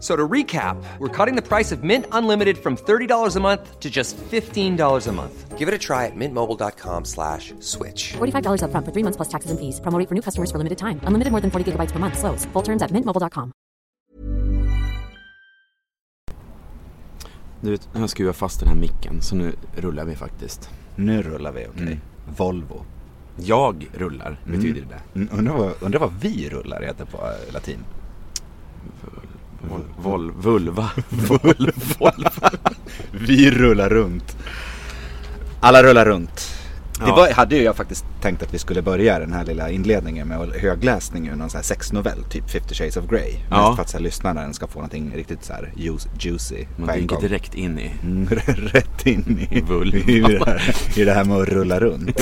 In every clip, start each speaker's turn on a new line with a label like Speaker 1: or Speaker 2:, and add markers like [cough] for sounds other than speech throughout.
Speaker 1: So to recap, we're cutting the price of Mint Unlimited from $30 a month to just $15 a month. Give it a try at mintmobile.com slash switch.
Speaker 2: $45 up front for three months plus taxes and fees. Promoting for new customers for limited time. Unlimited more than 40 gigabytes per month. Slows. Full terms at mintmobile.com.
Speaker 3: Du vet, jag skruvar fast den här micken så nu rullar vi faktiskt.
Speaker 4: Nu rullar vi, okej. Volvo.
Speaker 3: Jag rullar, betyder det.
Speaker 4: Mm, Undrar vad, undrar vad vi rullar heter på eh, latin.
Speaker 3: Vol, vol, vulva. [laughs]
Speaker 4: [laughs] Volvo. vi rullar runt. Alla rullar runt. Det
Speaker 3: Ja.
Speaker 4: var, hade ju jag faktiskt tänkt att vi skulle börja den här lilla inledningen med högläsning ur någon sån här sexnovell, typ 50 shades of Grey. Mest
Speaker 3: Ja.
Speaker 4: för att så här, lyssnaren ska få någonting riktigt så här juice, juicy på
Speaker 3: Man
Speaker 4: en
Speaker 3: dyker
Speaker 4: gång.
Speaker 3: direkt in i.
Speaker 4: [laughs] Mm, Rätt in i,
Speaker 3: Vulva.
Speaker 4: i, det här, i det här med att rulla runt.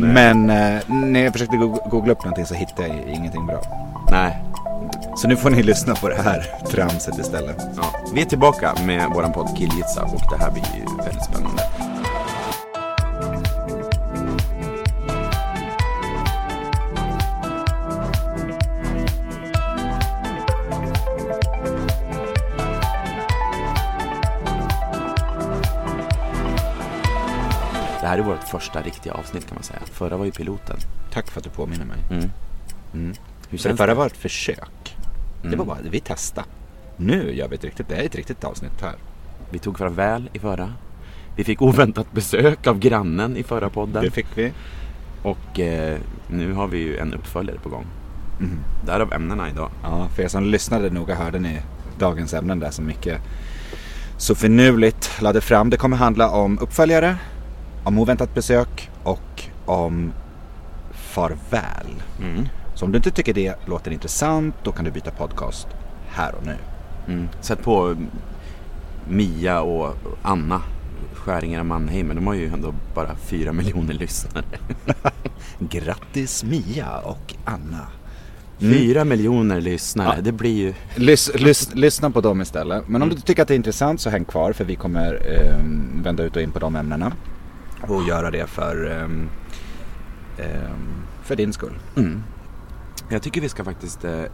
Speaker 4: Men eh, när jag försökte go- googla upp någonting så hittade jag ingenting bra.
Speaker 3: Nej.
Speaker 4: Så nu får ni lyssna på det här tramset istället.
Speaker 3: Ja. Vi är tillbaka med våran podd Killgissa och det här blir ju väldigt spännande. Det här är vårt första riktiga avsnitt kan man säga. Förra var ju piloten. Mm.
Speaker 4: Tack för att du påminner mig.
Speaker 3: Hur
Speaker 4: Så det Mm.
Speaker 3: känns
Speaker 4: förra
Speaker 3: det?
Speaker 4: var ett försök. Det var bara, vi testade. Nu gör vi ett riktigt, det här är ett riktigt avsnitt här.
Speaker 3: Vi tog farväl i förra. Vi fick oväntat besök av grannen i förra podden.
Speaker 4: Det fick vi.
Speaker 3: Och eh, nu har vi ju en uppföljare på gång.
Speaker 4: Mm.
Speaker 3: Därav ämnena idag.
Speaker 4: Ja, för er som lyssnade noga hörde ni dagens ämnen där som mycket så finurligt lade fram. Det kommer handla om uppföljare, om oväntat besök och om farväl. Så om du inte tycker det låter intressant då kan du byta podcast här och nu.
Speaker 3: Sätt på mm, Mia och Anna Skäringer och Mannheim, men de har ju ändå bara fyra miljoner lyssnare.
Speaker 4: [laughs] Grattis Mia och Anna. Mm.
Speaker 3: Fyra miljoner lyssnare, det blir ju...
Speaker 4: Lys, lys, lyssna på dem istället. Men om du tycker att det är intressant så häng kvar för vi kommer ehm, vända ut och in på de ämnena. Och göra det för, ehm, ehm, för din skull.
Speaker 3: Jag tycker vi ska faktiskt... Eh, eh,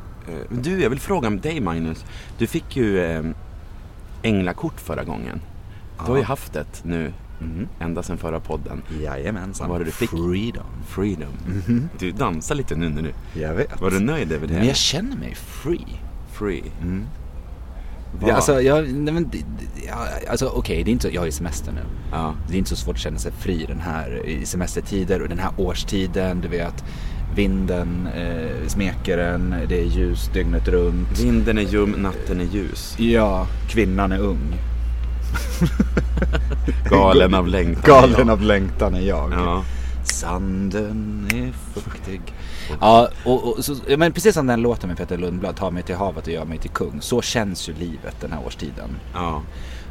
Speaker 3: du, jag vill fråga om dig Magnus. Du fick ju eh, änglakort förra gången. Du har ju haft ett nu,
Speaker 4: Mm.
Speaker 3: ända sedan förra podden.
Speaker 4: Jajamensan.
Speaker 3: Vad var det du fick?
Speaker 4: Freedom.
Speaker 3: Freedom. Du dansar lite nu när du...
Speaker 4: Jag vet.
Speaker 3: Var du nöjd över det?
Speaker 4: Men jag Mm. känner mig free.
Speaker 3: Free.
Speaker 4: Ja, alltså, jag, nej, men, det- det- ja, alltså okej, det är inte så, jag har ju semester nu.
Speaker 3: Ja.
Speaker 4: Det är inte så svårt att känna sig fri den här, i semestertider och den här årstiden. Du vet, vinden eh, smeker en, det är ljus dygnet runt.
Speaker 3: Vinden är ljum, natten är
Speaker 4: [laughs]
Speaker 3: ljus.
Speaker 4: Ja, kvinnan är ung.
Speaker 3: Galen av längtan.
Speaker 4: Galen av längtan är jag.
Speaker 3: Ja.
Speaker 4: Sanden är fuktig. Ja, och, och, så, ja, men precis som den låten med Peter Lundblad, Ta mig till havet och gör mig till kung. Så känns ju livet den här årstiden.
Speaker 3: Ja.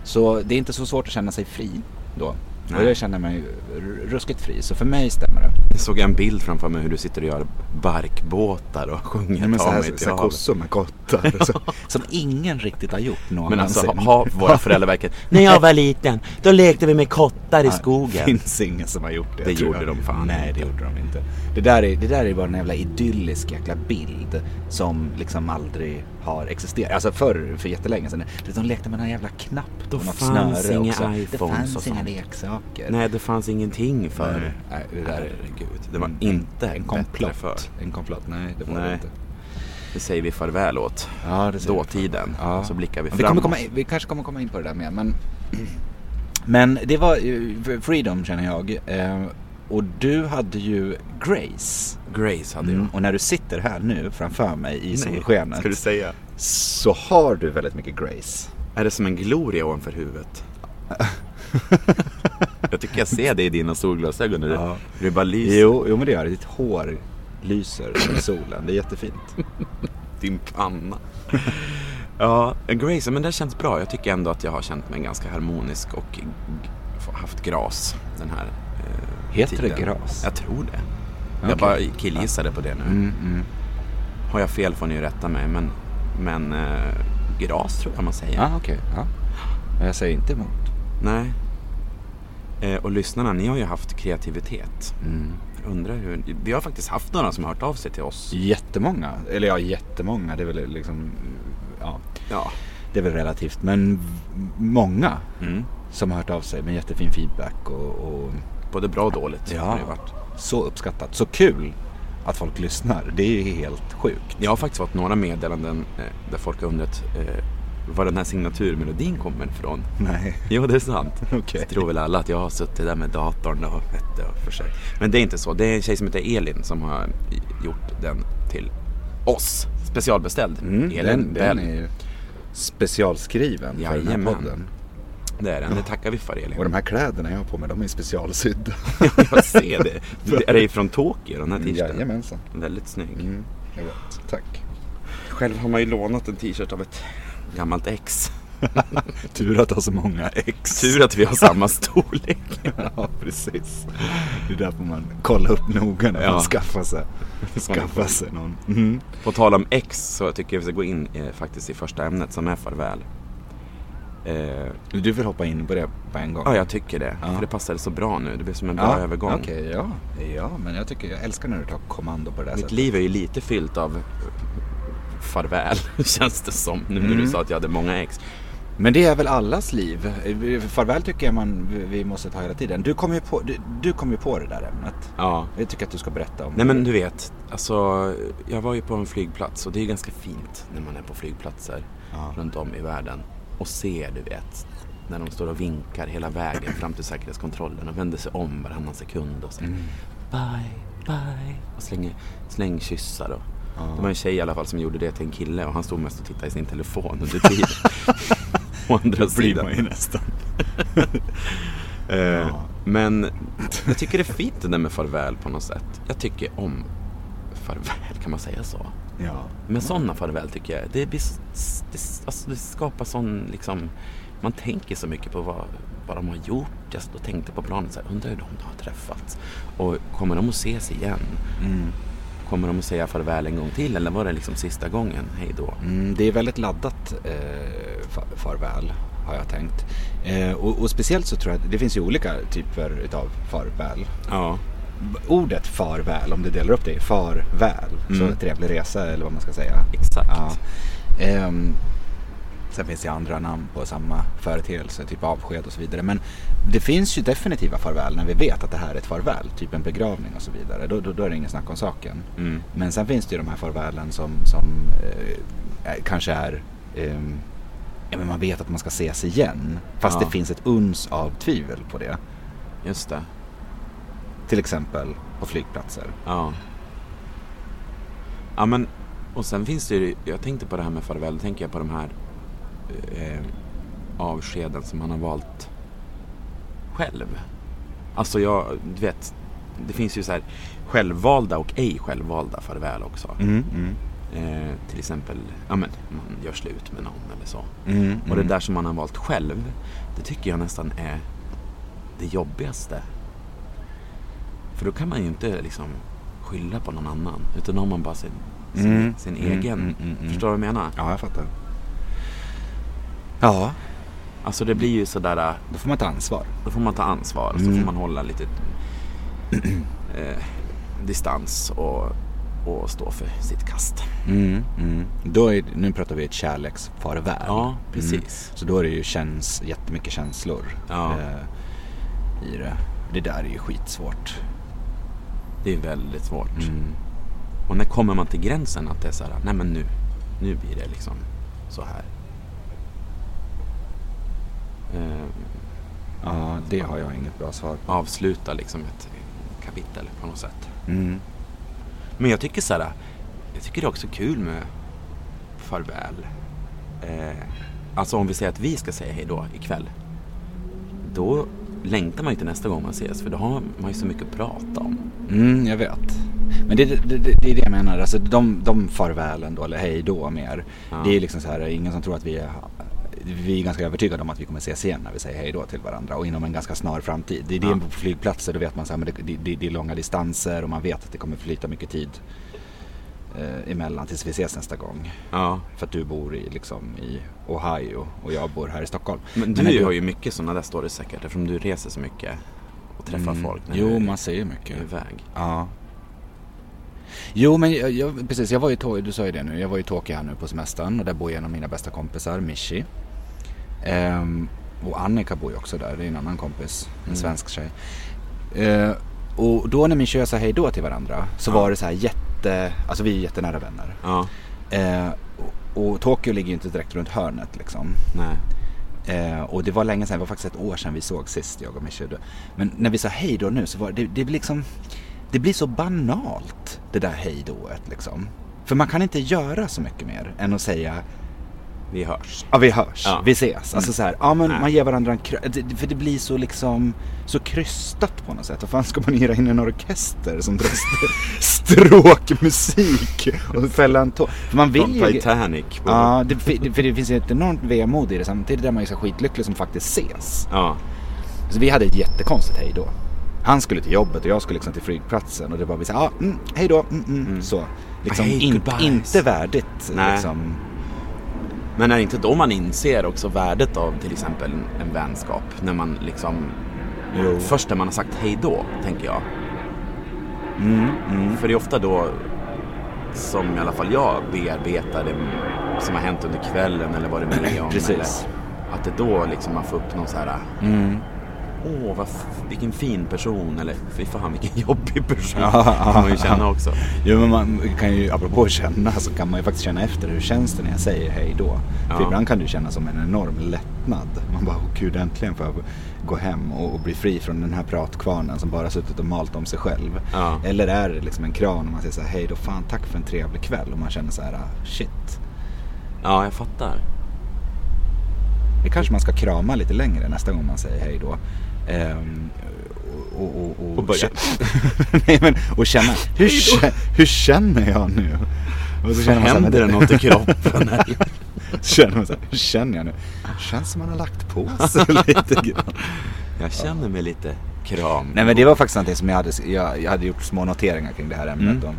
Speaker 4: Så det är inte så svårt att känna sig fri då.
Speaker 3: Nej.
Speaker 4: Och jag känner mig r- ruskigt fri, så för mig stämmer det.
Speaker 3: Jag såg en bild framför mig hur du sitter och gör barkbåtar och sjunger
Speaker 4: Ja, men så
Speaker 3: Ta
Speaker 4: här,
Speaker 3: mig till
Speaker 4: så här
Speaker 3: havet.
Speaker 4: kossor med
Speaker 3: [laughs]
Speaker 4: kottar. så, som ingen riktigt har gjort någonsin.
Speaker 3: Men alltså, ha, ha våra föräldrar
Speaker 4: [laughs]
Speaker 3: verkligen. När jag var liten, då lekte vi med kottar i skogen.
Speaker 4: finns ingen som har gjort det.
Speaker 3: Det
Speaker 4: tror
Speaker 3: gjorde de fan
Speaker 4: Nej,
Speaker 3: inte.
Speaker 4: det gjorde de inte. Det där är, det där är bara en jävla idyllisk jäkla bild som liksom aldrig har existerat. Alltså förr, för jättelänge sedan, det- de lekte med en jävla knapp
Speaker 3: Då
Speaker 4: och något
Speaker 3: fanns
Speaker 4: snöre
Speaker 3: inga
Speaker 4: också. det
Speaker 3: iPhones
Speaker 4: fanns
Speaker 3: och
Speaker 4: inga
Speaker 3: sånt.
Speaker 4: leksaker.
Speaker 3: Nej, det fanns ingenting för. Mm.
Speaker 4: Nej, nej, det där är
Speaker 3: Herregud, det var inte
Speaker 4: en
Speaker 3: bättre
Speaker 4: komplott.
Speaker 3: förr.
Speaker 4: En komplott, nej det var det
Speaker 3: Nej.
Speaker 4: inte.
Speaker 3: Det säger vi farväl åt.
Speaker 4: Ja, det ser vi.
Speaker 3: Dåtiden.
Speaker 4: Ja.
Speaker 3: Så blickar vi
Speaker 4: vi, kommer
Speaker 3: framåt.
Speaker 4: komma in, vi kanske kommer komma in på det där mer. Men, men det var eh, Freedom känner jag. Eh, Och du hade ju Grace.
Speaker 3: Grace hade jag.
Speaker 4: Mm. Och när du sitter här nu framför mig i solskenet
Speaker 3: Ska du säga?
Speaker 4: så har du väldigt mycket Grace.
Speaker 3: Är det som en gloria ovanför
Speaker 4: [laughs]
Speaker 3: huvudet? jag tycker jag ser det i dina solglasögon. när Du,
Speaker 4: Ja.
Speaker 3: du bara lyser.
Speaker 4: Jo, jo men det gör det. Ditt hår lyser i solen. Det är jättefint.
Speaker 3: din panna. ja, Grace, men det känns bra. Jag tycker ändå att jag har känt mig ganska harmonisk och g- haft gras den här eh,
Speaker 4: Heter det
Speaker 3: tiden.
Speaker 4: gras? Mm,
Speaker 3: Jag tror det. Jag bara killgissade på det nu. Har jag fel får ni ju rätta mig, men, men eh, gras tror jag man säger.
Speaker 4: Ja, okej. Ja. Men Jag säger inte emot.
Speaker 3: Nej. Eh, och lyssnarna, ni har ju haft kreativitet.
Speaker 4: Mm.
Speaker 3: Jag undrar hur... Vi har faktiskt haft några som har hört av sig till oss.
Speaker 4: Jättemånga. Eller ja, jättemånga. Det är väl liksom... Ja.
Speaker 3: Ja.
Speaker 4: Det är väl relativt, men v- många som har hört av sig med jättefin feedback och, och
Speaker 3: Både bra och dåligt har det ju varit.
Speaker 4: så uppskattat. Så kul att folk lyssnar. Det är ju helt sjukt.
Speaker 3: Jag har faktiskt fått några meddelanden eh, där folk har undrat eh, var den här signaturmelodin kommer ifrån. [laughs]
Speaker 4: Nej.
Speaker 3: Jo, det är sant.
Speaker 4: Okej.
Speaker 3: Så tror väl alla att jag har suttit där med datorn och vet det och försökt. Men det är inte så. Det är en tjej som heter Elin som har gjort den till oss. Specialbeställd. Elin
Speaker 4: Mm, den,
Speaker 3: Bell.
Speaker 4: den är ju specialskriven för den här
Speaker 3: Jajamän.
Speaker 4: podden.
Speaker 3: Det är den. Det tackar vi för Elin.
Speaker 4: Och de här kläderna jag har på mig, de är specialsydda.
Speaker 3: [laughs] jag ser det. det är det från Tokyo den här t-shirten?
Speaker 4: [laughs] Jajamensan.
Speaker 3: Väldigt snygg.
Speaker 4: Jag vet. Tack.
Speaker 3: Mm. Själv har man ju lånat en t-shirt av ett gammalt ex.
Speaker 4: Tur att ha så många ex.
Speaker 3: Tur att vi har samma storlek.
Speaker 4: [laughs] Ja, precis. Det är därför man kollar upp noga när
Speaker 3: Ja.
Speaker 4: man skaffar sig, skaffar sig någon. Mm.
Speaker 3: På tal om X så tycker jag vi ska gå in eh, faktiskt i första ämnet som är farväl. Eh,
Speaker 4: Du vill hoppa in på det på en gång.
Speaker 3: ja, jag tycker det.
Speaker 4: Ja.
Speaker 3: För det passade så bra nu. Det blev som en bra övergång.
Speaker 4: Okej, ja. ja. Men jag tycker, jag älskar när du tar kommando på det där
Speaker 3: Mitt
Speaker 4: sättet.
Speaker 3: liv är ju lite fyllt av eh, farväl, [laughs] känns det som. Nu när du sa att jag hade många ex.
Speaker 4: Men det är väl allas liv? Eh, Farväl tycker jag man, vi- vi måste ta hela tiden. Du kom ju på, du, du kom ju på det där ämnet.
Speaker 3: Ja.
Speaker 4: Jag tycker att du ska berätta om
Speaker 3: Nej
Speaker 4: det.
Speaker 3: men du vet, alltså, jag var ju på en flygplats och det är ju ganska fint när man är på flygplatser runt om i världen och ser, du vet, när de står och vinkar hela vägen fram till säkerhetskontrollen och vänder sig om varannan sekund och säger bye, bye och slänger slängkyssar. Och, Det var en tjej i alla fall som gjorde det till en kille och han stod mest och tittade i sin telefon under tiden. Å andra sidan.
Speaker 4: nästan.
Speaker 3: Men jag tycker det är fint det där med farväl på något sätt. Jag tycker om farväl, kan man säga så?
Speaker 4: Ja.
Speaker 3: Men sådana farväl tycker jag. Det, blir, s- det, s- alltså det skapar sån liksom... Man tänker så mycket på vad, vad de har gjort. Jag stod och tänkte på planet så här, undrar hur de har träffats. Och kommer de att ses igen?
Speaker 4: Mm.
Speaker 3: Kommer de att säga farväl en gång till eller var det liksom sista gången? Hej då.
Speaker 4: Mm, det är väldigt laddat eh, fa- farväl har jag tänkt. Eh, och, och speciellt så tror jag att det finns ju olika typer utav farväl.
Speaker 3: Ja.
Speaker 4: B- Ordet farväl, om du delar upp det, i farväl.
Speaker 3: Mm.
Speaker 4: Så trevlig resa eller vad man ska säga.
Speaker 3: Exakt.
Speaker 4: Ja. Ehm, sen finns det andra namn på samma företeelse, typ avsked och så vidare. Men det finns ju definitiva farväl när vi vet att det här är ett farväl, typ en begravning och så vidare. Då, då, då är det ingen snack om saken. Men sen finns det ju de här farvälen som, som eh, är- kanske är ehm, Ja, men man vet att man ska ses igen. Fast
Speaker 3: Ja.
Speaker 4: det finns ett uns av tvivel på det.
Speaker 3: Just det.
Speaker 4: Till exempel på flygplatser.
Speaker 3: Ja. Ja men, och sen finns det ju, jag tänkte på det här med farväl, då tänker jag på de här eh, avskeden som han har valt själv. Alltså jag, du vet, det finns ju så här självvalda och ej självvalda farväl också.
Speaker 4: Mm.
Speaker 3: Eh, till exempel, ja men man gör slut med någon eller så. Och
Speaker 4: Mm.
Speaker 3: det där som man har valt själv, det tycker jag nästan är det jobbigaste. För då kan man ju inte liksom skylla på någon annan. Utan då har man bara sin, sin,
Speaker 4: Mm.
Speaker 3: sin
Speaker 4: Mm,
Speaker 3: egen.
Speaker 4: mm, mm, mm.
Speaker 3: Förstår du vad jag menar?
Speaker 4: Ja, jag fattar. Ja,
Speaker 3: Alltså det blir ju sådär, äh,
Speaker 4: då får man ta ansvar.
Speaker 3: då får man ta ansvar. Så
Speaker 4: Mm.
Speaker 3: får man hålla
Speaker 4: [clears throat]
Speaker 3: lite eh, distans och, och stå för sitt kast.
Speaker 4: Mm, mm. Då är, nu pratar vi ett kärleksfarväl.
Speaker 3: Ja, precis.
Speaker 4: Mm. Så då är det ju känns, jättemycket känslor
Speaker 3: Ja.
Speaker 4: eh, i det. Det där är ju skitsvårt.
Speaker 3: Det är väldigt svårt. Och när kommer man till gränsen att det är så här, nej men nu, nu blir det liksom så här. Eh,
Speaker 4: Ja, det har jag inget bra svar på.
Speaker 3: avsluta liksom ett kapitel på något sätt.
Speaker 4: Mm.
Speaker 3: Men jag tycker så här, jag tycker det är också kul med farväl. Eh, alltså om vi säger att vi ska säga hej då ikväll. Då längtar man ju till nästa gång man ses för då har man ju så mycket att prata om.
Speaker 4: Mm, jag vet. Men det, det, det, det är det jag menar, alltså de, de farvälen då, eller hej då mer.
Speaker 3: Ja.
Speaker 4: Det är liksom så här, ingen som tror att vi är, vi är ganska övertygade om att vi kommer ses igen när vi säger hej då till varandra och inom en ganska snar framtid. Det är det
Speaker 3: Ja.
Speaker 4: på flygplatser, då vet man så här, men det, det, det är långa distanser och man vet att det kommer flyta mycket tid eh, emellan tills vi ses nästa gång.
Speaker 3: Ja.
Speaker 4: För att du bor i, liksom, i Ohio och jag bor här i Stockholm.
Speaker 3: Men du
Speaker 4: när
Speaker 3: har ju mycket sådana där stories säkert eftersom du reser så mycket och träffar folk när du
Speaker 4: Mm. Jo,
Speaker 3: är
Speaker 4: man ser ju mycket.
Speaker 3: iväg.
Speaker 4: Ja. Jo men jag, jag, precis, jag var i Tokyo, du sa ju det nu, jag var i Tokyo här nu på semestern och där bor en av mina bästa kompisar, Mishi. Ehm, och Annika bor ju också där, det är en annan kompis, en svensk tjej. Eh, och då när Mishi och jag sa hej då till varandra så var det så här jätte, alltså vi är jättenära vänner.
Speaker 3: Ja,
Speaker 4: Eh, och, och Tokyo ligger ju inte direkt runt hörnet liksom.
Speaker 3: nej.
Speaker 4: Eh, och det var länge sedan, det var faktiskt ett år sedan vi såg sist jag och Michel. Men när vi sa hej då nu så var det, det blir liksom, det blir så banalt det där hej dået liksom. För man kan inte göra så mycket mer än att säga
Speaker 3: Vi hörs.
Speaker 4: ja vi hörs,
Speaker 3: Ja. Mm.
Speaker 4: vi ses. Alltså så här, ja men
Speaker 3: Nej.
Speaker 4: man ger varandra en kram. För det blir så liksom, så krystat på något sätt. Vad fan ska man hyra in en orkester som drar st- [laughs] stråkmusik och fälla en tår? För man vill
Speaker 3: Från
Speaker 4: ju...
Speaker 3: Titanic. på-
Speaker 4: Ja, det, för det- för det finns ju ett enormt vemod i det samtidigt där man är så skitlycklig som faktiskt ses.
Speaker 3: ja.
Speaker 4: Så vi hade ett jättekonstigt hej då. Han skulle till jobbet och jag skulle liksom till flygplatsen och det var vi så här, ah, mm, hej då, mm, mm, så. Liksom
Speaker 3: Hey,
Speaker 4: in,
Speaker 3: goodbyes.
Speaker 4: inte värdigt
Speaker 3: Nej.
Speaker 4: liksom.
Speaker 3: Men är det inte då man inser också värdet av till exempel en vänskap? När man liksom... Först när man har sagt hej då, tänker jag. Mm, För det är ofta då som i alla fall jag bearbetar det som har hänt under kvällen eller vad det nu är om.
Speaker 4: [clears throat] Precis.
Speaker 3: Eller att det är då liksom man får upp någon så här...
Speaker 4: Mm.
Speaker 3: Åh, vad f- vilken fin person. Eller fy fan vilken [laughs] jobbig person. Det kan man ju känna också.
Speaker 4: Jo men man kan ju, apropå att känna, så kan man ju faktiskt känna efter hur känns det när jag säger hej då. För
Speaker 3: Ja.
Speaker 4: ibland kan det ju kännas som en enorm lättnad. Man bara, åh gud äntligen får jag gå hem och, och bli fri från den här pratkvarnen som bara suttit och malt om sig själv.
Speaker 3: Ja.
Speaker 4: Eller är det liksom en kran och man säger så här, hej då, fan tack för en trevlig kväll. Och man känner så här, ah, shit.
Speaker 3: Ja, jag fattar.
Speaker 4: Det kanske man ska krama lite längre nästa gång man säger hej då. Ehm, och, och, och,
Speaker 3: Och börja.
Speaker 4: kä- [laughs] Nej, men, och känna, hur, kä- hur känner jag nu? Och så känner man så här, men
Speaker 3: Händer det något i
Speaker 4: [laughs]
Speaker 3: kroppen?
Speaker 4: Så känner man så här, hur känner jag nu? Känns som man har lagt på sig [laughs] lite grann.
Speaker 3: Jag känner mig lite kram.
Speaker 4: Nej men det var faktiskt någonting som jag hade, jag, jag hade gjort små noteringar kring det här ämnet. om.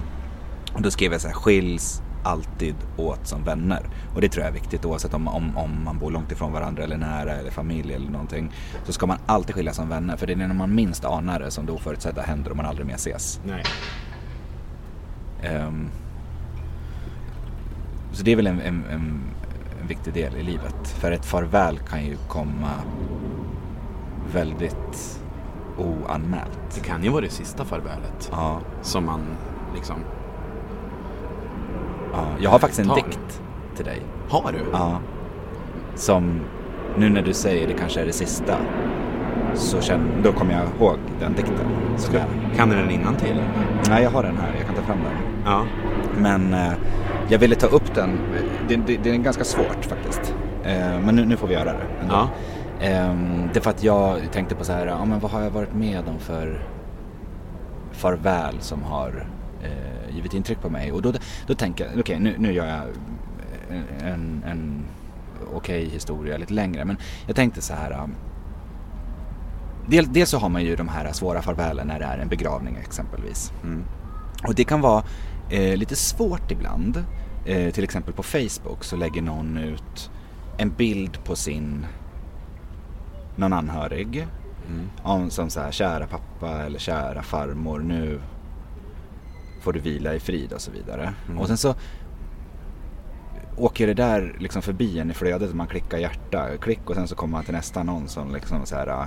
Speaker 4: Och då skrev jag så här, skiljs alltid åt som vänner. Och det tror jag är viktigt oavsett om, om, om man bor långt ifrån varandra eller nära eller familj eller någonting. Så ska man alltid skiljas som vänner för det är när man minst anar det som det oförutsedda händer och man aldrig mer ses.
Speaker 3: Nej.
Speaker 4: Ehm, så det är väl en, en, en, en viktig del i livet. För ett farväl kan ju komma väldigt oanmält.
Speaker 3: Det kan ju vara det sista farvälet
Speaker 4: Ja,
Speaker 3: som man liksom...
Speaker 4: ja. Jag har faktiskt en
Speaker 3: Tar.
Speaker 4: dikt till dig.
Speaker 3: Har du?
Speaker 4: Ja. Som nu när du säger det kanske är det sista. Så känner, då kommer jag ihåg den dikten. som
Speaker 3: Ska,
Speaker 4: är-
Speaker 3: kan du den innantill?
Speaker 4: Nej, jag har den här. Jag kan ta fram den.
Speaker 3: Ja.
Speaker 4: Men eh, jag ville ta upp den. Det, det, det är ganska svårt faktiskt. Eh, men nu, nu får vi göra det ändå.
Speaker 3: Ja.
Speaker 4: Ehm, det är för att jag tänkte på så här, ja, men vad har jag varit med om för farväl som har eh, givit intryck på mig? Och då, då tänker jag, okej nu, nu gör jag eh, en, en okej historia lite längre. Men jag tänkte så här, ja, Del, um, dels så har man ju de här svåra farvälen när det är en begravning exempelvis. Och det kan vara eh, lite svårt ibland. Eh, till exempel på Facebook så lägger någon ut en bild på sin, någon anhörig. Om, som så här, kära pappa eller kära farmor, nu får du vila i frid och så vidare. Och sen så åker det där liksom förbi en i flödet och man klickar hjärta, klick och sen så kommer man till nästa någon som liksom så här ah,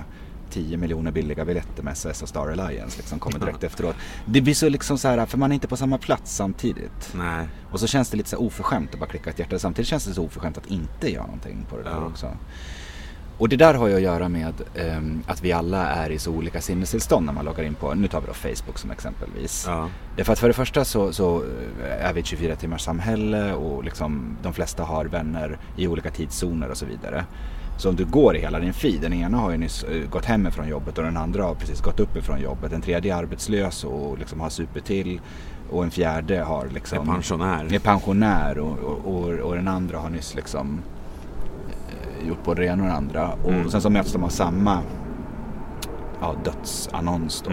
Speaker 4: 10 miljoner billiga biljetter med SS och Star Alliance liksom kommer direkt efteråt. Det blir så liksom så här, för man är inte på samma plats samtidigt.
Speaker 3: Nej.
Speaker 4: Och så känns det lite så här oförskämt att bara klicka ett hjärta. Samtidigt känns det så oförskämt att inte göra någonting på det där
Speaker 3: Ja.
Speaker 4: också. Och det där har ju att göra med ehm, att vi alla är i så olika sinnestillstånd när man loggar in på, nu tar vi då Facebook som exempelvis.
Speaker 3: Ja.
Speaker 4: Därför att för det första så, så eh, är vi ett 24 timmars samhälle och liksom de flesta har vänner i olika tidszoner och så vidare. Så om du går i hela din feed, den ena har ju nyss eh, gått hemifrån jobbet och den andra har precis gått uppifrån jobbet. Den tredje är arbetslös och liksom har supit till och en fjärde har liksom...
Speaker 3: Är pensionär.
Speaker 4: Är pensionär och, och, och, och den andra har nyss liksom eh, gjort både det ena och det andra. Och sen så möts de av samma ja, dödsannons då.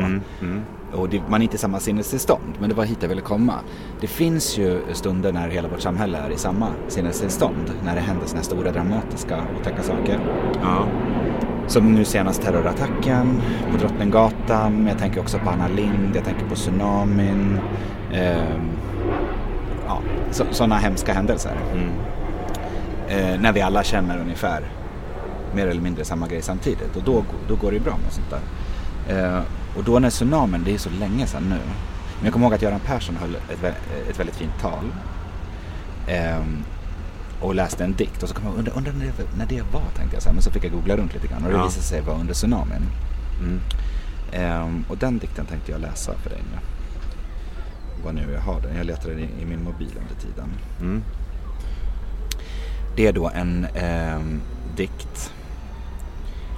Speaker 4: Och det, man är inte i samma sinnestillstånd, men det var hit jag ville komma. Det finns ju stunder när hela vårt samhälle är i samma sinnestillstånd. När det händer sådana stora dramatiska otäcka saker.
Speaker 3: Ja.
Speaker 4: Som nu senast terrorattacken på Drottninggatan. men Jag tänker också på Anna Lind, jag tänker på tsunamin. Ehm, ja, sådana hemska händelser. Eh, när vi alla känner ungefär mer eller mindre samma grej samtidigt. Och då, då går det ju bra med sånt där. Eh, och då när tsunamin, det är så länge sedan nu. Men jag kommer ihåg att Göran Persson höll ett, vä- ett väldigt fint tal. Ehm, och läste en dikt och så kom jag undra, undra när, det, när det var tänkte jag så här, men så fick jag googla runt lite grann och det
Speaker 3: Ja.
Speaker 4: visade sig vara under tsunamin. Ehm, och den dikten tänkte jag läsa för dig nu. Vad nu jag har den, jag letar den i, i min mobil under tiden. Det är då en ehm, dikt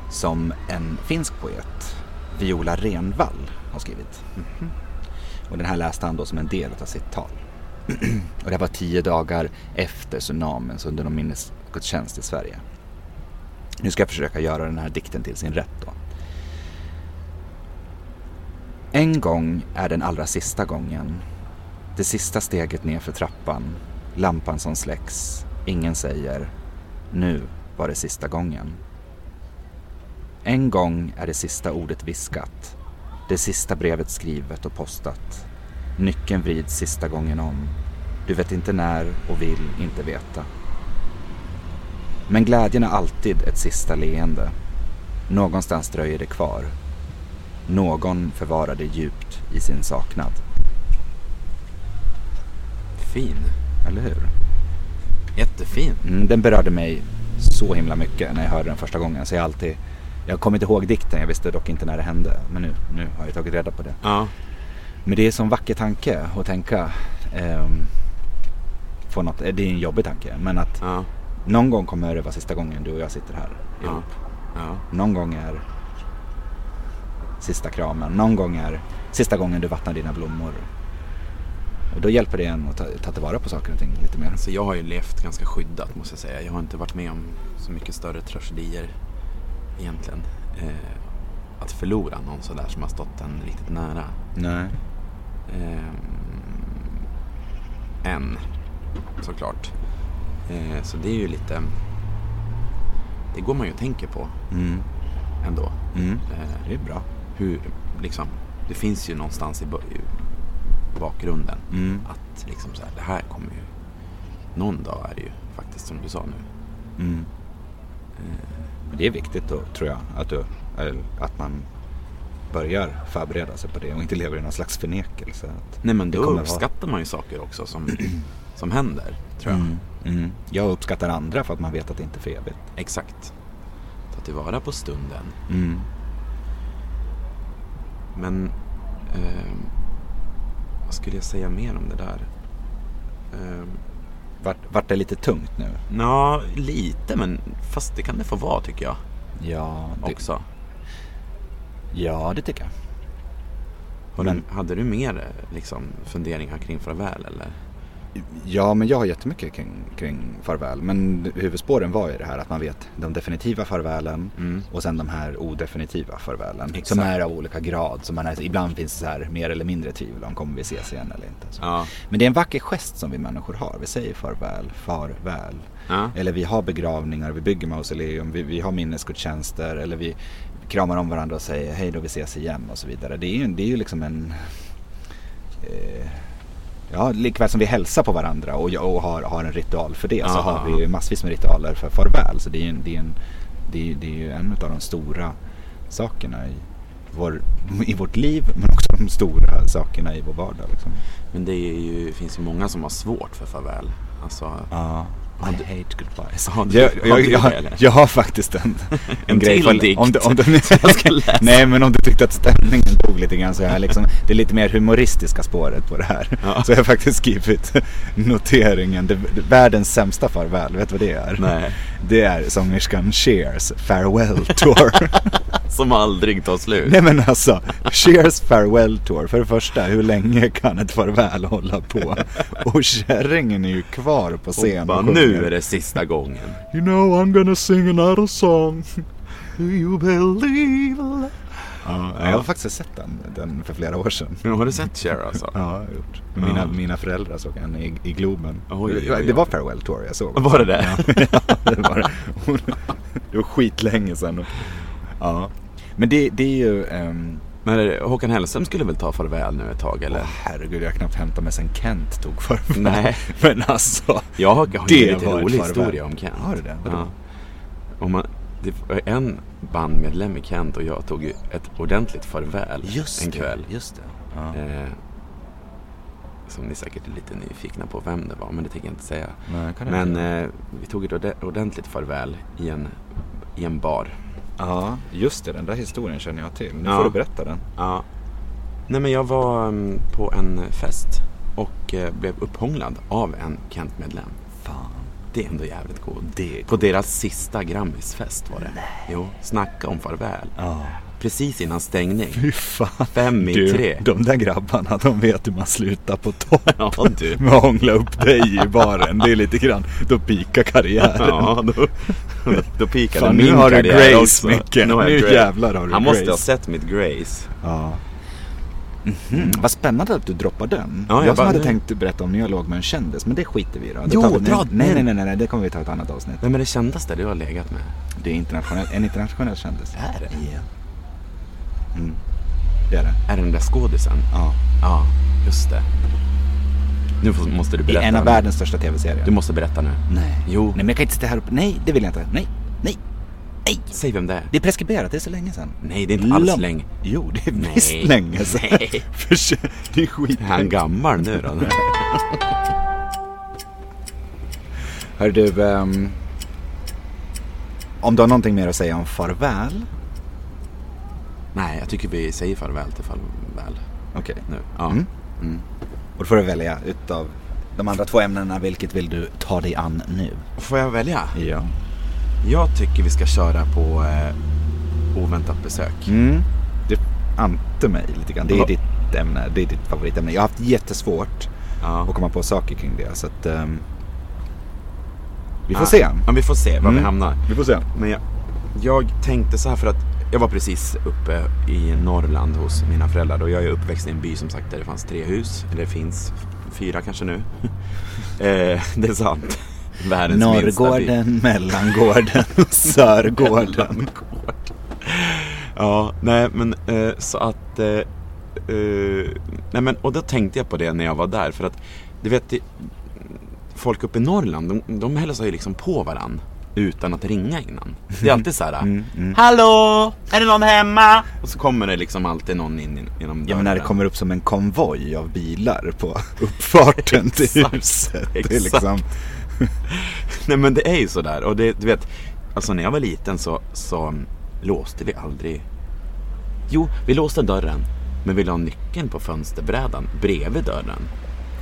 Speaker 4: som en finsk poet, Viola Renvall, har skrivit. Mhm. Och den här läste han då som en del av sitt tal. [clears throat] Och det här var tio dagar efter tsunamin, så under någon minnesgudstjänst i Sverige. Nu ska jag försöka göra den här dikten till sin rätt då. En gång är den allra sista gången. Det sista steget nerför trappan. Lampan som släcks. Ingen säger Nu var det sista gången. En gång är det sista ordet viskat. Det sista brevet skrivet och postat. Nyckeln vrids sista gången om. Du vet inte när och vill inte veta. Men glädjen är alltid ett sista leende. Någonstans dröjer det kvar. Någon förvarar det djupt i sin saknad.
Speaker 3: Fin.
Speaker 4: Eller hur?
Speaker 3: Jättefin.
Speaker 4: Mm, den berörde mig så himla mycket när jag hörde den första gången. Så jag alltid... Jag kommer inte ihåg dikten, jag visste dock inte när det hände. Men nu, nu har jag tagit reda på det.
Speaker 3: Ja.
Speaker 4: Men det är en sån vacker tanke att tänka. ehm, på något, eh, det är en jobbig tanke, men att
Speaker 3: Ja.
Speaker 4: någon gång kommer det vara sista gången du och jag sitter här ihop.
Speaker 3: Ja. Ja.
Speaker 4: Någon gång är sista kramen. Någon gång är sista gången du vattnar dina blommor. Och då hjälper det en att ta, ta tillvara på saker och ting lite mer.
Speaker 3: Så jag har ju levt ganska skyddat måste jag säga. Jag har inte varit med om så mycket större tragedier egentligen. Eh, att förlora någon sådär som har stått en riktigt nära.
Speaker 4: Nej.
Speaker 3: Eh, än, såklart. Eh, så det är ju lite... Det går man ju och tänker på ändå. Eh,
Speaker 4: Det är bra.
Speaker 3: hur, liksom, det finns ju någonstans i bo- i bakgrunden att liksom så här, det här kommer ju, någon dag är det ju faktiskt som du sa nu.
Speaker 4: Men det är viktigt då, tror jag, att, du, eller att man börjar förbereda sig på det och inte lever i någon slags förnekelse. Att
Speaker 3: Nej men
Speaker 4: det
Speaker 3: då
Speaker 4: kommer vara-
Speaker 3: uppskattar man ju saker också som, som händer, tror jag.
Speaker 4: Mm. Jag uppskattar andra för att man vet att det inte är för evigt.
Speaker 3: Exakt. Ta tillvara på stunden.
Speaker 4: Mm.
Speaker 3: Men ehm, vad skulle jag säga mer om det där? Ehm,
Speaker 4: Vart, vart det lite tungt nu?
Speaker 3: Ja, lite men fast det kan det få vara tycker jag
Speaker 4: Ja, det,
Speaker 3: också.
Speaker 4: ja, det tycker jag.
Speaker 3: Har
Speaker 4: Men-
Speaker 3: du, hade du mer eh, liksom, funderingar kring farväl eller?
Speaker 4: Ja, men jag har jättemycket kring, kring farväl. Men huvudspåren var ju det här att man vet de definitiva farvälen och sen de här odefinitiva farvälen. Som är av olika grad. Som man är, ibland finns det så här mer eller mindre tvivel om kommer vi ses igen eller inte. Så.
Speaker 3: Ja.
Speaker 4: Men det är en vacker gest som vi människor har. Vi säger farväl, farväl.
Speaker 3: Ja.
Speaker 4: Eller vi har begravningar, vi bygger mausoleum, vi, vi har minnesgudstjänster. Eller vi kramar om varandra och säger hej då, vi ses igen och så vidare. Det är ju, det är ju liksom en eh, Ja, likväl som vi hälsar på varandra och, och har, har en ritual för det så
Speaker 3: Ja,
Speaker 4: har
Speaker 3: ja,
Speaker 4: vi ju massvis med ritualer för farväl. Så det är ju en, det är en, det är, det är ju en av de stora sakerna i, vår, i vårt liv men också de stora sakerna i vår vardag. Liksom.
Speaker 3: Men det är ju, finns ju många som har svårt för farväl. Alltså,
Speaker 4: Ja. I hate goodbyes.
Speaker 3: Har du-
Speaker 4: Jag,
Speaker 3: har
Speaker 4: jag,
Speaker 3: du det,
Speaker 4: jag,
Speaker 3: eller?
Speaker 4: jag
Speaker 3: [laughs]
Speaker 4: har faktiskt en, en,
Speaker 3: En till dikt
Speaker 4: om du, om du,
Speaker 3: [laughs] jag
Speaker 4: [laughs]
Speaker 3: ska läsa.
Speaker 4: Nej men om du tyckte att stämningen tog lite grann så har jag liksom, det är lite mer humoristiska spåret på det här.
Speaker 3: Ja.
Speaker 4: Så jag har faktiskt skrivit noteringen, det, det, världens sämsta farväl, vet du vad det är?
Speaker 3: Nej.
Speaker 4: Det är sångerskan Cheers farewell tour. [laughs]
Speaker 3: som aldrig tar slut.
Speaker 4: nej men alltså, Cheers farewell tour. För det första, hur länge kan ett farväl
Speaker 3: [laughs]
Speaker 4: hålla på? Och kärringen är ju kvar på scen
Speaker 3: Och bara, nu är det sista gången.
Speaker 4: You know I'm gonna sing another song. Do you believe? Ja, Jag har faktiskt sett den, den för flera år sedan.
Speaker 3: Men har du sett Cher alltså?
Speaker 4: Ja, jag har gjort. Mina, mina föräldrar såg henne i, i Globen.
Speaker 3: Oj, oj, oj.
Speaker 4: Det [laughs] var Farewell Tour jag såg.
Speaker 3: Var det det?
Speaker 4: ja, det var det. Hon, det var skitlänge sedan. Ja. Men det, det är ju... ehm,
Speaker 3: [laughs] Men är det- Håkan Hellström skulle väl ta farväl nu ett tag eller?
Speaker 4: Åh herregud, jag har knappt hämtat mig sen Kent tog [laughs] farväl.
Speaker 3: Nej.
Speaker 4: Men alltså.
Speaker 3: Jag har, jag har ju en lite
Speaker 4: var ett
Speaker 3: rolig
Speaker 4: farväl.
Speaker 3: historia om Kent.
Speaker 4: Har du det? Vadå?
Speaker 3: Ja. Och man, det var en bandmedlem i Kent och jag tog ju ett ordentligt farväl en kväll.
Speaker 4: det, just det. Ja.
Speaker 3: Eh, som ni säkert är lite nyfikna på vem det var, men det tänker jag inte säga.
Speaker 4: Nej, kan jag
Speaker 3: men
Speaker 4: inte
Speaker 3: eh, vi tog ett orde- ordentligt farväl i en, i en bar.
Speaker 4: Ja, just det. Den där historien känner jag till. Nu
Speaker 3: Ja.
Speaker 4: får du berätta den.
Speaker 3: Ja. Nej men jag var mm, på en fest och eh, blev upphånglad av en Kent-medlem.
Speaker 4: Fan.
Speaker 3: Det är ändå jävligt coolt.
Speaker 4: Det är
Speaker 3: På deras sista Grammisfest var det. Nej. Jo, snacka om farväl.
Speaker 4: Ja.
Speaker 3: Precis innan stängning.
Speaker 4: Fy fan.
Speaker 3: Fem i
Speaker 4: du,
Speaker 3: tre.
Speaker 4: De där grabbarna, de vet hur man slutar på topp.
Speaker 3: Ja, du.
Speaker 4: [laughs] Med att hångla upp dig i baren. Det är lite grann, då pikar karriären.
Speaker 3: Ja, då, [laughs] då pikade
Speaker 4: Fan,
Speaker 3: min
Speaker 4: nu har du
Speaker 3: karriär
Speaker 4: grace,
Speaker 3: också.
Speaker 4: Micke.
Speaker 3: har jag
Speaker 4: Nu
Speaker 3: grace.
Speaker 4: jävlar har du
Speaker 3: Han måste
Speaker 4: grace.
Speaker 3: ha sett mitt grace.
Speaker 4: Ja. Mhm, Vad spännande att du droppar den.
Speaker 3: Ja, jag
Speaker 4: jag som
Speaker 3: bara-
Speaker 4: hade tänkt berätta om när jag låg med en kändis, men det skiter vi i då. Det
Speaker 3: Jo,
Speaker 4: tar vi-
Speaker 3: dra
Speaker 4: nej, nej,
Speaker 3: den.
Speaker 4: nej, nej, nej, det kommer vi ta i ett annat avsnitt.
Speaker 3: Vem är det kändaste du har legat med?
Speaker 4: Det är internationell, en internationell kändis.
Speaker 3: Är det?
Speaker 4: Ja. Mm. Det är det.
Speaker 3: Är det den där skådisen?
Speaker 4: Ja.
Speaker 3: Ja, just det. Nu får- måste du
Speaker 4: I
Speaker 3: berätta.
Speaker 4: en av
Speaker 3: nu.
Speaker 4: världens största tv-serier.
Speaker 3: Du måste berätta nu.
Speaker 4: Nej.
Speaker 3: Jo.
Speaker 4: Nej men jag kan inte sitta här uppe. Nej, det vill jag inte. Nej, nej.
Speaker 3: Säg vem det är.
Speaker 4: Det är preskriberat, det är så länge sedan.
Speaker 3: Nej, det är inte alls
Speaker 4: Lång-
Speaker 3: länge.
Speaker 4: Jo, det är
Speaker 3: Nej.
Speaker 4: visst länge sedan.
Speaker 3: Nej.
Speaker 4: [laughs] För sig- det är skit.
Speaker 3: Är han gammal nu
Speaker 4: [laughs]
Speaker 3: då?
Speaker 4: Hör du, ehm, om du har någonting mer att säga om farväl.
Speaker 3: Nej, jag tycker vi säger farväl till farväl
Speaker 4: Okej.
Speaker 3: nu. Ja.
Speaker 4: Mm. Och då får du välja utav de andra två ämnena, vilket vill du ta dig an nu?
Speaker 3: Får jag välja?
Speaker 4: Ja.
Speaker 3: Jag tycker vi ska köra på eh, oväntat besök.
Speaker 4: Mm. Du ante mig lite grann. Det är
Speaker 3: Va-
Speaker 4: ditt ämne, det är ditt favoritämne. Jag har haft jättesvårt
Speaker 3: Ja.
Speaker 4: att komma på saker kring det. Så att, ehm, vi får
Speaker 3: Ja.
Speaker 4: se.
Speaker 3: Ja, vi får se var vi
Speaker 4: Mm.
Speaker 3: hamnar.
Speaker 4: Ah. Vi får se.
Speaker 3: Men jag, jag tänkte så här för att jag var precis uppe i Norrland hos mina föräldrar och jag är uppväxt i en by som sagt där det fanns tre hus, eller det finns fyra kanske nu. [laughs] eh, det är sant. [laughs] Världens minsta by.
Speaker 4: Norrgården,
Speaker 3: [laughs]
Speaker 4: Mellangården och Sörgården.
Speaker 3: Ja, nej men eh, så att... Eh, eh, nej men, och då tänkte jag på det när jag var där för att, du vet, det, folk uppe i Norrland, de, de hälsar ju liksom på varann utan att ringa innan. Det är alltid så
Speaker 4: Mm,
Speaker 3: här, Hallå! Är det någon hemma? Och så kommer det liksom alltid någon in gen- genom dörren.
Speaker 4: Ja men när det kommer upp som en konvoj av bilar på uppfarten till
Speaker 3: Exakt,
Speaker 4: huset. Det är
Speaker 3: exakt.
Speaker 4: liksom,
Speaker 3: [laughs] Nej men det är ju sådär. Och det, du vet, alltså när jag var liten så, så låste vi aldrig... Jo, vi låste dörren. Men vi la nyckeln på fönsterbrädan bredvid dörren.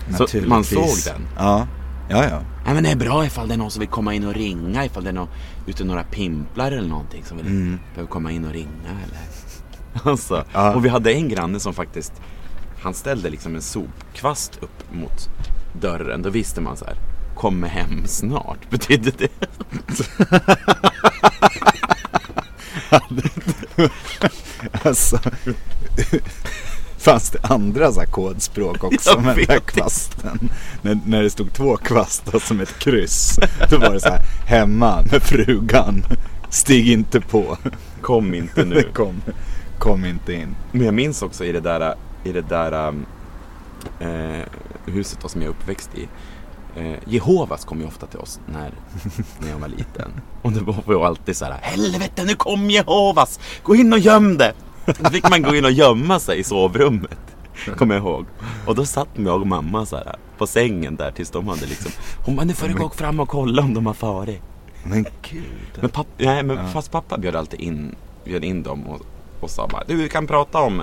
Speaker 3: Så
Speaker 4: naturligtvis.
Speaker 3: man såg den.
Speaker 4: Ja, ja, ja.
Speaker 3: Nej men det är bra ifall det är någon som vill komma in och ringa. Ifall det är någon, ute några pimplar eller någonting som vill behöver komma in och ringa eller. [laughs] Alltså.
Speaker 4: Mm. Ja.
Speaker 3: Och vi hade en granne som faktiskt, han ställde liksom en sopkvast upp mot dörren, då visste man så här. Kommer hem snart, [laughs] betydde det.
Speaker 4: Alltså, [laughs] fanns det andra så här kodspråk också
Speaker 3: Jag
Speaker 4: med den
Speaker 3: vet
Speaker 4: där
Speaker 3: inte.
Speaker 4: kvasten? När, när det stod två kvastar som ett kryss. Då var det så här, hemma med frugan. Stig inte på.
Speaker 3: Kom
Speaker 4: [laughs]
Speaker 3: inte
Speaker 4: Det
Speaker 3: nu.
Speaker 4: kom, kom inte in.
Speaker 3: Men jag minns också i det där, i det där um, eh, huset då, som jag är uppväxt i. Eh, Jehovas kom ju ofta till oss när, när jag var liten. Och det var ju alltid så här, helvete nu kom Jehovas! Gå in och göm det! Då fick man gå in och gömma sig i sovrummet. Kommer jag ihåg. Och då satt jag och mamma så här på sängen där tills de hade liksom Hon bara, nu får du gå fram och kolla om de har farit.
Speaker 4: Men gud.
Speaker 3: Men, papp, nej, men fast pappa bjöd alltid in, bjöd in dem och, och sa bara du vi kan prata om,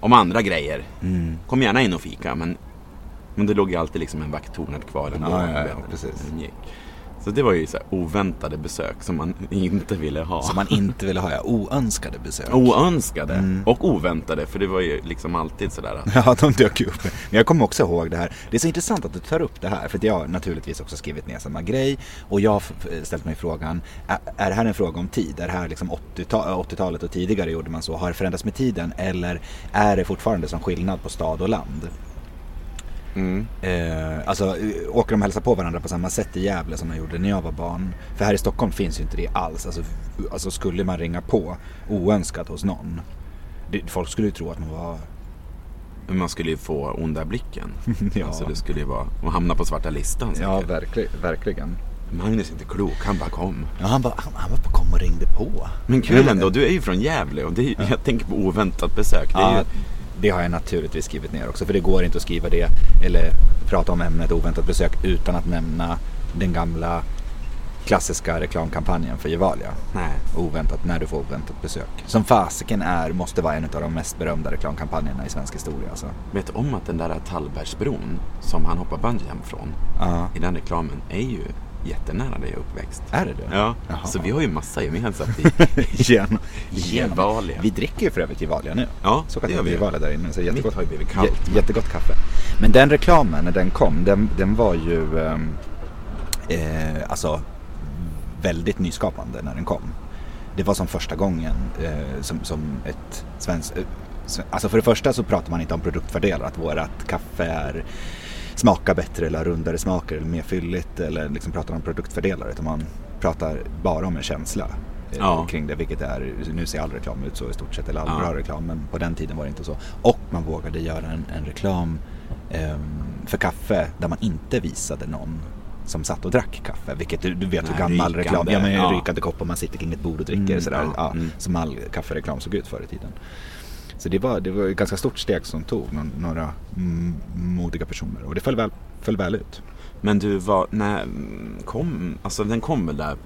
Speaker 3: om andra grejer.
Speaker 4: Mm.
Speaker 3: Kom gärna in och fika men, men det låg ju alltid liksom en vakttornad kvar ändå.
Speaker 4: Ja, ja, ja,
Speaker 3: Jag vet inte,
Speaker 4: precis.
Speaker 3: den gick. Så det var ju så här oväntade besök som man [laughs] inte ville ha.
Speaker 4: Som man Mm. inte ville ha, ja. Oönskade besök.
Speaker 3: Oönskade och oväntade för det var ju liksom alltid sådär
Speaker 4: [laughs]
Speaker 3: att
Speaker 4: Ja, de dök ju upp. Men jag kommer också ihåg det här. Det är så intressant att du tar upp det här. För att jag har naturligtvis också skrivit ner samma grej. Och jag har f- ställt mig frågan, är- är det här en fråga om tid? Är det här liksom 80-ta- 80-talet och tidigare gjorde man så? Har det förändrats med tiden? Eller är det fortfarande som skillnad på stad och land? Eh, alltså eh, åker de och hälsar på varandra på samma sätt i Gävle som de gjorde när jag var barn? För här i Stockholm finns ju inte det alls. Alltså, f- alltså skulle man ringa på oönskat hos någon? Det, folk skulle ju tro att man var
Speaker 3: man skulle ju få onda blicken.
Speaker 4: [laughs] Ja.
Speaker 3: Alltså det skulle ju vara, och hamna på svarta listan
Speaker 4: Ja,
Speaker 3: säkert.
Speaker 4: verkligen.
Speaker 3: Magnus är inte klok, han bara kom.
Speaker 4: Ja, han bara, han, han bara kom och ringde på.
Speaker 3: Men kul ändå, du är ju från Gävle och det är, jag tänker på oväntat besök. Det är
Speaker 4: Ja,
Speaker 3: ju,
Speaker 4: det har jag naturligtvis skrivit ner också. För det går inte att skriva det eller prata om ämnet oväntat besök utan att nämna den gamla klassiska reklamkampanjen för Gevalia.
Speaker 3: nej.
Speaker 4: Oväntat när du får oväntat besök. Som fasiken är, måste vara en av de mest berömda reklamkampanjerna i svensk historia. Alltså. [laughs]
Speaker 3: Vet du om att den där Tallbergsbron som han hoppar bungyjump från
Speaker 4: Ja.
Speaker 3: i den reklamen är ju jättenära där jag är uppväxt.
Speaker 4: Är det det?
Speaker 3: Ja,
Speaker 4: Jaha.
Speaker 3: så vi har ju massa gemensamt i
Speaker 4: [laughs] Genom,
Speaker 3: Gevalia.
Speaker 4: Vi dricker ju för övrigt Gevalia nu.
Speaker 3: Ja, det
Speaker 4: så kan det
Speaker 3: gör vi ju.
Speaker 4: Gevalia där inne. Så jättegott,
Speaker 3: har ju blivit kallt,
Speaker 4: jä-
Speaker 3: men-
Speaker 4: jättegott kaffe. Men den reklamen när den kom, den, den var ju ehm, eh, alltså väldigt nyskapande när den kom. Det var som första gången eh, som, som ett svenskt... eh, sve- Alltså för det första så pratar man inte om produktfördelar, att vårat kaffe är smakar bättre eller har rundare smaker eller mer fylligt eller liksom pratar om produktfördelar utan man pratar bara om en känsla eh,
Speaker 3: Ja.
Speaker 4: kring det vilket är, nu ser all reklam ut så i stort sett eller all
Speaker 3: Ja.
Speaker 4: bra reklam men på den tiden var det inte så. Och man vågade göra en, en reklam ehm, för kaffe där man inte visade någon som satt och drack kaffe, vilket du, du vet hur
Speaker 3: Nej,
Speaker 4: gammal
Speaker 3: rykande,
Speaker 4: reklam, ja men
Speaker 3: ja.
Speaker 4: en rykande kopp och man sitter kring ett bord och dricker
Speaker 3: Mm,
Speaker 4: sådär,
Speaker 3: ja,
Speaker 4: ja,
Speaker 3: mm.
Speaker 4: som all kaffereklam såg ut förr i tiden. Så det var, det var ett ganska stort steg som tog någon, några mm, modiga personer och det föll väl, föll väl ut.
Speaker 3: Men du, var, när kom, alltså den kom väl där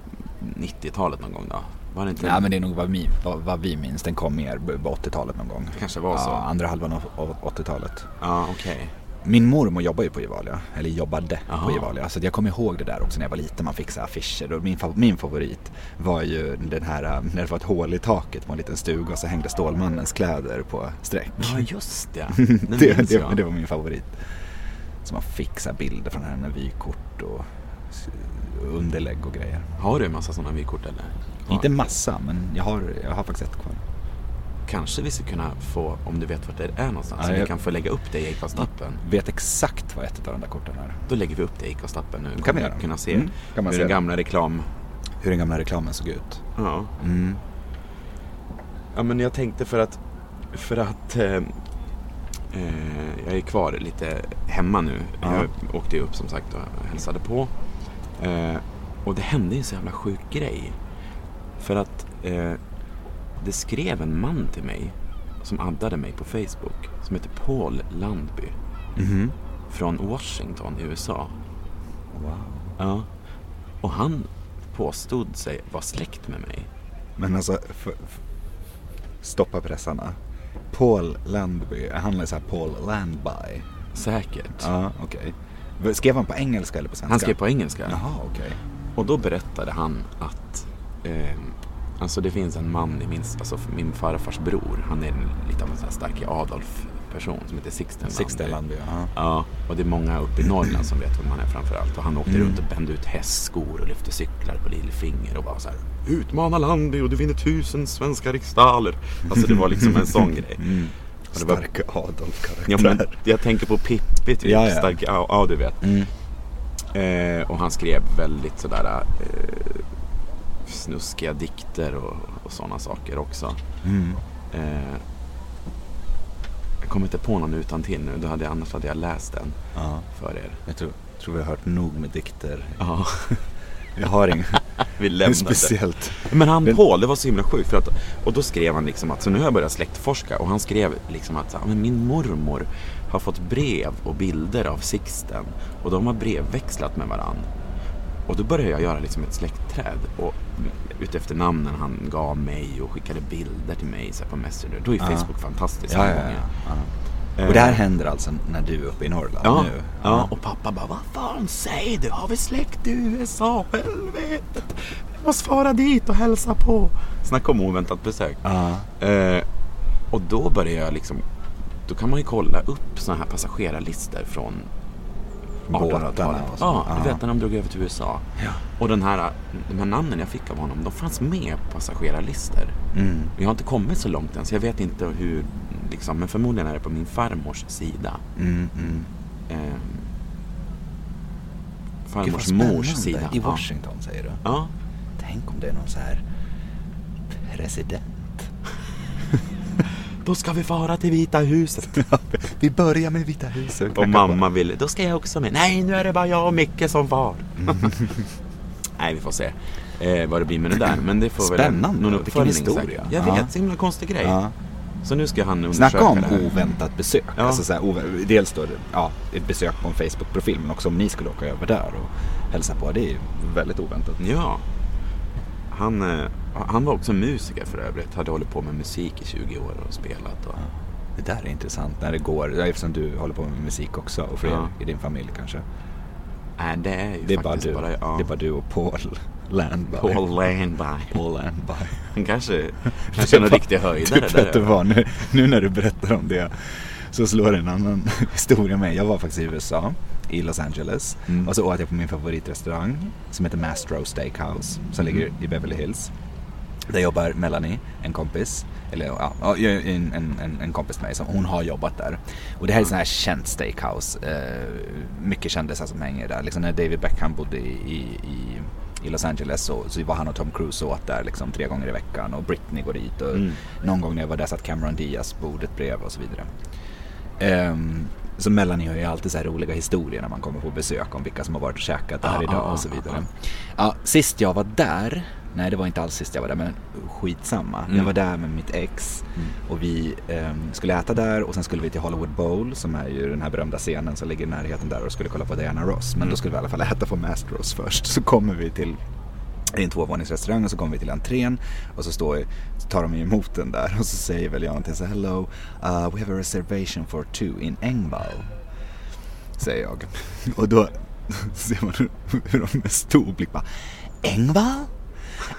Speaker 3: 90-talet någon gång då? Var det inte?
Speaker 4: Ja men det är nog vad vi, vad, vad vi minns, den kom mer b- på 80-talet någon gång.
Speaker 3: kanske var
Speaker 4: ja,
Speaker 3: så.
Speaker 4: Andra halvan av av 80-talet.
Speaker 3: Ja, okej.
Speaker 4: Min mormor jobbar ju på Gevalia, eller jobbade
Speaker 3: Aha.
Speaker 4: på Gevalia. Så att jag kommer ihåg det där också när jag var liten, man fick så här affischer. Och min, fa- min favorit var ju den här, äh, när det var ett hål i taket på en liten stuga och så hängde Stålmannens kläder på sträck.
Speaker 3: Ja, just [laughs] det.
Speaker 4: [laughs] det,
Speaker 3: Den
Speaker 4: det,
Speaker 3: minns
Speaker 4: det,
Speaker 3: jag.
Speaker 4: var min favorit. Så man fick så här bilder från henne, vykort och s- underlägg och grejer.
Speaker 3: Har du en massa sådana vykort eller?
Speaker 4: Inte massa, men jag har, jag har faktiskt ett kvar.
Speaker 3: Kanske vi skulle kunna få, om du vet vart det är någonstans,
Speaker 4: Ja,
Speaker 3: så vi
Speaker 4: jag- Mm.
Speaker 3: kan få lägga upp det i Acast-appen.
Speaker 4: Vet exakt vad ett av de där korten är.
Speaker 3: Då lägger vi upp det i Acast-appen nu.
Speaker 4: vi göra.
Speaker 3: kunna se
Speaker 4: Mm, kan man
Speaker 3: hur
Speaker 4: se
Speaker 3: den
Speaker 4: det.
Speaker 3: gamla reklam...
Speaker 4: Hur den gamla reklamen såg ut.
Speaker 3: Ja.
Speaker 4: Mm.
Speaker 3: ja, men jag tänkte för att, för att eh, eh, jag är kvar lite hemma nu. Jag åkte ju upp som sagt och hälsade på. Eh, och det hände ju en så jävla sjuk grej. För att eh, det skrev en man till mig som addade mig på Facebook som heter Paul Landby.
Speaker 4: Mm-hmm.
Speaker 3: Från Washington i USA. Ja. Och han påstod sig vara släkt med mig.
Speaker 4: Men alltså, f- f- stoppa pressarna. Paul Landby, han är så här Paul Landby.
Speaker 3: Säkert.
Speaker 4: Ja, okej. V- Skrev han på engelska eller på svenska?
Speaker 3: Han skrev på engelska.
Speaker 4: Jaha, okej.
Speaker 3: Och då berättade han att eh, alltså det finns en man i min, alltså min farfars bror. Han är en- lite av en sån här stark Adolf person som heter Sixten
Speaker 4: Sixten
Speaker 3: Landby.
Speaker 4: Landby, ja.
Speaker 3: Ja, och det är många uppe i Norrland som vet vem han är framförallt. Och han
Speaker 4: Mm.
Speaker 3: åkte runt och bände ut hästskor och lyfte cyklar på lillfinger och bara så här. Utmana Landy och du vinner tusen svenska riksdaler. Alltså det var liksom en
Speaker 4: [laughs]
Speaker 3: sån grej.
Speaker 4: Mm.
Speaker 3: Och det var-
Speaker 4: Starke Adolf-karaktär.
Speaker 3: Ja, men, jag tänker på Pippi typ.
Speaker 4: Ja, Mm. ja.
Speaker 3: Stark, ja, ja, du vet. Eh, och han skrev väldigt sådär eh, snuskiga dikter och, och sådana saker också.
Speaker 4: Mm.
Speaker 3: Eh, jag kommer inte på någon utan till nu. Då hade jag, annars hade jag läst den
Speaker 4: Ja.
Speaker 3: för er.
Speaker 4: Jag tror, tror vi har hört nog med dikter.
Speaker 3: Ja,
Speaker 4: Jag har ingen
Speaker 3: [laughs]
Speaker 4: [laughs]
Speaker 3: vi lämnade.
Speaker 4: speciellt.
Speaker 3: Men han Paul, det var så himla sjukt. För att, och då skrev han liksom att, så nu har jag börjat släktforska. Och han skrev liksom att, så här, men min mormor har fått brev och bilder av Sixten. Och de har brevväxlat med varann. Och då började jag göra liksom ett släktträd. Och utefter namnen han gav mig och skickade bilder till mig så här, på Messenger. Då är Facebook fantastiskt.
Speaker 4: Ja,
Speaker 3: den
Speaker 4: ja, ja,
Speaker 3: gången.
Speaker 4: ja. Och det här händer alltså när du är uppe i Norrland
Speaker 3: Ja,
Speaker 4: nu?
Speaker 3: ja, och pappa bara, vad fan säger du? Har vi släkt i USA? Helvetet! Vi måste fara dit och hälsa på. Snacka om oväntat besök. Eh, och då börjar jag liksom, då kan man ju kolla upp sådana här passagerarlistor från
Speaker 4: Båtarna
Speaker 3: 1800-talet.
Speaker 4: och så.
Speaker 3: Ja,
Speaker 4: Ja.
Speaker 3: du vet när de drog över till USA. Och den här, de här namnen jag fick av honom, de fanns med på passagerarlistor. Jag har inte kommit så långt än, så jag vet inte hur, liksom, men förmodligen är det på min farmors sida. Ehm,
Speaker 4: Gud, vad
Speaker 3: farmors
Speaker 4: spännande.
Speaker 3: mors sida.
Speaker 4: I Washington säger du?
Speaker 3: Ja.
Speaker 4: Tänk om det är någon så här president.
Speaker 3: ja, då ska vi fara till Vita huset.
Speaker 4: [laughs] Vi börjar med Vita huset.
Speaker 3: Och mamma ville, då ska jag också med. Nej, nu är det bara jag och Micke som far.
Speaker 4: Mm.
Speaker 3: [laughs] Nej, vi får se eh, vad det blir med det där. Men det får
Speaker 4: Spännande.
Speaker 3: väl någon
Speaker 4: Vilken
Speaker 3: uppföljning
Speaker 4: historia.
Speaker 3: säkert. Jag
Speaker 4: Ja.
Speaker 3: vet, så himla konstig grej.
Speaker 4: Ja.
Speaker 3: Så nu ska han undersöka
Speaker 4: Snacka om
Speaker 3: det här.
Speaker 4: oväntat besök.
Speaker 3: Ja.
Speaker 4: Alltså så här, ovä- dels då ja, ett besök på en Facebook-profil men också om ni skulle åka över där och hälsa på. Det är ju väldigt oväntat.
Speaker 3: Ja. Han, eh, han var också musiker för övrigt. Hade hållit på med musik i 20 år och spelat. Och,
Speaker 4: Det där är intressant när det går, ja, eftersom du håller på med musik också och för
Speaker 3: Ja.
Speaker 4: er i din familj kanske.
Speaker 3: Nej, det är ju
Speaker 4: Det är, bara
Speaker 3: faktiskt
Speaker 4: du.
Speaker 3: bara ja.
Speaker 4: det är bara du och Paul [laughs] Landby.
Speaker 3: Paul Landby.
Speaker 4: Paul Landby.
Speaker 3: Han [laughs] kanske, kanske är en
Speaker 4: bara-
Speaker 3: riktig höjdare
Speaker 4: Typ vet du
Speaker 3: där.
Speaker 4: vad, nu, nu när du berättar om det så slår en annan [laughs] historia mig. Jag var faktiskt i USA, i Los Angeles. Och så åt jag på min favoritrestaurang som heter Mastro Steakhouse som ligger i Beverly Hills. Där jobbar Melanie, en kompis. Eller ja, ja, en, en, en, en kompis till mig. Som, hon har jobbat där. Och det här är ett sån här känt steakhouse. Eh, mycket kändisar som hänger där. Liksom när David Beckham bodde i, i, i, i Los Angeles så, så var han och Tom Cruise och åt där liksom tre gånger i veckan. Och Britney går dit. Och Någon gång när jag var där satt Cameron Diaz bordet bredvid och så vidare. Ehm, så Melanie har ju alltid så här roliga historier när man kommer på besök om vilka som har varit och käkat där
Speaker 3: Ah,
Speaker 4: idag
Speaker 3: ah,
Speaker 4: och så
Speaker 3: ah,
Speaker 4: vidare. Ja, sist jag var där, nej det var inte alls sist jag var där men skitsamma. Jag
Speaker 3: Mm.
Speaker 4: var där med mitt ex och vi ehm, skulle äta där och sen skulle vi till Hollywood Bowl som är ju den här berömda scenen som ligger i närheten där och skulle kolla på Diana Ross.
Speaker 3: Mm.
Speaker 4: Men då skulle vi i alla fall äta på Mastros först så kommer vi till i en tvåvåningsrestaurang och så kommer vi till entrén och så, står, så tar de ju emot den där [laughs] och så säger väl jag någonting så här, Hello, uh, we have a reservation for two in Engvall. Säger jag. [laughs] Och då ser man hur- hur de med stor blick bara Engvall?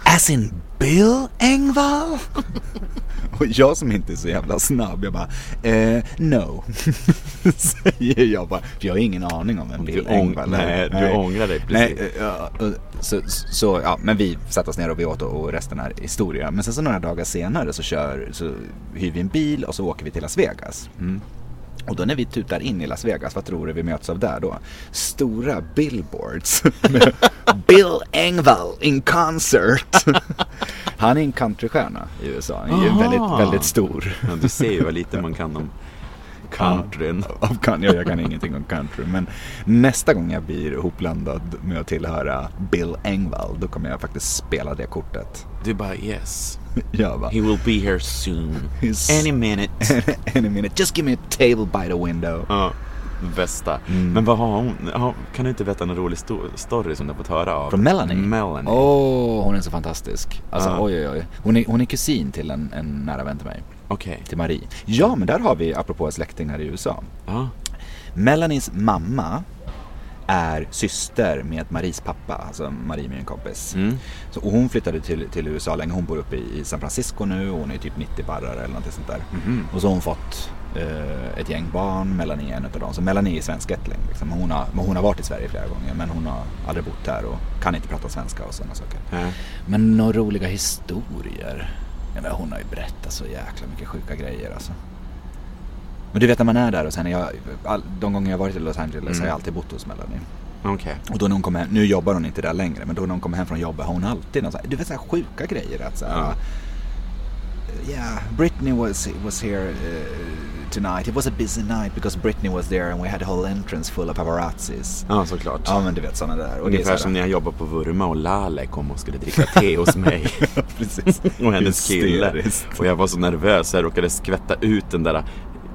Speaker 4: As in Bill Engvall? [laughs] Och jag som inte är så jävla snabb, jag bara eh, no. [laughs] Säger jag bara, för jag har ingen aning om vem Bill
Speaker 3: ång-
Speaker 4: Engvall
Speaker 3: nej,
Speaker 4: är.
Speaker 3: du ångrar dig
Speaker 4: Nej, eh,
Speaker 3: precis.
Speaker 4: Ja, och så, så, ja, men vi satte oss ner och vi åt och resten är historia. Men sen så några dagar senare så, kör, så hyr vi en bil och så åker vi till Las Vegas. Och då när vi tutar in i Las Vegas, vad tror du vi möts av där då? Stora billboards med Bill Engvall in concert. Han är en countrystjärna i USA. Han är ju
Speaker 3: Aha.
Speaker 4: väldigt, väldigt stor. [laughs]
Speaker 3: Ja, du ser ju vad lite man kan om countryn.
Speaker 4: Av country. Jag, jag kan ingenting om country. Men nästa gång jag blir hopblandad med att tillhöra Bill Engvall, då kommer jag faktiskt spela det kortet.
Speaker 3: Du bara yes,
Speaker 4: Jag bara,
Speaker 3: he will be here soon.
Speaker 4: He's-
Speaker 3: Any minute.
Speaker 4: [laughs] any minute, just give me a table by the window.
Speaker 3: Ja, bästa. Men vad har hon? har- Kan du inte berätta någon rolig sto- story som du har fått höra av?
Speaker 4: Från Melanie?
Speaker 3: Melanie.
Speaker 4: Åh, hon är så fantastisk. Alltså
Speaker 3: Ja.
Speaker 4: oj oj oj. Hon är, hon är kusin till en, en nära vän till mig,
Speaker 3: Okej.
Speaker 4: till Marie. Ja men där har vi, apropå släktingar i USA.
Speaker 3: Ja.
Speaker 4: Melanies mamma är syster med Maries pappa, alltså Marie min kompis. Så, och hon flyttade till, till USA länge, hon bor uppe i, i San Francisco nu och hon är typ 90 barrar eller någonting sånt där. Och så har hon fått eh, ett gäng barn, Melanie är en utav dem. Så Melanie är svenskättling. Liksom. Hon, har, men hon har varit i Sverige flera gånger men hon har aldrig bott här och kan inte prata svenska och sådana saker.
Speaker 3: Nej.
Speaker 4: Men några roliga historier. Jag menar, hon har ju berättat så jäkla mycket sjuka grejer alltså. Men du vet när man är där och sen är jag, all, de gånger jag har varit i Los Angeles har
Speaker 3: Mm.
Speaker 4: jag alltid bott hos Melanie.
Speaker 3: Okej.
Speaker 4: Och då när hon kom hem, nu jobbar hon inte där längre, men då när hon kom hem från jobbet har hon alltid någon så här, du vet så här sjuka grejer. Att så här,
Speaker 3: Ja.
Speaker 4: Yeah, Britney was, was here eh, tonight. It was a busy night because Britney was there and we had a whole entrance full of paparazzis.
Speaker 3: Ja, såklart.
Speaker 4: Ja men du vet sådana där. Och det är
Speaker 3: Ungefär
Speaker 4: så här-
Speaker 3: som när jag jobbade på Vurma och Lale kom och skulle dricka te hos mig.
Speaker 4: [laughs]
Speaker 3: [laughs]
Speaker 4: Precis.
Speaker 3: och hennes kille.
Speaker 4: Hysteriskt.
Speaker 3: Och jag var så nervös så jag råkade skvätta ut den där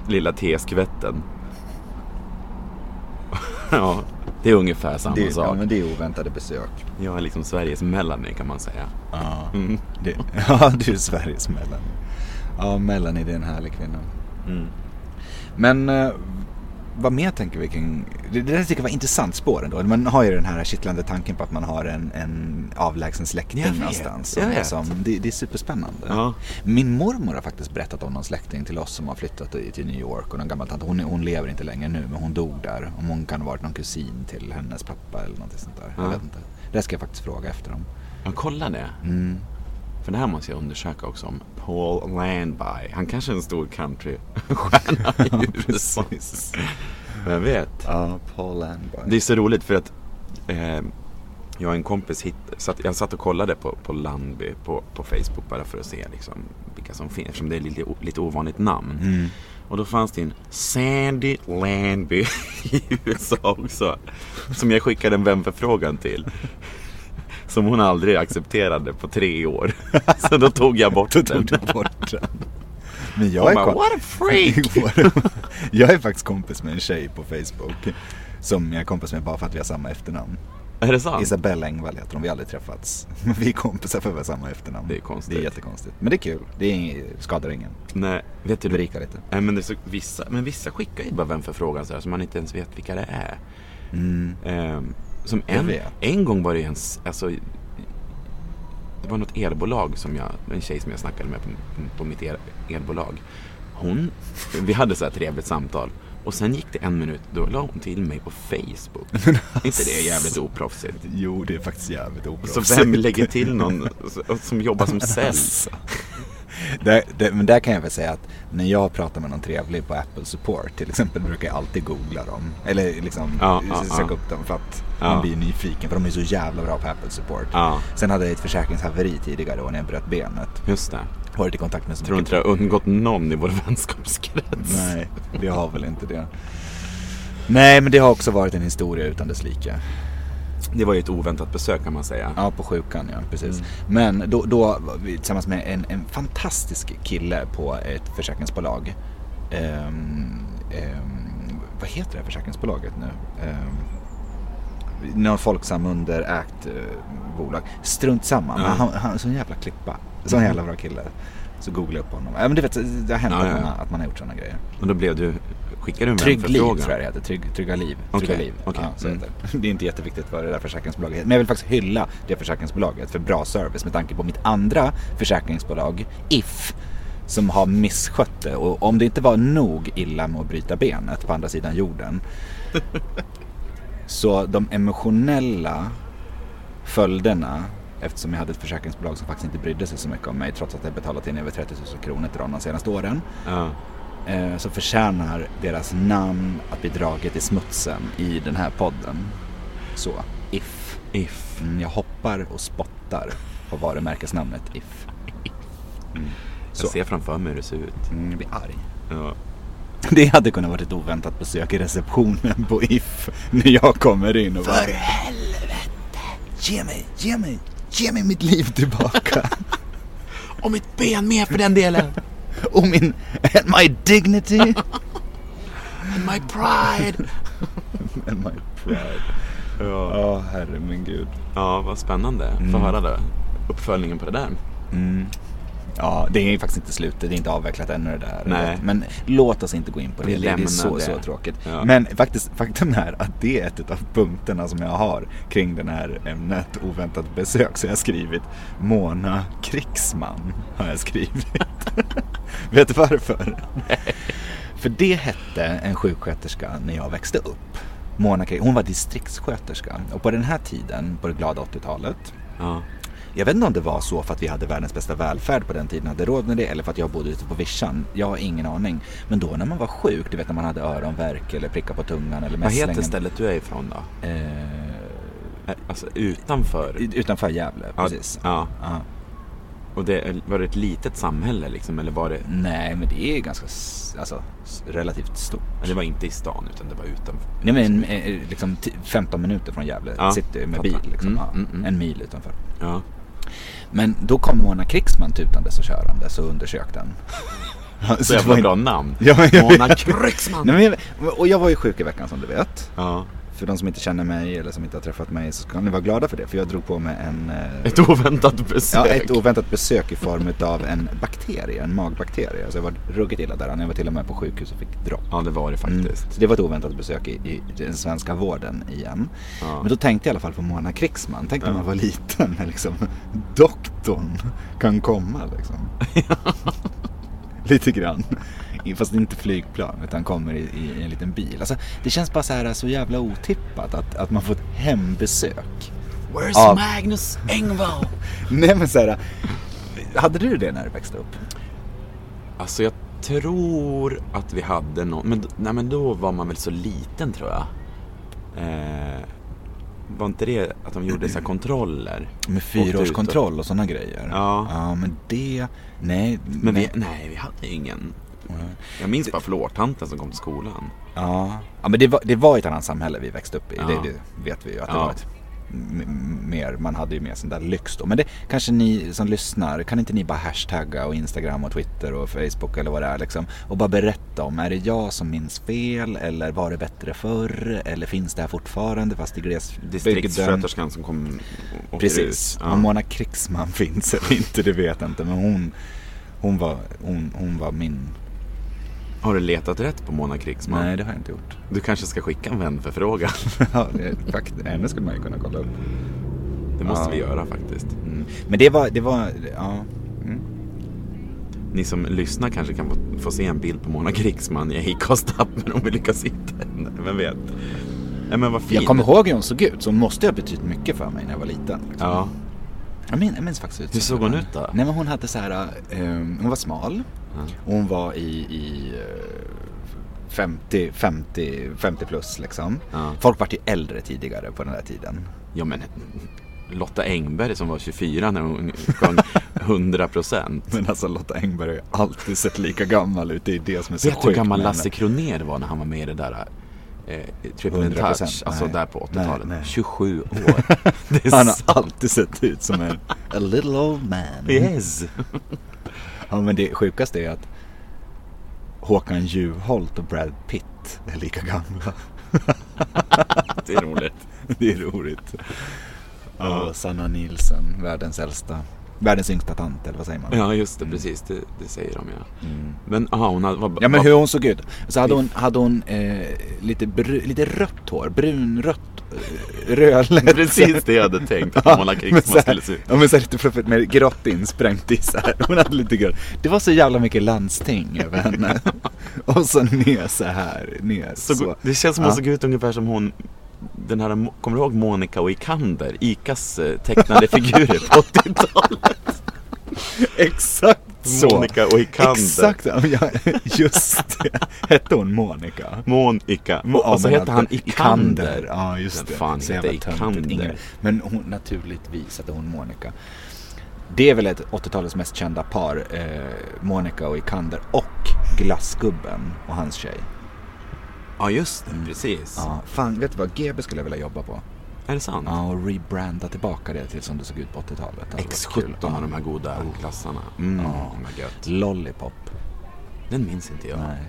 Speaker 3: lilla teskvätten. [laughs] ja, det är ungefär samma
Speaker 4: Det, ja,
Speaker 3: sak.
Speaker 4: men det är oväntade besök.
Speaker 3: Jag är liksom Sveriges Melanie kan man säga.
Speaker 4: Ja, det, [laughs] ja du är Sveriges Melanie. Ja, Melanie det är en härlig kvinna. Men eh, vad mer tänker vi kring... Det, det där tycker jag var ett intressant spår ändå. Man har ju den här kittlande tanken på att man har en, en avlägsen släkting
Speaker 3: Jag vet,
Speaker 4: någonstans.
Speaker 3: jag vet.
Speaker 4: Som, det, det är superspännande.
Speaker 3: Ja.
Speaker 4: Min mormor har faktiskt berättat om någon släkting till oss som har flyttat i- till New York. Och någon gammal tant. Hon, är- hon lever inte längre nu men hon dog där. Om hon kan ha varit någon kusin till hennes pappa eller någonting sånt där. Jag
Speaker 3: Ja.
Speaker 4: vet inte. Det där ska jag faktiskt fråga efter dem.
Speaker 3: Ja, kolla det.
Speaker 4: Mm.
Speaker 3: För det här måste jag undersöka också om Paul Landby. Han kanske är en stor countrystjärna
Speaker 4: [laughs]
Speaker 3: i USA. Vem vet?
Speaker 4: Ja, Paul Landby.
Speaker 3: Det är så roligt för att eh, jag och en kompis hit, satt, jag satt och kollade på, på Landby på, på Facebook bara för att se liksom, vilka som finns eftersom det är lite, o- lite ovanligt namn. Och då fanns det en Sandy Landby i USA också. Som jag skickade en vänförfrågan till. Som hon aldrig accepterade på tre år. [laughs] Så då tog jag bort den.
Speaker 4: bort den. Men jag
Speaker 3: Hon
Speaker 4: är,
Speaker 3: bara,
Speaker 4: kom-
Speaker 3: what a
Speaker 4: [laughs]
Speaker 3: freak!
Speaker 4: jag är faktiskt kompis med en tjej på Facebook. Som jag är kompis med bara för att vi har samma efternamn.
Speaker 3: Är det sant?
Speaker 4: Isabelle Engvall heter hon, vi har aldrig träffats. [laughs] Men vi är kompisar för att vi har samma efternamn.
Speaker 3: Det är konstigt.
Speaker 4: Det är jättekonstigt. Men det är kul. Det är ing- skadar ingen.
Speaker 3: Nej, vet du?
Speaker 4: Berikar lite.
Speaker 3: Nej, men, det är så, vissa, men vissa skickar ju bara vänförfrågan så här så man inte ens vet vilka det är. Ehm, som
Speaker 4: Jag
Speaker 3: en,
Speaker 4: Mm. vet.
Speaker 3: en gång var det ens, alltså, det var något elbolag som jag, en tjej som jag snackade med på, på mitt el, elbolag. Hon, vi hade så här trevligt samtal och sen gick det en minut, då la hon till mig på Facebook.
Speaker 4: [laughs] alltså.
Speaker 3: inte det är jävligt oproffsigt?
Speaker 4: Jo, det är faktiskt jävligt
Speaker 3: Så
Speaker 4: oproffsigt. [laughs]
Speaker 3: vem lägger till någon s- som jobbar som sälj?
Speaker 4: Alltså. [laughs] Där, där, men där kan jag väl säga att när jag pratar med någon trevlig på Apple Support till exempel brukar jag alltid googla dem. Eller liksom
Speaker 3: Ja, ja,
Speaker 4: söka
Speaker 3: ja.
Speaker 4: upp dem för att
Speaker 3: Ja.
Speaker 4: man blir nyfiken för de är så jävla bra på Apple Support.
Speaker 3: Ja.
Speaker 4: Sen hade jag ett försäkringshaveri tidigare och när jag bröt benet.
Speaker 3: Just det.
Speaker 4: Varit i kontakt med så
Speaker 3: Tror
Speaker 4: mycket-
Speaker 3: inte det har undgått någon i vår [laughs] vänskapskrets.
Speaker 4: Nej, det har väl inte det. Nej, men det har också varit en historia utan dess like.
Speaker 3: Det var ju ett oväntat besök kan man säga.
Speaker 4: Ja, på sjukan ja, precis.
Speaker 3: Mm.
Speaker 4: Men då, då var vi tillsammans med en, en fantastisk kille på ett försäkringsbolag. Ehm, ehm, vad heter det försäkringsbolaget nu? Um, någon Folksam underägt eh, bolag. Strunt samma, men han, han är sån jävla klippa. Sån jävla bra kille. Så googla upp honom. Ja, men du vet, det har hänt
Speaker 3: Mm. Ja, ja,
Speaker 4: att
Speaker 3: ja.
Speaker 4: man har- att man har gjort sådana grejer.
Speaker 3: Och då blev du, skickade du en
Speaker 4: Trygg Liv
Speaker 3: vänförfrågan?
Speaker 4: tror jag det heter. Trygg, trygga Liv. Trygga
Speaker 3: Okej,
Speaker 4: liv.
Speaker 3: okej,
Speaker 4: Ja, så
Speaker 3: mm.
Speaker 4: heter det. det är inte jätteviktigt vad det där försäkringsbolaget heter. Men jag vill faktiskt hylla det försäkringsbolaget för bra service med tanke på mitt andra försäkringsbolag, If, som har misskött det. Och om det inte var nog illa med att bryta benet på andra sidan [laughs] jorden så de emotionella följderna eftersom jag hade ett försäkringsbolag som faktiskt inte brydde sig så mycket om mig trots att jag betalat in över 30 000 kronor till dem de senaste åren
Speaker 3: Ja.
Speaker 4: eh, så förtjänar deras namn att bli draget i smutsen i den här podden. Så, If.
Speaker 3: If.
Speaker 4: Mm, jag hoppar och spottar på varumärkesnamnet If. Så.
Speaker 3: Jag ser framför mig hur det ser ut.
Speaker 4: Mm, jag blir arg.
Speaker 3: Ja.
Speaker 4: [laughs] Det hade kunnat varit ett oväntat besök i receptionen på If när jag kommer in och bara... För helvete! Ge mig, ge mig, ge mig mitt liv [laughs] tillbaka!
Speaker 3: Och mitt ben med för den delen!
Speaker 4: [laughs] och min... And my [laughs] dignity!
Speaker 3: And my pride!
Speaker 4: [laughs] and my pride.
Speaker 3: ja.
Speaker 4: Ja, herre min gud. Mm.
Speaker 3: ja, vad spännande. Få höra det. Uppföljningen på det där.
Speaker 4: Ja, det är faktiskt inte slutet, det är inte avvecklat ännu det där.
Speaker 3: Nej.
Speaker 4: Men låt oss inte gå in på det,
Speaker 3: Vi
Speaker 4: det är
Speaker 3: lämnar
Speaker 4: så,
Speaker 3: det.
Speaker 4: så tråkigt.
Speaker 3: Ja.
Speaker 4: Men faktiskt, faktum är att det är ett av punkterna som jag har kring den här ämnet oväntat besök. Så jag har skrivit Mona Krigsman, har jag skrivit. [laughs] Vet du varför? För det hette en sjuksköterska när jag växte upp. Mona Krig, hon var distriktssköterska. Och på den här tiden, på det glada 80-talet,
Speaker 3: Ja.
Speaker 4: jag vet inte om det var så för att vi hade världens bästa välfärd på den tiden, hade råd med det, eller för att jag bodde ute på vischan. Jag har ingen aning. Men då när man var sjuk, du vet när man hade öronvärk eller prickar på tungan eller
Speaker 3: Vad
Speaker 4: mässlingen.
Speaker 3: heter stället du är ifrån då? Eh, Alltså utanför?
Speaker 4: U- Utanför Gävle,
Speaker 3: Ja,
Speaker 4: precis.
Speaker 3: Ja.
Speaker 4: Ja.
Speaker 3: Och det, var det ett litet samhälle liksom? Eller var det...
Speaker 4: Nej, men det är ganska, s- alltså, s- relativt stort.
Speaker 3: Det var inte i stan utan det var utanför.
Speaker 4: Nej men eh, liksom t- 15 minuter från Gävle
Speaker 3: Ja,
Speaker 4: city med
Speaker 3: fattar.
Speaker 4: bil. Liksom.
Speaker 3: Mm,
Speaker 4: ja,
Speaker 3: mm, mm.
Speaker 4: En mil utanför.
Speaker 3: Ja.
Speaker 4: Men då kom Mona Krigsman tutandes och körandes och undersökte [laughs] den. Ja,
Speaker 3: Så jävla bra namn.
Speaker 4: Ja, men jag
Speaker 3: Mona
Speaker 4: vet.
Speaker 3: Kryxman.
Speaker 4: Nej, men jag, och jag var ju sjuk i veckan som du vet.
Speaker 3: Ja.
Speaker 4: För de som inte känner mig eller som inte har träffat mig så kan ni vara glada för det. För jag drog på mig en, eh,
Speaker 3: Ett oväntat besök.
Speaker 4: ja, ett oväntat besök i form av en bakterie, en magbakterie. Så jag var ruggigt illa däran. Jag var till och med på sjukhus och fick dropp.
Speaker 3: Ja, det var det faktiskt.
Speaker 4: Så Mm, det var ett oväntat besök i, i den svenska vården igen. Men då tänkte jag i alla fall på Mona Krigsman. Tänk när man var liten. [laughs] när Liksom, doktorn kan komma
Speaker 3: [laughs]
Speaker 4: liksom. Lite grann. I- Fast inte flygplan utan kommer i, i en liten bil. Alltså, det känns bara så, här, så jävla otippat att, att man får ett hembesök.
Speaker 3: Where's
Speaker 4: Ja.
Speaker 3: Magnus Engvall?
Speaker 4: Nej men så här, hade du det när du växte upp?
Speaker 3: Alltså jag tror att vi hade någon, men, d- nej, men då var man väl så liten tror jag. Eh, var inte det att de gjorde så här kontroller?
Speaker 4: Med
Speaker 3: Åkte ut
Speaker 4: fyraårskontroll och sådana grejer?
Speaker 3: Ja.
Speaker 4: ja men det, nej.
Speaker 3: och- Men
Speaker 4: nej.
Speaker 3: vi, nej, vi hade ingen. Jag minns bara flårtanten som kom till skolan.
Speaker 4: Ja, ja men det var, det var ett annat samhälle vi växte upp i.
Speaker 3: Ja.
Speaker 4: Det, det vet vi ju att det
Speaker 3: Ja.
Speaker 4: var. Ett, m- m- mer, man hade ju mer sån där lyx då. Men det kanske ni som lyssnar, kan inte ni bara hashtagga och Instagram och Twitter och Facebook eller vad det är liksom. Och bara berätta om, är det jag som minns fel eller var det bättre förr? Eller finns det här fortfarande fast i glesbygden?
Speaker 3: Distriktssköterskan som kom och åkte
Speaker 4: Precis,
Speaker 3: ut.
Speaker 4: om
Speaker 3: Ja.
Speaker 4: Mona Krigsman [laughs] finns eller inte det vet jag inte. Men hon, hon, var, hon, hon var min...
Speaker 3: Har du letat rätt på Mona Krigsman?
Speaker 4: Nej det har jag inte gjort. [laughs]
Speaker 3: Du kanske ska skicka en vänförfrågan.
Speaker 4: Ja, det, faktiskt, henne skulle man ju kunna kolla upp.
Speaker 3: [laughs] Det måste
Speaker 4: Ja.
Speaker 3: vi göra faktiskt.
Speaker 4: Mm. Men det var, det var, ja.
Speaker 3: Ni som lyssnar kanske kan få, få se en bild på Mona Krigsman i Acast-appen om vi lyckas hitta henne. [laughs] Vem vet? Nej men vad fint.
Speaker 4: Jag kommer ihåg hur hon såg ut, så hon måste ju ha betytt mycket för mig när jag var liten. Liksom.
Speaker 3: Ja.
Speaker 4: Jag, minns, jag minns faktiskt ut
Speaker 3: Hur
Speaker 4: som
Speaker 3: såg hon
Speaker 4: det.
Speaker 3: ut då?
Speaker 4: Nej men hon hade så här, ehm, hon var smal. Och hon var i, i eh, 50, 50, 50 plus liksom.
Speaker 3: Ja.
Speaker 4: Folk vart ju äldre tidigare på den där tiden.
Speaker 3: ja men Lotta Engberg som var 24 när hon sjöng 100
Speaker 4: [laughs]
Speaker 3: procent.
Speaker 4: Men alltså Lotta Engberg har ju alltid sett lika gammal ut, det är det som är så
Speaker 3: Vet du hur gammal
Speaker 4: med henne.
Speaker 3: Lasse Kronér var när han var med i det där eh, Triple
Speaker 4: 100%?
Speaker 3: Touch? Alltså
Speaker 4: Nej.
Speaker 3: där på 80-talet.
Speaker 4: Nej, nej. [laughs]
Speaker 3: 27 år. Det är
Speaker 4: Han
Speaker 3: sant.
Speaker 4: har [laughs] alltid sett ut som en a little old man.
Speaker 3: Yes.
Speaker 4: Ja men det sjukaste är att Håkan Juholt och Brad Pitt är lika gamla. [laughs]
Speaker 3: Det är roligt.
Speaker 4: Det är roligt. Ja. Och Sanna Nilsson, världens äldsta. Världens yngsta tant eller vad säger man?
Speaker 3: Ja just det, precis. Det, det säger de ja. Men aha, hon hade, var,
Speaker 4: Mm. Ja men
Speaker 3: var-
Speaker 4: hur hon såg ut. Så hade hon, hade hon eh, lite, bru- lite rött hår, brunrött, eh,
Speaker 3: [laughs]
Speaker 4: rödlätt.
Speaker 3: Precis det jag hade tänkt att Mona
Speaker 4: men
Speaker 3: Krigsman
Speaker 4: så
Speaker 3: skulle
Speaker 4: här,
Speaker 3: se ut.
Speaker 4: ja, men så här lite fluffigt med grått insprängt i så här. Hon hade lite grått. Det var så jävla mycket landsting över
Speaker 3: [laughs]
Speaker 4: henne. Och så ner så här, ner.
Speaker 3: Så, Det känns som hon
Speaker 4: Ja.
Speaker 3: såg ut ungefär som hon den här, Mo- kommer du ihåg Monica Wikander? Icas eh, tecknade figurer
Speaker 4: [laughs]
Speaker 3: på 80-talet.
Speaker 4: Exakt så.
Speaker 3: Monica Oikander.
Speaker 4: Exakt, ja, men jag- just det. Hette hon Monica?
Speaker 3: Monica. Mo-
Speaker 4: Ja,
Speaker 3: och så
Speaker 4: men
Speaker 3: hette
Speaker 4: alltså,
Speaker 3: han Ikander.
Speaker 4: Ja, just
Speaker 3: Vem
Speaker 4: det.
Speaker 3: fan
Speaker 4: Så
Speaker 3: hette
Speaker 4: jävla töntigt.
Speaker 3: Ikander?
Speaker 4: Ingen- Men hon, naturligtvis hette hon Monica. Det är väl ett 80-talets mest kända par, eh, Monica och Ikander och glassgubben och hans tjej.
Speaker 3: Ja, just det. Precis.
Speaker 4: Ja, fan, vet du vad? GB skulle jag vilja jobba på.
Speaker 3: Är det sant?
Speaker 4: Ja, och rebranda tillbaka det till som det såg ut på 80-talet. Alltså, vad kul. Oh.
Speaker 3: X17 har de här goda glassarna. Mm, vad gött.
Speaker 4: Lollipop.
Speaker 3: Den minns inte jag.
Speaker 4: Nej.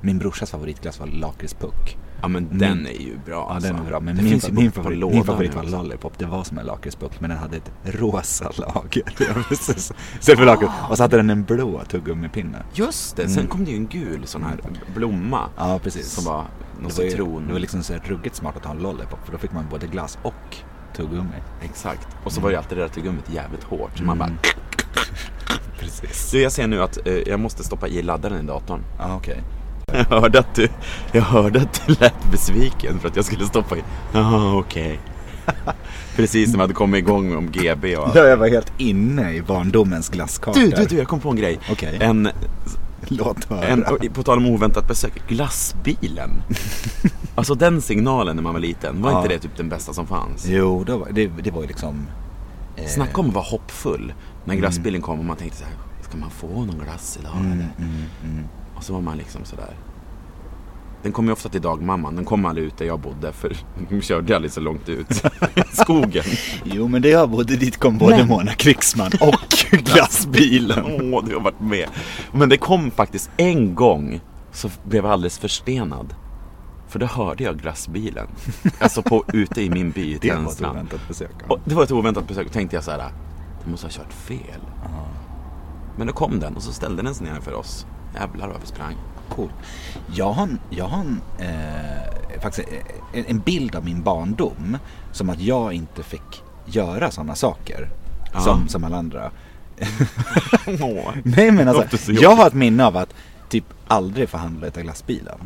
Speaker 4: Min brorsas favoritglass var lakritspuck.
Speaker 3: Ja men den är ju bra
Speaker 4: Mm. Ja,
Speaker 3: alltså.
Speaker 4: den är bra. Men
Speaker 3: Det
Speaker 4: min,
Speaker 3: finns ju
Speaker 4: min,
Speaker 3: på
Speaker 4: favorit,
Speaker 3: lådan
Speaker 4: min favorit var
Speaker 3: nu också.
Speaker 4: Lollipop. Det var som en lakritsburk men den hade ett rosa lager. [laughs] Istället för lakrits. Och så hade den en blå tuggummipinne.
Speaker 3: Just det, sen kom det ju en gul sån här blomma.
Speaker 4: Mm. Ja, precis.
Speaker 3: Som var någon
Speaker 4: Det var, ju,
Speaker 3: citron.
Speaker 4: det var liksom så här ruggigt smart att ha en Lollipop för då fick man både glass och tuggummi.
Speaker 3: Exakt. Och så var ju alltid det där tuggummit jävligt hårt. Så man bara... Mm. [laughs] Precis. Du, jag ser nu att eh, jag måste stoppa i laddaren i datorn.
Speaker 4: Ja, Ah, okej.
Speaker 3: [laughs] Jag hörde att du, jag hörde att du lät besviken för att jag skulle stoppa i. Ja, okej. [laughs] Precis när vi hade kommit igång om GB och allt.
Speaker 4: Ja, jag var helt inne i barndomens glasskartor.
Speaker 3: Du, du, du, jag kom på en grej.
Speaker 4: Okej.
Speaker 3: En,
Speaker 4: Låt höra.
Speaker 3: en, och på tal om oväntat besök, [laughs] glassbilen. alltså den signalen när man var liten, var
Speaker 4: Ja.
Speaker 3: inte det typ den bästa som fanns?
Speaker 4: Jo, då var, det, det var ju liksom...
Speaker 3: Snacka om att vara hoppfull. När glassbilen kom och man tänkte så här, ska man få någon glass idag eller? Och så var man liksom sådär. Den kom ju ofta till dagmamman, den kom aldrig ut där jag bodde för [laughs] de körde aldrig så långt ut [laughs] i skogen.
Speaker 4: Jo, men det jag bodde dit kom både Mona Krigsman
Speaker 3: [laughs]
Speaker 4: och glassbilen.
Speaker 3: Åh, du har varit med. Men det kom faktiskt en gång så blev jag alldeles förstenad. För då hörde jag glassbilen. Alltså på, ute i min by i
Speaker 4: Det var ett
Speaker 3: Tensta.
Speaker 4: oväntat besök. ja.
Speaker 3: Och det var ett oväntat besök. Då tänkte jag så här, de måste ha kört fel. Men då kom den och så ställde den sig ner för oss. Jävlar vad vi sprang.
Speaker 4: Cool. Jag har, en- jag har en, eh, faktiskt eh, en, en bild av min barndom som att jag inte fick göra sådana saker som, som alla andra. Nej men
Speaker 3: Låter så
Speaker 4: alltså,
Speaker 3: jobbigt.
Speaker 4: jag har ett minne av att typ aldrig få handla utav glassbilen.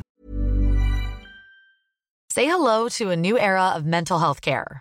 Speaker 5: Say hello to a new era of mental health care.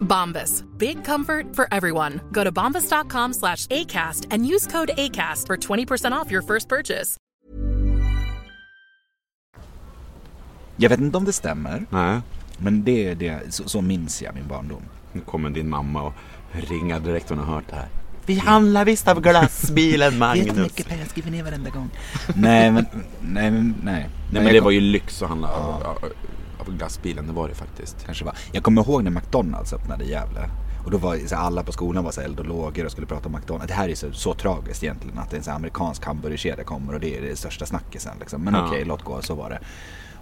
Speaker 6: Bombas. Big comfort for everyone. Go to bombas.com slash ACAST and use code ACAST for 20% off your first purchase.
Speaker 4: Jag vet inte om det stämmer,
Speaker 3: Nej.
Speaker 4: men det är det, så, så minns jag min barndom.
Speaker 3: Nu kommer din mamma och ringar direkt hon har hört det här. Vi handlar visst av glassbilen Magnus.
Speaker 4: pengar, jag skriver ner varenda gång. nej men, nej men, nej.
Speaker 3: Nej men det var ju lyx att handla av, av, av glassbilen, det var det faktiskt.
Speaker 4: kanske var. Jag kommer ihåg när McDonalds öppnade i Gävle. Och då var så här, alla på skolan var så här eldologer och skulle prata om McDonalds. Det här är så, så tragiskt egentligen att en så här amerikansk hamburgerkedja kommer och det är det största snackisen. Liksom. Men
Speaker 3: Ja.
Speaker 4: okej, låt gå, så var det.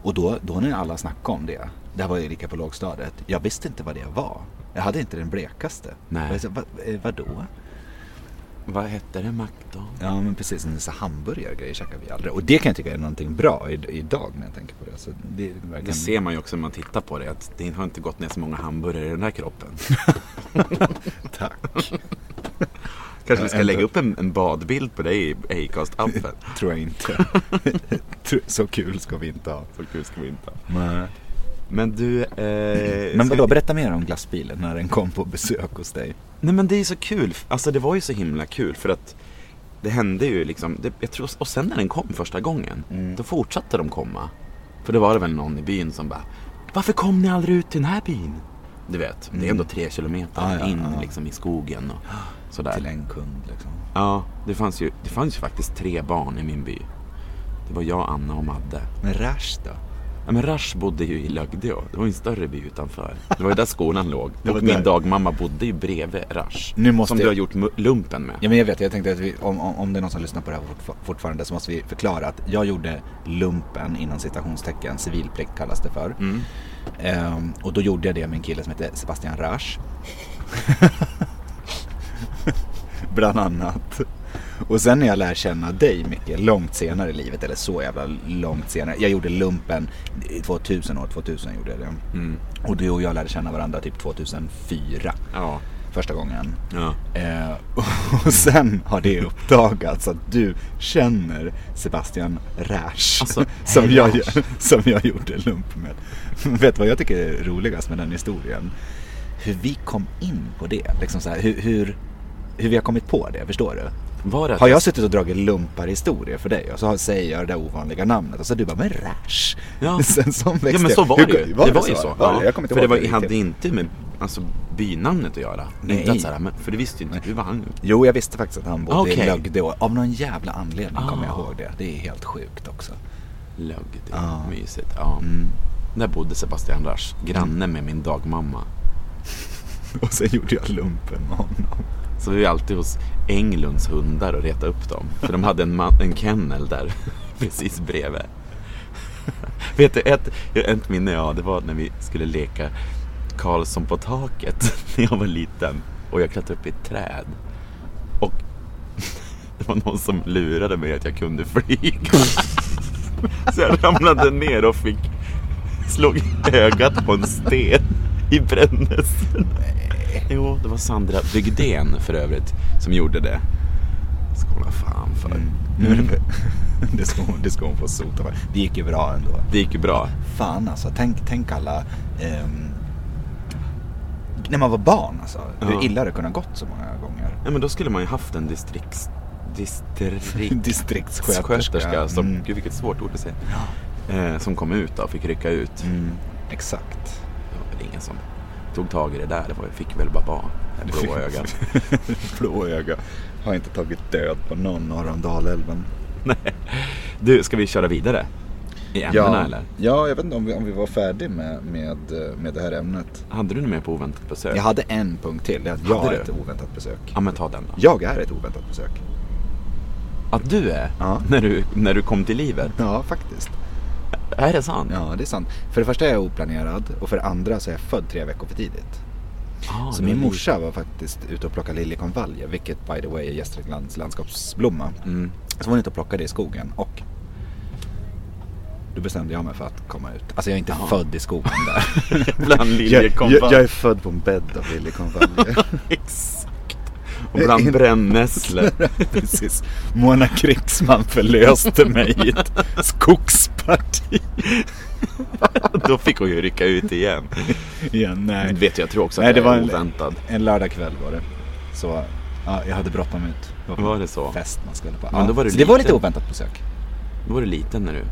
Speaker 4: Och då, då när alla snackade om det, det här var ju lika på lågstadiet. Jag visste inte vad det var. Jag hade inte den blekaste.
Speaker 3: Nej.
Speaker 4: Jag sa, Va, eh, vadå?
Speaker 3: Vad hette det McDonalds?
Speaker 4: Ja men precis, en sån här hamburgare och grejer käkar vi aldrig. Och det kan jag tycka är någonting bra i, idag när jag tänker på det. Så det, verkar...
Speaker 3: Det ser man ju också när man tittar på det att det har inte gått ner så många hamburgare i den här kroppen.
Speaker 4: [laughs] Tack.
Speaker 3: Kanske vi ska lägga upp en, en badbild på dig i Acast-appen.
Speaker 4: Tror jag inte. [laughs] Tror- så kul ska vi inte ha. Eh,
Speaker 3: Så kul ska vi inte ha.
Speaker 4: Nej.
Speaker 3: Men du... Eh,
Speaker 4: Men
Speaker 3: ska-
Speaker 4: vadå, berätta mer om glassbilen när den kom på besök hos dig.
Speaker 3: Nej men det är så kul. Alltså det var ju så himla kul för att det hände ju liksom. Det, jag tror, och
Speaker 4: Mm.
Speaker 3: sen när den kom första gången, då fortsatte de komma. För det var det väl någon i byn som bara Varför kom ni aldrig ut till den här byn? Du vet, det är ändå tre kilometer
Speaker 4: Mm. Ja, ja,
Speaker 3: in
Speaker 4: ja.
Speaker 3: Liksom, i skogen och sådär.
Speaker 4: Till en kund liksom.
Speaker 3: Ja, det fanns, ju, det fanns ju faktiskt tre barn i min by. Det var jag, Anna och Madde.
Speaker 4: Men Rash då?
Speaker 3: Ja, men Rash bodde ju i Lögdeå. Det var ju en större by utanför. Det var ju
Speaker 4: [laughs]
Speaker 3: där skolan låg.
Speaker 4: Det var
Speaker 3: Och min
Speaker 4: där.
Speaker 3: dagmamma bodde ju bredvid Rash.
Speaker 4: Nu måste
Speaker 3: som du
Speaker 4: jag-
Speaker 3: har gjort mu- lumpen med.
Speaker 4: Ja men jag vet, jag tänkte att vi, om, om, om det är någon som lyssnar på det här fortfar- fortfarande så måste vi förklara att jag gjorde lumpen inom citationstecken, civilplikt kallas det för. Ehm, och då gjorde jag det med en kille som hette Sebastian Rasch. [laughs] Bland annat. Och sen när jag lär känna dig mycket långt senare i livet, eller så jävla långt senare. Jag gjorde lumpen i 2000, år 2000 gjorde jag det. Och du och jag lärde känna varandra typ 2004
Speaker 3: Ja.
Speaker 4: första gången.
Speaker 3: Ja.
Speaker 4: Eh, [laughs] och sen har det uppdagats att du känner Sebastian Rasch.
Speaker 3: Alltså,
Speaker 4: [laughs] som,
Speaker 3: hej,
Speaker 4: jag,
Speaker 3: Rasch.
Speaker 4: som jag gjorde lump med. [laughs] Vet du vad jag tycker är roligast med den historien? Hur vi kom in på det. Liksom så här, hur, hur, hur vi har kommit på det, förstår du?
Speaker 3: Var det att
Speaker 4: Har jag suttit och dragit lumparhistorier för dig och så har- säger jag det där ovanliga namnet och så du bara men Rasch.
Speaker 3: Ja.
Speaker 4: [laughs] Sen som
Speaker 3: Ja
Speaker 4: växte-
Speaker 3: men så var
Speaker 4: Hur-
Speaker 3: det ju. det, var ju så.
Speaker 4: Var det?
Speaker 3: Ja.
Speaker 4: Jag kommer inte
Speaker 3: för det
Speaker 4: ihåg
Speaker 3: var, det hade
Speaker 4: riktigt.
Speaker 3: inte med alltså, bynamnet att göra.
Speaker 4: Nej.
Speaker 3: Inte att så här, men, för det visste ju inte du. var han
Speaker 4: Jo, jag visste faktiskt att han bodde i
Speaker 3: Okej.
Speaker 4: Lögdeå. Av någon jävla anledning kommer jag
Speaker 3: Ah.
Speaker 4: ihåg det. Det är helt sjukt också. [laughs]
Speaker 3: Lögd. Mysigt. Ja.
Speaker 4: Mm.
Speaker 3: Där bodde Sebastian Rasch, granne med min dagmamma.
Speaker 4: Och sen gjorde jag lumpen med honom.
Speaker 3: Så vi var alltid hos Englunds hundar och retade upp dem. För de hade en, man, en kennel där [laughs] precis bredvid. [laughs] Vet du, ett, ett minne jag har, det var när vi skulle leka Karlsson på taket [laughs] när jag var liten. Och jag klättrade upp i ett träd. Och [laughs] det var någon som lurade mig att jag kunde flyga. [laughs] Så jag ramlade ner och fick slog [laughs] ögat på en sten i brännelsen. Jo, det var Sandra Bygden för övrigt som gjorde det. Skåla fan för.
Speaker 4: Nu
Speaker 3: Mm.
Speaker 4: är det, [laughs] det, ska hon, det ska hon få sota för. Det gick ju bra ändå.
Speaker 3: Det gick ju bra.
Speaker 4: Fan alltså, tänk, tänk alla... ehm, när man var barn alltså.
Speaker 3: Ja.
Speaker 4: Hur illa det kunde ha gått så många gånger.
Speaker 3: Ja, men då skulle man ju haft en distrikts...
Speaker 4: [laughs]
Speaker 3: Distriktssköterska.
Speaker 4: Distriktssköterska.
Speaker 3: Som,
Speaker 4: Mm,
Speaker 3: Gud, vilket svårt ord att säga. Eh, som kom ut då, fick rycka ut.
Speaker 4: Mm. exakt.
Speaker 3: Det var väl ingen som tog tag i det där. Det var, fick väl bara vara. Det blå
Speaker 4: [laughs]
Speaker 3: ögat.
Speaker 4: Blå öga. Har inte tagit död på någon norr om Dalälven.
Speaker 3: Du, ska vi köra vidare? I ämnena eller?
Speaker 4: ja, jag vet inte om vi, om vi var färdiga med, med, med det här ämnet.
Speaker 3: Hade du något mer på oväntat besök?
Speaker 4: Jag hade en punkt till. Det är att jag
Speaker 3: Hade
Speaker 4: är
Speaker 3: du?
Speaker 4: ett oväntat besök.
Speaker 3: Ja, men ta den då.
Speaker 4: Jag är ett oväntat besök.
Speaker 3: Att du är?
Speaker 4: Ja.
Speaker 3: När, du, när du kom till livet?
Speaker 4: Ja, faktiskt.
Speaker 3: Är det sant?
Speaker 4: Ja, det är sant. För det första är jag oplanerad och för det andra så är jag född tre veckor för tidigt.
Speaker 3: Ah,
Speaker 4: Så
Speaker 3: det
Speaker 4: min
Speaker 3: var-
Speaker 4: morsa var faktiskt ute och plockade liljekonvaljer, vilket by the way är Gästriklands landskapsblomma. Så var hon ute och plockade i skogen och då bestämde jag mig för att komma ut. Alltså jag är inte född i skogen där.
Speaker 3: Bland
Speaker 4: jag,
Speaker 3: liljekonvaljer.
Speaker 4: jag, jag är född på en bädd av liljekonvaljer.
Speaker 3: Exakt. Och bland brännässlor.
Speaker 4: Precis. Mona Krigsman förlöste mig i ett skogsparti.
Speaker 3: [laughs] Då fick hon ju rycka ut igen.
Speaker 4: Ja, nej.
Speaker 3: Det vet jag, jag tror också att
Speaker 4: Nej, det
Speaker 3: jag
Speaker 4: var
Speaker 3: är
Speaker 4: en,
Speaker 3: oväntad.
Speaker 4: en lördagkväll var det. Så ja, jag hade bråttom ut. på
Speaker 3: Var
Speaker 4: en
Speaker 3: det så?
Speaker 4: Fest man skulle på.
Speaker 3: Men
Speaker 4: ja,
Speaker 3: då var du
Speaker 4: så det var
Speaker 3: liten.
Speaker 4: lite oväntat besök.
Speaker 3: Då var du liten när du...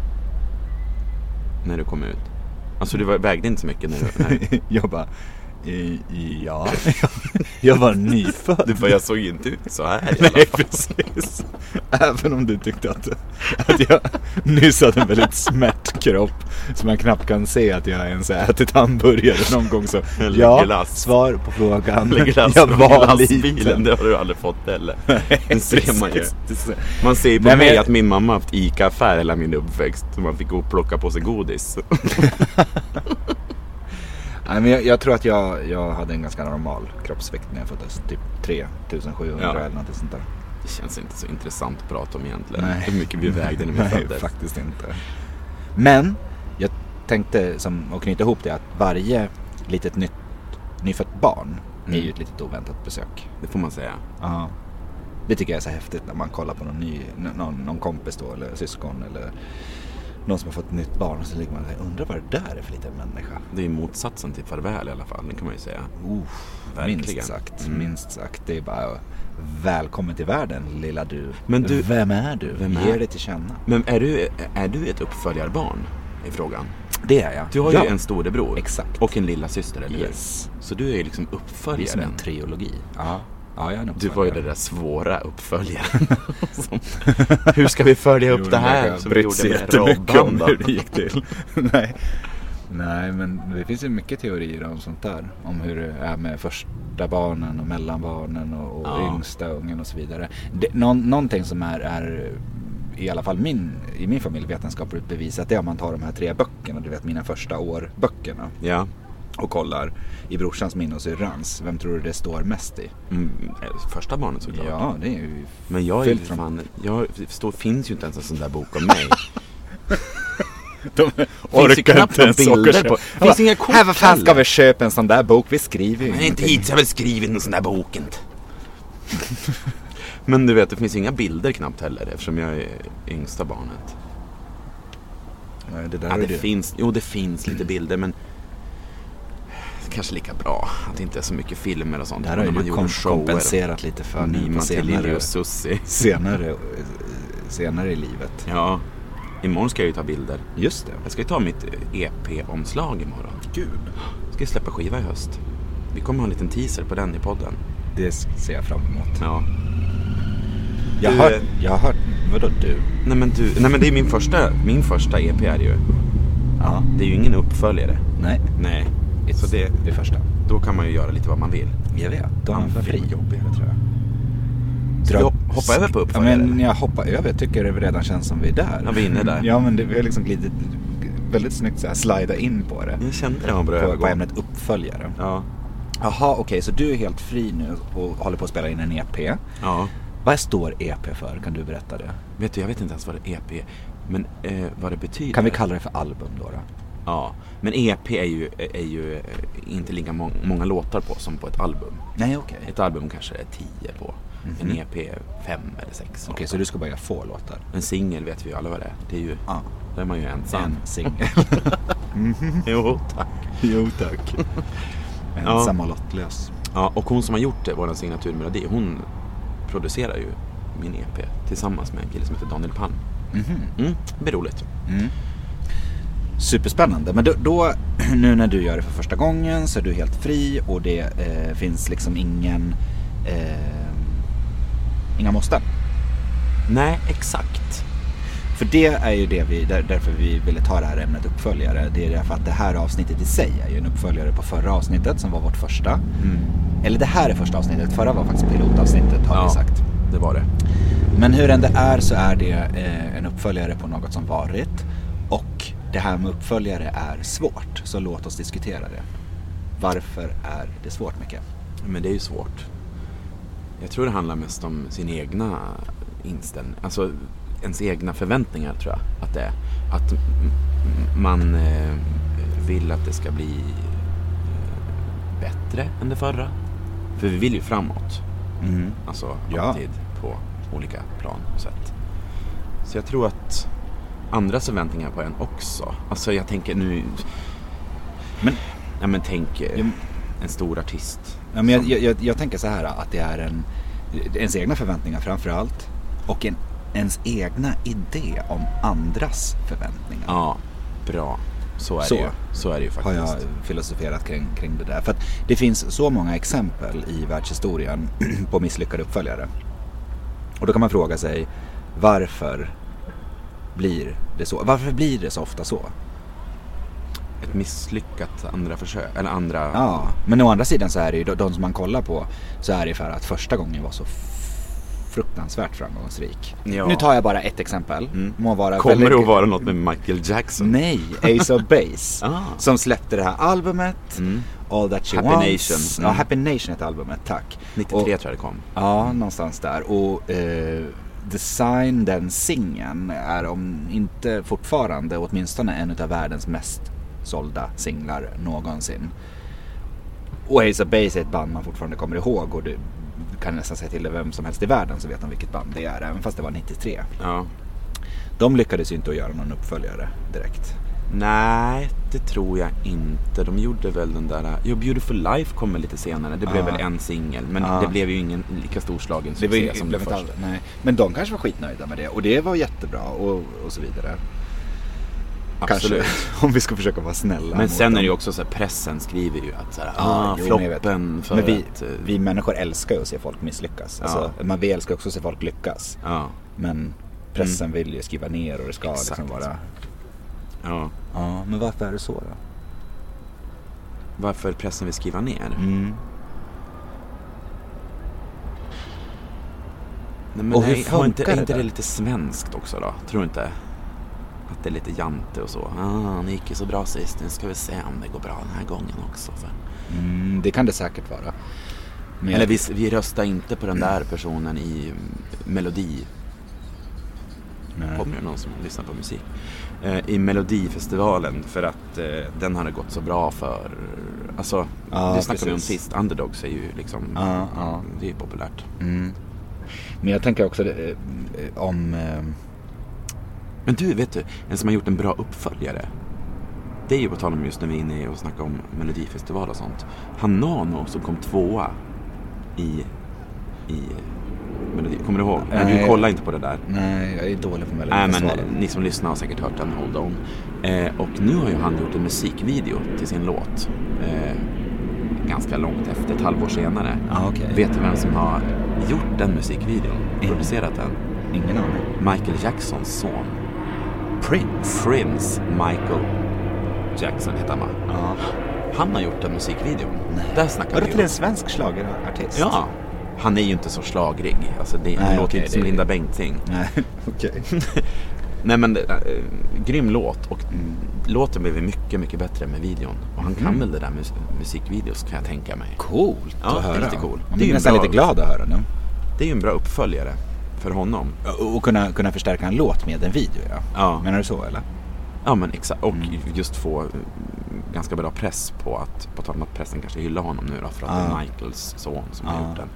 Speaker 3: När du kom ut. Alltså du var- vägde inte så mycket när du... Nej.
Speaker 4: [laughs] jag bara, i, i- ja. [laughs] jag var nyfödd.
Speaker 3: [laughs] Du bara, jag såg ju inte ut så här i alla
Speaker 4: Nej,
Speaker 3: fall.
Speaker 4: precis. [laughs] Även om du tyckte att, att jag nyss hade en väldigt smärt kropp som man knappt kan se att jag ens har ätit hamburgare någon gång så.
Speaker 3: Eller
Speaker 4: Ja,
Speaker 3: glass.
Speaker 4: svar på frågan.
Speaker 3: Eller glass
Speaker 4: jag
Speaker 3: från
Speaker 4: var
Speaker 3: glassbilen,
Speaker 4: liten.
Speaker 3: det har du aldrig fått [laughs] heller.
Speaker 4: [laughs]
Speaker 3: Det ser man ju.
Speaker 4: Precis.
Speaker 3: Man ser ju på
Speaker 4: Nej, men
Speaker 3: mig
Speaker 4: jag-
Speaker 3: att min mamma haft ICA-affär hela min uppväxt. Så man fick gå och plocka på sig godis.
Speaker 4: Nej, men jag, jag tror att jag, jag hade en ganska normal kroppsvikt när jag föddes. Typ 3700
Speaker 3: Ja.
Speaker 4: eller något sånt där.
Speaker 3: Det känns inte så intressant att prata om egentligen.
Speaker 4: Nej.
Speaker 3: Hur mycket vi vägde när vi
Speaker 4: [laughs] Nej,
Speaker 3: föddes.
Speaker 4: faktiskt inte. Men jag tänkte som, att knyta ihop det att varje litet nytt, nyfött barn är ju
Speaker 3: Mm.
Speaker 4: ett litet oväntat besök.
Speaker 3: Det får man säga.
Speaker 4: Ja. Det tycker jag är så häftigt när man kollar på någon, ny, n- någon, någon kompis då eller syskon eller någon som har fått ett nytt barn och så ligger man och säger, undrar vad det där är för liten människa.
Speaker 3: Det är motsatsen till farväl i alla fall, det kan man ju säga. verkligen. Mm.
Speaker 4: minst sagt, minst sagt. Det är bara välkommen till världen lilla du.
Speaker 3: Men du-
Speaker 4: vem är du?
Speaker 3: Vem
Speaker 4: Ge
Speaker 3: är-
Speaker 4: dig till känna.
Speaker 3: Men är du, är du ett uppföljarbarn? i frågan.
Speaker 4: Det är jag.
Speaker 3: Du har
Speaker 4: ja.
Speaker 3: ju en storebror
Speaker 4: Exakt.
Speaker 3: och en lilla syster eller hur?
Speaker 4: Yes.
Speaker 3: Så du är ju liksom
Speaker 4: Det är som
Speaker 3: uppföljaren.
Speaker 4: en trilogi. Ja, ja jag är nog
Speaker 3: Du var ju den där svåra
Speaker 4: [laughs]
Speaker 3: uppföljaren. Som, hur ska vi följa upp det här?
Speaker 4: Som
Speaker 3: Som vi
Speaker 4: brytt sig
Speaker 3: gjorde med
Speaker 4: jättemycket om
Speaker 3: Robban då?
Speaker 4: hur det
Speaker 3: [laughs]
Speaker 4: gick till. Nej. Nej, men det finns ju mycket teorier om sånt där. Om hur det är med första barnen och mellanbarnen och, och
Speaker 3: Ja.
Speaker 4: yngsta ungen och så vidare. Det, någon, någonting som är, är i alla fall min, i min familj vetenskapligt bevisat det är om man tar de här tre böckerna, du vet mina första år-böckerna
Speaker 3: Ja.
Speaker 4: och kollar i brorsans minne och syrrans. Vem tror du det står mest i?
Speaker 3: Mm, eh, första barnet såklart.
Speaker 4: Ja, det är ju
Speaker 3: Men jag är ju
Speaker 4: fyllt från-
Speaker 3: fan, jag står, finns ju inte ens en sån där bok om mig.
Speaker 4: De
Speaker 3: Finns ju knappt några bilder på-
Speaker 4: Finns bara, inga kort Här vad fan
Speaker 3: heller."
Speaker 4: ska vi köpa en sån där bok? Vi skriver ju
Speaker 3: Men inte
Speaker 4: ingenting."
Speaker 3: hit så jag väl skrivit en sån där bok inte. [laughs] Men du vet, det finns ju inga bilder knappt heller eftersom jag är yngsta barnet.
Speaker 4: Nej, det där
Speaker 3: Ja,
Speaker 4: är
Speaker 3: det
Speaker 4: du.
Speaker 3: finns, jo, det finns lite bilder men det är kanske lika bra att det inte är så mycket filmer och sånt.
Speaker 4: Där har
Speaker 3: Men
Speaker 4: ju
Speaker 3: när man
Speaker 4: du
Speaker 3: gjorde
Speaker 4: kom,
Speaker 3: shower,
Speaker 4: kompenserat lite för nu
Speaker 3: Nima
Speaker 4: på
Speaker 3: till Lilly
Speaker 4: senare,
Speaker 3: och Susie.
Speaker 4: senare, eh, senare i livet.
Speaker 3: Ja, imorgon ska jag ju ta bilder.
Speaker 4: Just det.
Speaker 3: Jag ska ju ta mitt EP-omslag imorgon.
Speaker 4: Gud.
Speaker 3: Jag ska ju släppa skiva i höst. Vi kommer ha en liten teaser på den i podden.
Speaker 4: Det ser jag fram emot.
Speaker 3: Ja.
Speaker 4: Jag har
Speaker 3: Du,
Speaker 4: hört,
Speaker 3: eh,
Speaker 4: jag har hört, vadå du?
Speaker 3: Nej men du, nej men det är min första, min första EP är det ju.
Speaker 4: Ja.
Speaker 3: Det är ju ingen uppföljare.
Speaker 4: Nej.
Speaker 3: Nej. Så det,
Speaker 4: Det är första.
Speaker 3: då kan man ju göra lite vad man vill.
Speaker 4: Jag vet. Då är man
Speaker 3: Fan,
Speaker 4: fri.
Speaker 3: vad jobbigare,
Speaker 4: tror jag.
Speaker 3: Ska vi hop- hoppa över på
Speaker 4: Ja,
Speaker 3: uppföljare?
Speaker 4: men jag hoppar över. Jag tycker det redan känns som vi är där.
Speaker 3: Ja, vi är inne där.
Speaker 4: ja, men det, vi har liksom glidit väldigt snyggt så här, slida in på det.
Speaker 3: Jag kände det var bra
Speaker 4: På, på
Speaker 3: Mm. övergång.
Speaker 4: ämnet uppföljare.
Speaker 3: Ja.
Speaker 4: Jaha, okej, så du är helt fri nu och håller på att spela in en EP.
Speaker 3: Ja.
Speaker 4: Vad står EP för? Kan du berätta det?
Speaker 3: Vet du, jag vet inte ens vad det EP är. Men eh, vad det betyder.
Speaker 4: Kan vi kalla det för album då? då?
Speaker 3: Ja. Men EP är ju, är ju eh, inte lika mång- många låtar på som på ett album.
Speaker 4: Nej, okej. Okej,
Speaker 3: Ett album kanske är tio på. En EP är fem eller sex.
Speaker 4: så du ska bara göra få låtar?
Speaker 3: En singel vet vi ju alla vad det är. Det är ju,
Speaker 4: Ja.
Speaker 3: där är man ju ensam.
Speaker 4: En singel.
Speaker 3: Jo, [laughs] tack.
Speaker 4: [laughs] jo, [laughs] tack. Ensam och lottlös.
Speaker 3: Ja, och hon som har gjort eh, vår signaturmelodi, hon producerar ju min EP tillsammans med en kille som heter Daniel Palm. Mm, det blir roligt.
Speaker 4: Superspännande. Men då, då, [clears throat] nu när du gör det för första gången så är du helt fri och det eh, finns liksom ingen... Eh, inga måsten.
Speaker 3: Nej, exakt.
Speaker 4: För det är ju det vi, där, därför vi ville ta det här ämnet uppföljare. Det är därför att det här avsnittet i sig är ju en uppföljare på förra avsnittet som var vårt första. Eller det här är första avsnittet, förra var faktiskt pilotavsnittet har
Speaker 3: Ja,
Speaker 4: vi sagt.
Speaker 3: det var det.
Speaker 4: Men hur än det är så är det eh, en uppföljare på något som varit. Och det här med uppföljare är svårt, så låt oss diskutera det. Varför är det svårt, Micke?
Speaker 3: Men det är ju svårt. Jag tror det handlar mest om sin egna inställning, alltså ens egna förväntningar tror jag att det är. Att m- m- man eh, vill att det ska bli eh, bättre än det förra. För vi vill ju framåt. Alltså
Speaker 4: Ja.
Speaker 3: alltid på olika plan och sätt. Så jag tror att andras förväntningar på en också. Alltså jag tänker nu...
Speaker 4: Men-
Speaker 3: ja, men tänk eh,
Speaker 4: Jo.
Speaker 3: en stor artist.
Speaker 4: Ja, men jag, jag, jag, jag tänker så här att det är en, ens egna förväntningar framför allt och en, ens egna idé om andras förväntningar.
Speaker 3: Ja, bra. Så är
Speaker 4: Så.
Speaker 3: det ju. Så är det ju
Speaker 4: Har
Speaker 3: faktiskt.
Speaker 4: jag filosoferat kring, kring det där. För att det finns så många exempel i världshistorien [clears throat] på misslyckade uppföljare. Och då kan man fråga sig varför blir det så? Varför blir det så ofta så?
Speaker 3: Ett misslyckat andra försök, eller andra...
Speaker 4: Ja, men å andra sidan så är det ju de- de som man kollar på så är det för att första gången var så fruktansvärt framgångsrik.
Speaker 3: Ja. Mm.
Speaker 4: Nu tar jag bara ett exempel. Må vara
Speaker 3: Kommer det
Speaker 4: väldigt...
Speaker 3: att vara något med Michael Jackson?
Speaker 4: Nej, Ace of
Speaker 3: [laughs] Ah.
Speaker 4: Base.
Speaker 3: Mm.
Speaker 4: Som släppte det här albumet. All That She
Speaker 3: Happy
Speaker 4: Wants.
Speaker 3: Nation.
Speaker 4: Ja,
Speaker 3: Mm.
Speaker 4: Happy Nation heter albumet, tack.
Speaker 3: 93
Speaker 4: Och-
Speaker 3: tror jag det kom.
Speaker 4: Ja, någonstans där. Och eh, Design, den singeln, är om inte fortfarande åtminstone en av världens mest sålda singlar någonsin. Och Ace of Base är ett band man fortfarande kommer ihåg och du kan nästan säga till vem som helst i världen så vet de vilket band det är, även fast det var 93.
Speaker 3: Ja.
Speaker 4: De lyckades ju inte att göra någon uppföljare direkt.
Speaker 3: Nej, det tror jag inte. De gjorde väl den där... Jo, Beautiful Life kom väl lite senare. Det blev
Speaker 4: Ah.
Speaker 3: väl en singel. Men
Speaker 4: Ah.
Speaker 3: det blev ju ingen lika storslagen
Speaker 4: Det var
Speaker 3: succé
Speaker 4: ju,
Speaker 3: som
Speaker 4: blev
Speaker 3: den
Speaker 4: inte all,
Speaker 3: första.
Speaker 4: nej. Men de kanske var skitnöjda med det och det var jättebra och, och så vidare. Kanske,
Speaker 3: Absolut.
Speaker 4: [laughs] om vi ska försöka vara snälla.
Speaker 3: Men
Speaker 4: mot
Speaker 3: sen är det ju
Speaker 4: dem.
Speaker 3: också så här, pressen skriver ju att så här,
Speaker 4: Ja,
Speaker 3: ah,
Speaker 4: jo, men jag vet.
Speaker 3: floppen för
Speaker 4: Men vi,
Speaker 3: att... eh,
Speaker 4: vi människor älskar ju att se folk misslyckas. Alltså, man, vi älskar också att se folk lyckas.
Speaker 3: Ja,
Speaker 4: Men pressen vill ju skriva ner och det ska liksom
Speaker 3: Mm. Exakt.
Speaker 4: vara...
Speaker 3: ja.
Speaker 4: Ja, men varför är det så då?
Speaker 3: Varför pressen vill skriva ner?
Speaker 4: Mm.
Speaker 3: Nej, men
Speaker 4: Och hur
Speaker 3: nej, har inte,
Speaker 4: funkar
Speaker 3: är
Speaker 4: det
Speaker 3: inte
Speaker 4: där?
Speaker 3: det lite svenskt också då? Tror du inte? Att det är lite jante och så. Ah, det gick ju så bra sist, nu ska vi se om det går bra den här gången också. Så.
Speaker 4: Mm, det kan det säkert vara. Men
Speaker 3: Eller vi, vi röstar inte på den där personen i mm, melodi. Kommer det någon som lyssnar på musik? Eh, I melodifestivalen för att eh, den har det gått så bra för. Alltså,
Speaker 4: Ja,
Speaker 3: det snackade vi om
Speaker 4: precis.
Speaker 3: sist. Underdogs är ju liksom,
Speaker 4: Ja, ja. Mm.
Speaker 3: det är ju populärt.
Speaker 4: Men jag tänker också eh, eh, om... eh,
Speaker 3: Men du, vet du, en som har gjort en bra uppföljare. Det är ju på tal om just när vi är inne och snackar om melodifestival och sånt. Han Nano som kom tvåa i, i melodi. Kommer du ihåg? Nej,
Speaker 4: Nej.
Speaker 3: du kollar inte på det där.
Speaker 4: Nej, jag är dålig på
Speaker 3: Nej Äh, men
Speaker 4: Melodifestivalen.
Speaker 3: ni som lyssnar har säkert hört den Hold On. Eh, och nu har ju han gjort en musikvideo till sin låt. Eh, ganska långt efter, ett halvår senare.
Speaker 4: Ja, Ah, okej. Mm.
Speaker 3: Vet du vem som har gjort den musikvideon? Producerat den?
Speaker 4: Ingen aning.
Speaker 3: Michael Jacksons son.
Speaker 4: Prince?
Speaker 3: Prince Michael Jackson heter han va?
Speaker 4: Ja.
Speaker 3: Han har gjort den musikvideon. Där snackar
Speaker 4: Var det
Speaker 3: vi
Speaker 4: till
Speaker 3: ju.
Speaker 4: en svensk schlagerartist?
Speaker 3: Ja. Han är ju inte så slagrig. Alltså det, han
Speaker 4: Nej,
Speaker 3: låter
Speaker 4: okej,
Speaker 3: inte som
Speaker 4: det-
Speaker 3: Linda Bengtzing.
Speaker 4: Nej, [laughs]
Speaker 3: [laughs]
Speaker 4: okej.
Speaker 3: Nej men det, eh, grym låt och
Speaker 4: Mm.
Speaker 3: låten blev ju mycket, mycket bättre med videon. Och han kan väl det där med musikvideos kan jag tänka mig.
Speaker 4: Coolt
Speaker 3: Ja,
Speaker 4: att
Speaker 3: det är
Speaker 4: höra.
Speaker 3: lite cool.
Speaker 4: Man
Speaker 3: Det är
Speaker 4: blir
Speaker 3: ju
Speaker 4: nästan
Speaker 3: bra.
Speaker 4: lite glad att höra den.
Speaker 3: Det är ju en bra uppföljare för honom.
Speaker 4: Och- Och kunna, kunna förstärka en låt med en video ja.
Speaker 3: Ja.
Speaker 4: Menar du så eller?
Speaker 3: Ja men exakt. Och
Speaker 4: Mm.
Speaker 3: just få eh, ganska bra press på att, på tal om att pressen kanske hyllar honom nu då för att det är Michaels son som har gjort den.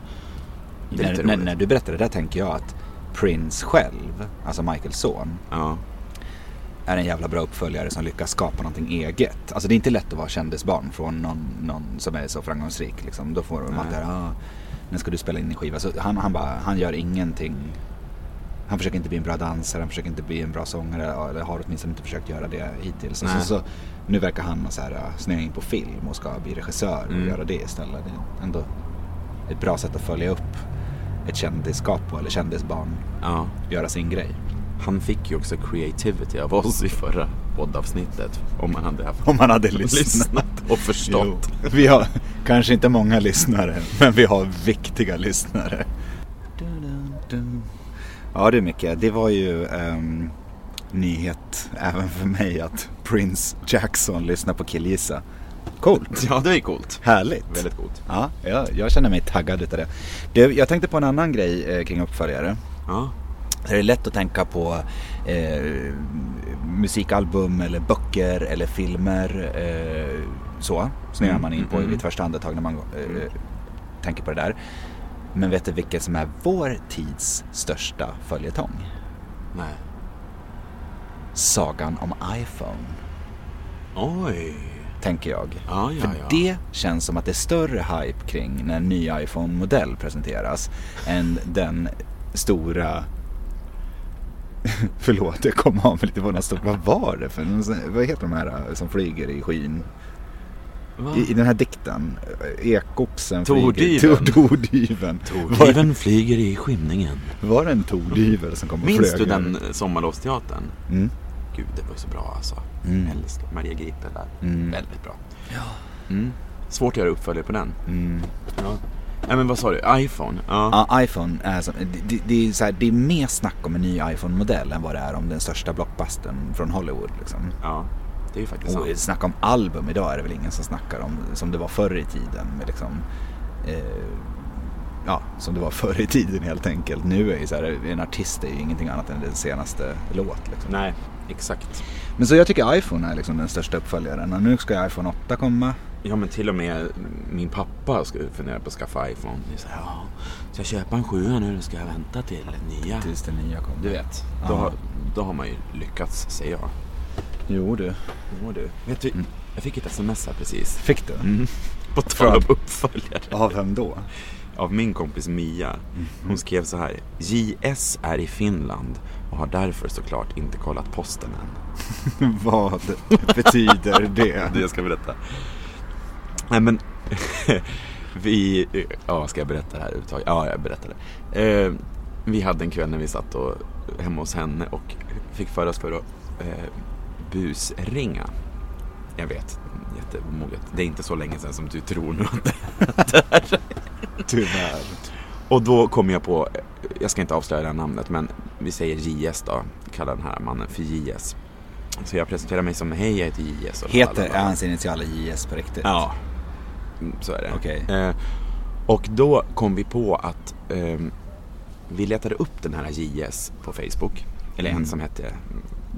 Speaker 3: Det är
Speaker 4: Ah. När,
Speaker 3: lite
Speaker 4: när,
Speaker 3: roligt.
Speaker 4: när du berättar det där tänker jag att Prince själv, alltså Michaels son,
Speaker 3: Ja.
Speaker 4: är en jävla bra uppföljare som lyckas skapa någonting eget. Alltså det är inte lätt att vara kändisbarn från någon, någon som är så framgångsrik. Liksom. Då får de alltid det här, ah, när ska du spela in din skiva? Så han, han, bara, han gör ingenting. Han försöker inte bli en bra dansare, han försöker inte bli en bra sångare, eller har åtminstone inte försökt göra det hittills. Och Så,
Speaker 3: Nej.
Speaker 4: så, nu verkar han så här, ah, snöa in på film och ska bli regissör och
Speaker 3: Mm.
Speaker 4: göra det istället. Det är ändå ett bra sätt att följa upp ett kändisskap på, eller kändisbarn,
Speaker 3: ja.
Speaker 4: göra sin grej.
Speaker 3: Han fick ju också creativity av oss i förra poddavsnittet. Om man hade haft
Speaker 4: Om
Speaker 3: [laughs]
Speaker 4: man [laughs] hade lyssnat.
Speaker 3: och förstått.
Speaker 4: Jo, vi har kanske inte många lyssnare, men vi har viktiga lyssnare. Ja du Micke, det var ju ehm, nyhet även för mig att Prince Jackson lyssnar på Killgissa. Coolt!
Speaker 3: Ja, det är ju coolt.
Speaker 4: Härligt!
Speaker 3: Väldigt coolt.
Speaker 4: Ja, jag, jag känner mig taggad utav det. Du, jag tänkte på en annan grej eh, kring uppföljare.
Speaker 3: Ja.
Speaker 4: Det är lätt att tänka på eh, musikalbum eller böcker eller filmer. Eh, så snöar man in på i ett första andetag när man eh, tänker på det där. Men vet du vilket som är vår tids största följetong?
Speaker 3: Nej.
Speaker 4: Sagan om iPhone,
Speaker 3: Oj.
Speaker 4: tänker jag.
Speaker 3: Ja, ja,
Speaker 4: För
Speaker 3: ja.
Speaker 4: det känns som att det är större hype kring när en ny iPhone-modell presenteras än den stora... [laughs] Förlåt, jag kom av mig lite vad den stor... Vad var det för... någon sån- Vad heter de här eh, som flyger i skyn?
Speaker 3: Va?
Speaker 4: I, I den här dikten. eh, Ekoxen flyger...
Speaker 3: Tordyveln.
Speaker 4: Tor- Tordyveln. Var,
Speaker 3: Tordiven flyger i skymningen.
Speaker 4: var det en tordyvel som kom och
Speaker 3: Minns
Speaker 4: flög?
Speaker 3: du
Speaker 4: över?
Speaker 3: den sommarlovsteatern?
Speaker 4: Mm.
Speaker 3: Gud, det var ju så bra alltså.
Speaker 4: Mm.
Speaker 3: Älskar Maria Gripe där.
Speaker 4: Mm.
Speaker 3: Väldigt bra. Mm. Svårt att göra uppföljare på den.
Speaker 4: Mm.
Speaker 3: Ja. Nej, men vad sa du? iPhone? Ja.
Speaker 4: Ja, iPhone är som, det, det, det, är så här, det är mer snack om en ny iPhone-modell än vad det är om den största blockbustern från Hollywood. Liksom.
Speaker 3: ja. Det är ju faktiskt
Speaker 4: Och
Speaker 3: sant.
Speaker 4: snacka om album, idag är det väl ingen som snackar om som det var förr i tiden. Med liksom, eh, ja, som det var [laughs] förr i tiden helt enkelt. Nu är ju så här, en artist är ju ingenting annat än den senaste låt. Liksom.
Speaker 3: Nej, exakt.
Speaker 4: Men så jag tycker iPhone är liksom den största uppföljaren. Och nu ska iPhone 8 komma.
Speaker 3: Ja men till och med min pappa skulle fundera på att skaffa iPhone. Det är så här, ja, ska jag köpa en sjua nu eller ska jag vänta till den nya?
Speaker 4: Tills den nya kommer.
Speaker 3: Du vet, då, har, då har man ju lyckats säger jag.
Speaker 4: Jo du.
Speaker 3: Jo du. Vet du,
Speaker 4: Mm.
Speaker 3: jag fick ett sms här precis.
Speaker 4: Fick du?
Speaker 3: På tal om uppföljare.
Speaker 4: Av vem då?
Speaker 3: av min kompis Mia.
Speaker 4: Mm.
Speaker 3: Hon skrev så här. JS är i Finland och har därför såklart inte kollat posten än.
Speaker 4: Vad [laughs] betyder det?
Speaker 3: [laughs] Det jag ska berätta. Nej men, [laughs] vi, ja ska jag berätta det här överhuvudtaget? Ja, jag berättar det. Eh, vi hade en kväll när vi satt och, hemma hos henne och fick för oss för att eh, busringa. Jag vet, jättemoget. Det är inte så länge sedan som du tror nu att
Speaker 4: [laughs] Tyvärr.
Speaker 3: Och då kom jag på, jag ska inte avslöja det här namnet, men vi säger JS då, kallar den här mannen för JS. Så jag presenterar mig som, hej jag heter JS. och
Speaker 4: Heter
Speaker 3: blablabla.
Speaker 4: är hans initialer JS på riktigt?
Speaker 3: Ja, Mm, så är det.
Speaker 4: Okej.
Speaker 3: Eh, och då kom vi på att ehm, vi letade upp den här JS på Facebook. Eller en som hette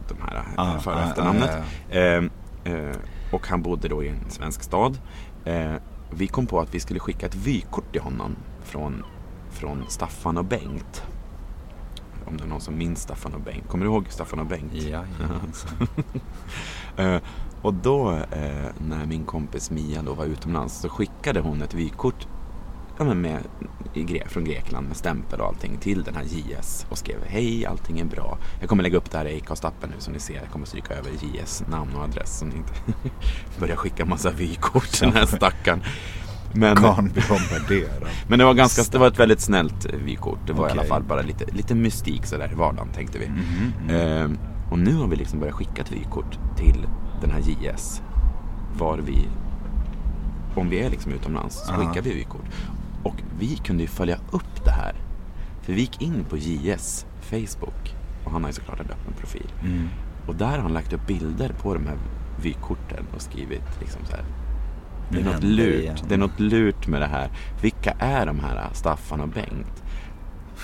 Speaker 3: de här
Speaker 4: Mm. Ah,
Speaker 3: ah, för
Speaker 4: ah,
Speaker 3: efternamnet.
Speaker 4: ah,
Speaker 3: Ehm, eh, och han bodde då i en svensk stad. Eh, vi kom på att vi skulle skicka ett vykort till honom från, från Staffan och Bengt. Om det är någon som minns Staffan och Bengt. Kommer du ihåg Staffan och Bengt?
Speaker 4: Ja,
Speaker 3: [laughs] Eh, och då eh, när min kompis Mia då var utomlands så skickade hon ett vykort ja, men med, i Gre- från Grekland med stämpel och allting till den här JS och skrev hej allting är bra. Jag kommer lägga upp det här i Acast-appen nu som ni ser. Jag kommer stryka över JS namn och adress så ni inte [laughs] börjar skicka massa vykort till den här stackaren. Men,
Speaker 4: Kan bli bombarderad.
Speaker 3: men det var ganska, det var ett väldigt snällt vykort. Det var i alla
Speaker 4: Okej.
Speaker 3: fall bara lite, lite mystik sådär i vardagen tänkte vi.
Speaker 4: Mm.
Speaker 3: Ehm, och nu har vi liksom börjat skicka ett vykort till den här JS. Var vi, om vi är liksom utomlands så skickar vi vykort. Och vi kunde ju följa upp det här. För vi gick in på JS Facebook och han har ju såklart en öppen profil.
Speaker 4: Mm.
Speaker 3: Och där har han lagt upp bilder på de här vykorten och skrivit liksom så här. Det är något
Speaker 4: händer det
Speaker 3: lurt.
Speaker 4: igen.
Speaker 3: Det är något lurt med det här. Vilka är de här Staffan och Bengt?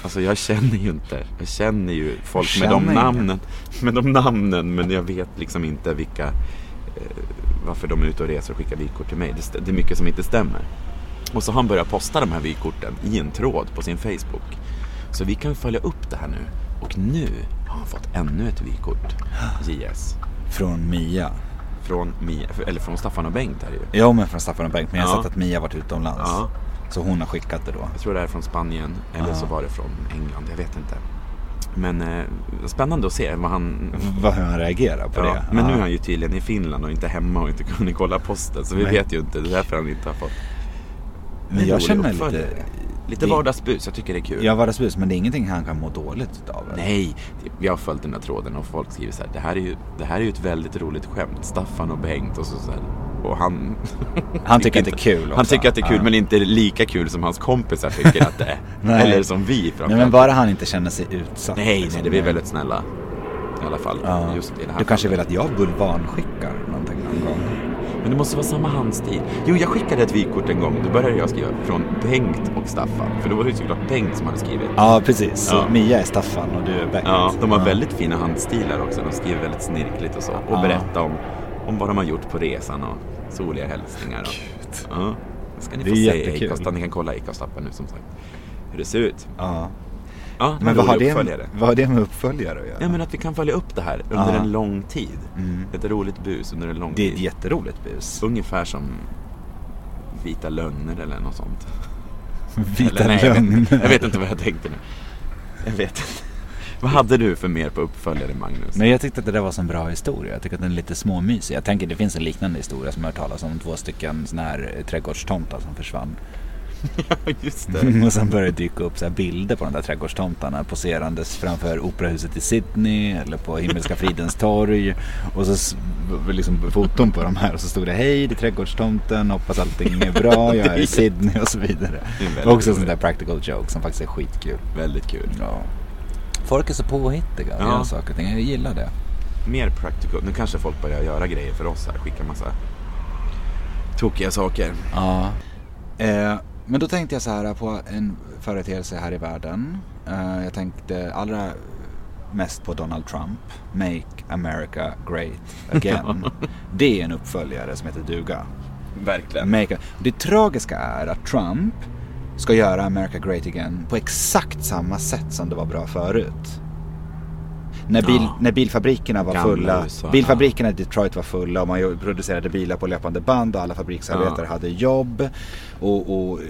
Speaker 3: Alltså jag känner ju inte. Jag känner ju folk
Speaker 4: Känner
Speaker 3: med de
Speaker 4: ingen.
Speaker 3: namnen. Med de namnen men jag vet liksom inte vilka. Eh, varför de är ute och reser och skickar vykort till mig. Det, st- det är mycket som inte stämmer. Och så har han börjat posta de här vykorten i en tråd på sin Facebook. Så vi kan följa upp det här nu. Och nu har han fått ännu ett vykort. JS.
Speaker 4: Från Mia.
Speaker 3: Från, Mia, eller från Staffan och Bengt är det ju.
Speaker 4: Jo men från Staffan och Bengt. Men jag har
Speaker 3: Ja.
Speaker 4: sett att Mia varit utomlands.
Speaker 3: Ja.
Speaker 4: Så hon har skickat det då.
Speaker 3: Jag tror det är från Spanien eller så var det från England, jag vet inte. Men eh, spännande att se vad han...
Speaker 4: Vad hur han reagerar på
Speaker 3: Ja,
Speaker 4: det.
Speaker 3: men nu
Speaker 4: Ja.
Speaker 3: är han ju tydligen i Finland och inte hemma och inte kunnat kolla posten. Så vi
Speaker 4: Nej.
Speaker 3: vet ju inte, det är därför han inte har fått...
Speaker 4: Men jag
Speaker 3: rolig
Speaker 4: känner
Speaker 3: uppföljare.
Speaker 4: lite...
Speaker 3: Lite
Speaker 4: vi-
Speaker 3: vardagsbus, jag tycker det är kul.
Speaker 4: Jag var rasbus, men det är ingenting han kan må dåligt utav. eller?
Speaker 3: Nej, det- vi har följt den här tråden och folk skriver så här, det här är ju, det här är ju ett väldigt roligt skämt. Staffan och Bengt och så, så här. Och han...
Speaker 4: Han tycker att det är kul också.
Speaker 3: Han tycker att det är kul
Speaker 4: Ja.
Speaker 3: men inte lika kul som hans kompisar tycker att det är.
Speaker 4: [laughs] Nej.
Speaker 3: Eller som vi
Speaker 4: Nej, men bara han inte känner sig utsatt.
Speaker 3: Nej, nej,
Speaker 4: liksom.
Speaker 3: det blir väldigt snälla. I alla fall.
Speaker 4: Ja.
Speaker 3: Just i det här
Speaker 4: Du kanske vill
Speaker 3: fallet.
Speaker 4: att jag bulvanskickar någonting någon gång?
Speaker 3: Men det måste vara samma handstil. Jo, jag skickade ett vykort en gång. Då började jag skriva från Bengt och Staffan. För då var det ju såklart Bengt som hade skrivit.
Speaker 4: Ja, precis. Så
Speaker 3: Ja.
Speaker 4: Mia är Staffan och du är Bengt.
Speaker 3: Ja, de har väldigt fina handstilar också. De skriver väldigt snirkligt och så. Och
Speaker 4: Ja.
Speaker 3: berättar om, om vad de har gjort på resan och soliga hälsningar. Och, ja. Det ska ni
Speaker 4: Det
Speaker 3: få
Speaker 4: är
Speaker 3: se i
Speaker 4: jättekul.
Speaker 3: Acast. Ni kan kolla i Acast-appen nu som sagt. Hur det ser ut.
Speaker 4: Ja.
Speaker 3: Ja, det var
Speaker 4: Men vad har,
Speaker 3: rolig
Speaker 4: det
Speaker 3: uppföljare.
Speaker 4: med, vad har det med uppföljare att göra?
Speaker 3: Ja, men att vi kan följa upp det här under
Speaker 4: Ja. Mm.
Speaker 3: en lång tid. Ett roligt bus under en lång
Speaker 4: Det är
Speaker 3: tid.
Speaker 4: ett jätteroligt bus.
Speaker 3: Ungefär som Vita lögner eller något sånt.
Speaker 4: Vita
Speaker 3: eller, nej, jag vet-
Speaker 4: lögner.
Speaker 3: [laughs] Jag vet inte vad jag tänkte nu. Jag vet inte. Vad hade du för mer på uppföljare Magnus?
Speaker 4: Men jag tyckte att det där var en sån bra historia. Jag tycker att den är lite småmysig. Jag tänker det finns en liknande historia som jag har hört talas om. Två stycken såna här eh, trädgårdstomtar som försvann.
Speaker 3: Just det.
Speaker 4: [laughs] Och sen började det dyka upp så här bilder på de där trädgårdstomtarna poserandes framför operahuset i Sydney eller på Himmelska fridens torg. Och så s- v- liksom foton på de här och så stod det hej det är trädgårdstomten, hoppas allting är bra, jag
Speaker 3: [laughs]
Speaker 4: är i Sydney och så vidare.
Speaker 3: Det är väldigt
Speaker 4: Också en sån
Speaker 3: roligt.
Speaker 4: där practical joke som faktiskt är skitkul.
Speaker 3: Väldigt kul.
Speaker 4: Ja. Folk är så påhittiga och
Speaker 3: Ja.
Speaker 4: gör saker och ting. Jag gillar det.
Speaker 3: Mer practical. Nu kanske folk börjar göra grejer för oss här. Skicka massa tokiga saker.
Speaker 4: Ja. Eh, men då tänkte jag så här på en företeelse här i världen. Eh, jag tänkte allra mest på Donald Trump. Make America Great Again. det är en uppföljare som heter duga.
Speaker 3: Verkligen.
Speaker 4: Make, det tragiska är att Trump ska göra America Great Again på exakt samma sätt som det var bra förut. När, bil,
Speaker 3: Ja.
Speaker 4: när bilfabrikerna var
Speaker 3: Gamla
Speaker 4: fulla,
Speaker 3: USA,
Speaker 4: bilfabrikerna i Detroit var fulla och man ju- producerade bilar på löpande band och alla fabriksarbetare hade jobb. Och, och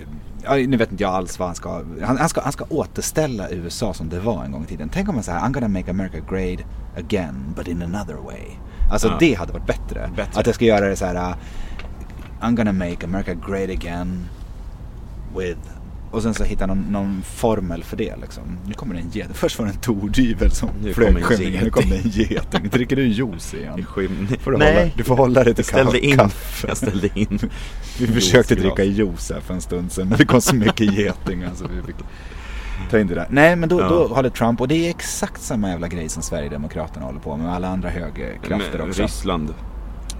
Speaker 4: ja, nu vet inte jag alls vad han ska, han, han ska, han ska återställa USA som det var en gång i tiden. Tänk om han säger I'm gonna make America great again but in another way. Alltså det hade varit bättre.
Speaker 3: Bättre.
Speaker 4: Att jag ska göra det så här, uh, I'm gonna make America great again with och sen så hitta någon, någon formel för det liksom. Nu kommer det en get. Först var det en tordyvel som
Speaker 3: Nu
Speaker 4: flög
Speaker 3: kommer en
Speaker 4: skymningen. Nu
Speaker 3: get.
Speaker 4: kommer det en geting. Dricker du en juice igen?
Speaker 3: Skym-
Speaker 4: Får du, hålla, du får hålla dig till
Speaker 3: jag ställde in.
Speaker 4: kaffe.
Speaker 3: Jag ställde in.
Speaker 4: Vi försökte
Speaker 3: Juiceglas.
Speaker 4: dricka juice här för en stund sedan men det kom så mycket geting alltså, vi fick ta in det där. Nej men då, då håller Trump, och det är exakt samma jävla grej som Sverigedemokraterna håller på med och alla andra högerkrafter
Speaker 3: Men
Speaker 4: också.
Speaker 3: Ryssland.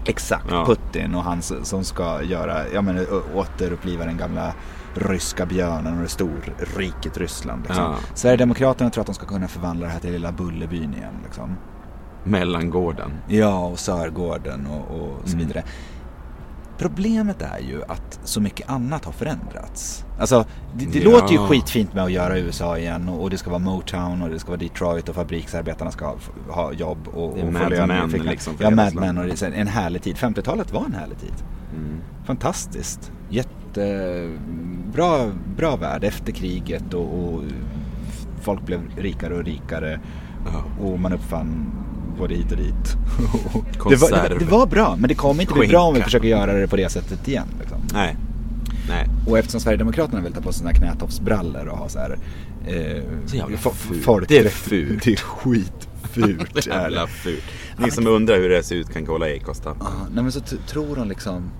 Speaker 4: Exakt,
Speaker 3: Ja.
Speaker 4: Putin och han s- som ska göra, ja men å- återuppliva den gamla ryska björnen och det storriket Ryssland. Liksom.
Speaker 3: Ja.
Speaker 4: Sverigedemokraterna tror att de ska kunna förvandla det här till lilla Bullerbyn igen. Liksom.
Speaker 3: Mellangården.
Speaker 4: Ja, och Sörgården och, och
Speaker 3: Mm.
Speaker 4: så vidare. Problemet är ju att så mycket annat har förändrats. Alltså, det, det
Speaker 3: Ja.
Speaker 4: låter ju skitfint med att göra USA igen och, och det ska vara Motown och det ska vara Detroit och fabriksarbetarna ska ha, ha jobb och, och
Speaker 3: Det är
Speaker 4: få
Speaker 3: Mad
Speaker 4: lön i
Speaker 3: Men
Speaker 4: fickan.
Speaker 3: liksom för
Speaker 4: Ja,
Speaker 3: hela
Speaker 4: Mad
Speaker 3: slanten.
Speaker 4: Men och det är så här en härlig tid. 50-talet var en härlig tid. Fantastiskt. Jättebra bra värld efter kriget och, och folk blev rikare och rikare. Och man uppfann både
Speaker 3: [laughs]
Speaker 4: hit och dit. det, var, det,
Speaker 3: Konserv.
Speaker 4: det var bra, men det kommer inte bli
Speaker 3: Skinka.
Speaker 4: bra om vi försöker göra det på det sättet igen. Liksom.
Speaker 3: Nej. Nej.
Speaker 4: Och eftersom Sverigedemokraterna vill ta på sig sina knätoppsbrallor och ha så här... Eh,
Speaker 3: Så jävla
Speaker 4: fo-
Speaker 3: fult.
Speaker 4: folk-
Speaker 3: Det är fult.
Speaker 4: Det
Speaker 3: [laughs]
Speaker 4: är skitfult. är det.
Speaker 3: Jävla fult. Ni som undrar hur det ser ut kan kolla Ekosta.
Speaker 4: Ja, nej men så t- tror de liksom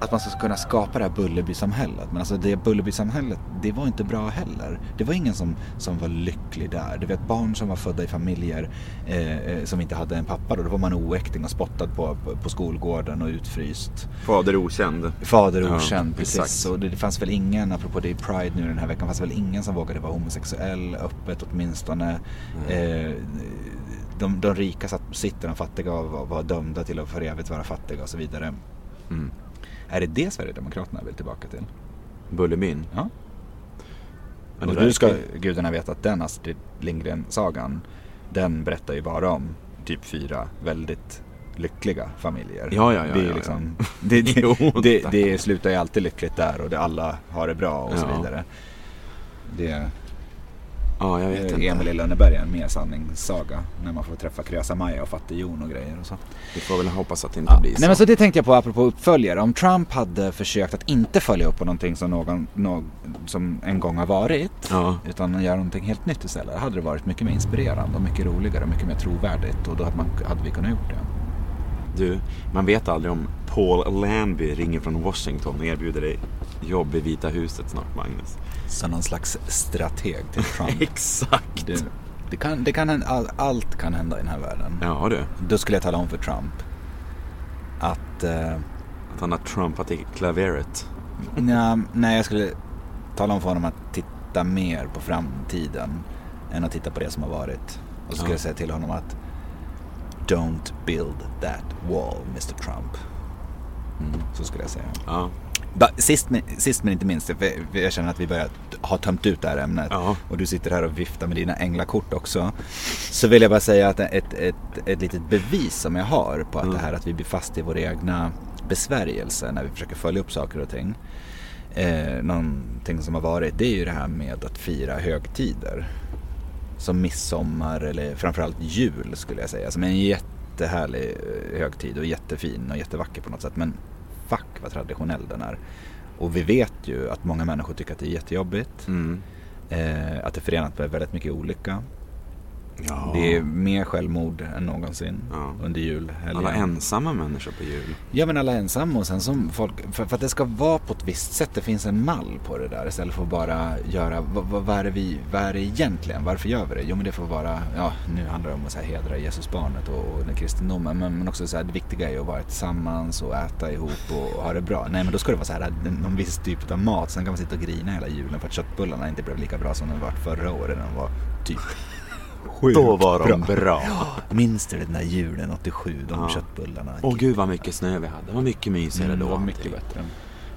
Speaker 4: att man ska kunna skapa det här Bullerbysamhället. Men alltså det Bullerbysamhället, det var inte bra heller. Det var ingen som, som var lycklig där. Du vet barn som var födda i familjer eh, eh, som inte hade en pappa då. Då var man oäkting och spottad på, på, på skolgården och utfryst.
Speaker 3: Fader okänd.
Speaker 4: Fader
Speaker 3: Ja,
Speaker 4: okänd,
Speaker 3: exakt.
Speaker 4: precis. Och det, det fanns väl ingen, apropå det är Pride nu den här veckan, fanns väl ingen som vågade vara homosexuell öppet åtminstone.
Speaker 3: Mm.
Speaker 4: Eh, de, de rika satt, sitter, de fattiga och var, var dömda till att för evigt vara fattiga och så vidare.
Speaker 3: Mm.
Speaker 4: Är det det Sverigedemokraterna vill tillbaka till?
Speaker 3: Bullerbyn.
Speaker 4: Ja.
Speaker 3: Ja,
Speaker 4: Och
Speaker 3: det
Speaker 4: nu
Speaker 3: där-
Speaker 4: ska gudarna veta att den Astrid Lindgren-sagan, den berättar ju bara om typ fyra väldigt lyckliga familjer.
Speaker 3: Ja, ja, ja,
Speaker 4: Det, är
Speaker 3: ja, ja.
Speaker 4: liksom, [laughs] det, det,
Speaker 3: [laughs] Jo,
Speaker 4: det,
Speaker 3: tack.
Speaker 4: det slutar ju alltid lyckligt där och det, alla har det bra och så
Speaker 3: Ja.
Speaker 4: vidare. Det
Speaker 3: Ja, jag vet
Speaker 4: är
Speaker 3: inte.
Speaker 4: Emil i Lönneberga, Eh, en mer sanningssaga. När man får träffa Krösa-Maja och Fattig-Jon och grejer och så.
Speaker 3: Vi får väl hoppas att det inte
Speaker 4: Ja.
Speaker 3: blir så.
Speaker 4: Nej men så det tänkte jag på apropå uppföljare. Om Trump hade försökt att inte följa upp på någonting som, någon, nå- som en gång har varit.
Speaker 3: Ja.
Speaker 4: Utan göra någonting helt nytt istället. Hade det varit mycket mer inspirerande och mycket roligare och mycket mer trovärdigt. Och då hade, man, hade vi kunnat gjort det.
Speaker 3: Du, man vet aldrig om Paul Lambie ringer från Washington och erbjuder dig jobb i Vita huset snart, Magnus.
Speaker 4: Så någon slags strateg till [laughs] Trump.
Speaker 3: Exakt!
Speaker 4: det, det kan, det kan, hända- all, allt kan hända i den här världen.
Speaker 3: Ja du,
Speaker 4: Då skulle jag tala om för Trump att eh,
Speaker 3: att han har trumpat i klaveret.
Speaker 4: Nja, nej, jag skulle tala om för honom att titta mer på framtiden än att titta på det som har varit. Och så skulle
Speaker 3: Ja.
Speaker 4: jag säga till honom att Don't build that wall, Mr Trump. Mm, Så skulle jag säga.
Speaker 3: Ja.
Speaker 4: Ba- Sist men, sist men inte minst, för för jag känner att vi börjar t- ha tömt ut det här ämnet.
Speaker 3: Ja.
Speaker 4: Och du sitter här och viftar med dina änglakort också. Så vill jag bara säga att ett, ett, ett litet bevis som jag har på att det här att vi blir fast i våra egna besvärjelser när vi försöker följa upp saker och ting. Eh, någonting som har varit, det är ju det här med att fira högtider. Som midsommar eller framförallt jul skulle jag säga. Som är en jättehärlig eh, högtid och jättefin och jättevacker på något sätt. Men fuck vad traditionell den är. Och vi vet ju att många människor tycker att det är jättejobbigt.
Speaker 3: Mm.
Speaker 4: Eh, att det är förenat med väldigt mycket olycka. Det är mer självmord än någonsin
Speaker 3: Ja.
Speaker 4: under julhelgen.
Speaker 3: Alla ensamma människor på jul.
Speaker 4: Ja men alla ensamma och sen som folk, för, för att det ska vara på ett visst sätt, det finns en mall på det där istället för att bara göra, vad, vad, vad är det vi, vad är det egentligen, varför gör vi det? Jo men det får vara, ja nu handlar det om att så här, hedra Jesusbarnet och, och den kristendomen men, men också så här, det viktiga är ju att vara tillsammans och äta ihop och, ha det bra. Nej men då ska det vara så här, en- någon viss typ av mat, sen kan man sitta och grina hela julen för att köttbullarna inte blev lika bra som de var förra året när de var typ sjukt
Speaker 3: Då var de bra.
Speaker 4: Minns du den där julen 87, de
Speaker 3: Ja.
Speaker 4: köttbullarna?
Speaker 3: Åh gud vad mycket snö vi hade. Vad mycket mysigare
Speaker 4: Mm,
Speaker 3: då. typ.
Speaker 4: det var mycket bättre.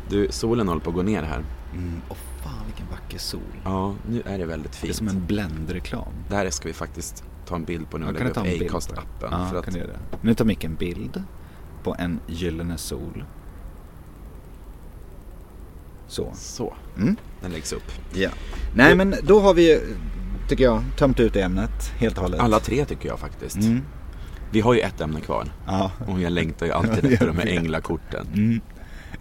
Speaker 3: Du, solen håller på att gå ner här.
Speaker 4: Mm. Och fan vilken vacker sol.
Speaker 3: Ja, nu är det väldigt
Speaker 4: Det är
Speaker 3: fint.
Speaker 4: som en bländreklam.
Speaker 3: Det här ska vi faktiskt ta en bild på nu och lägga upp Acast-appen.
Speaker 4: Ja,
Speaker 3: för att
Speaker 4: kan du göra det. Nu tar Micke en bild på en gyllene sol. Så.
Speaker 3: Så.
Speaker 4: Mm.
Speaker 3: Den läggs upp.
Speaker 4: Ja. Nej men då har vi ju, tycker jag, tömt ut ämnet helt och hållet.
Speaker 3: Alla tre tycker jag faktiskt. Vi har ju ett ämne kvar.
Speaker 4: Mm. Ja,
Speaker 3: Och jag längtar ju alltid efter de här änglakorten.
Speaker 4: [laughs]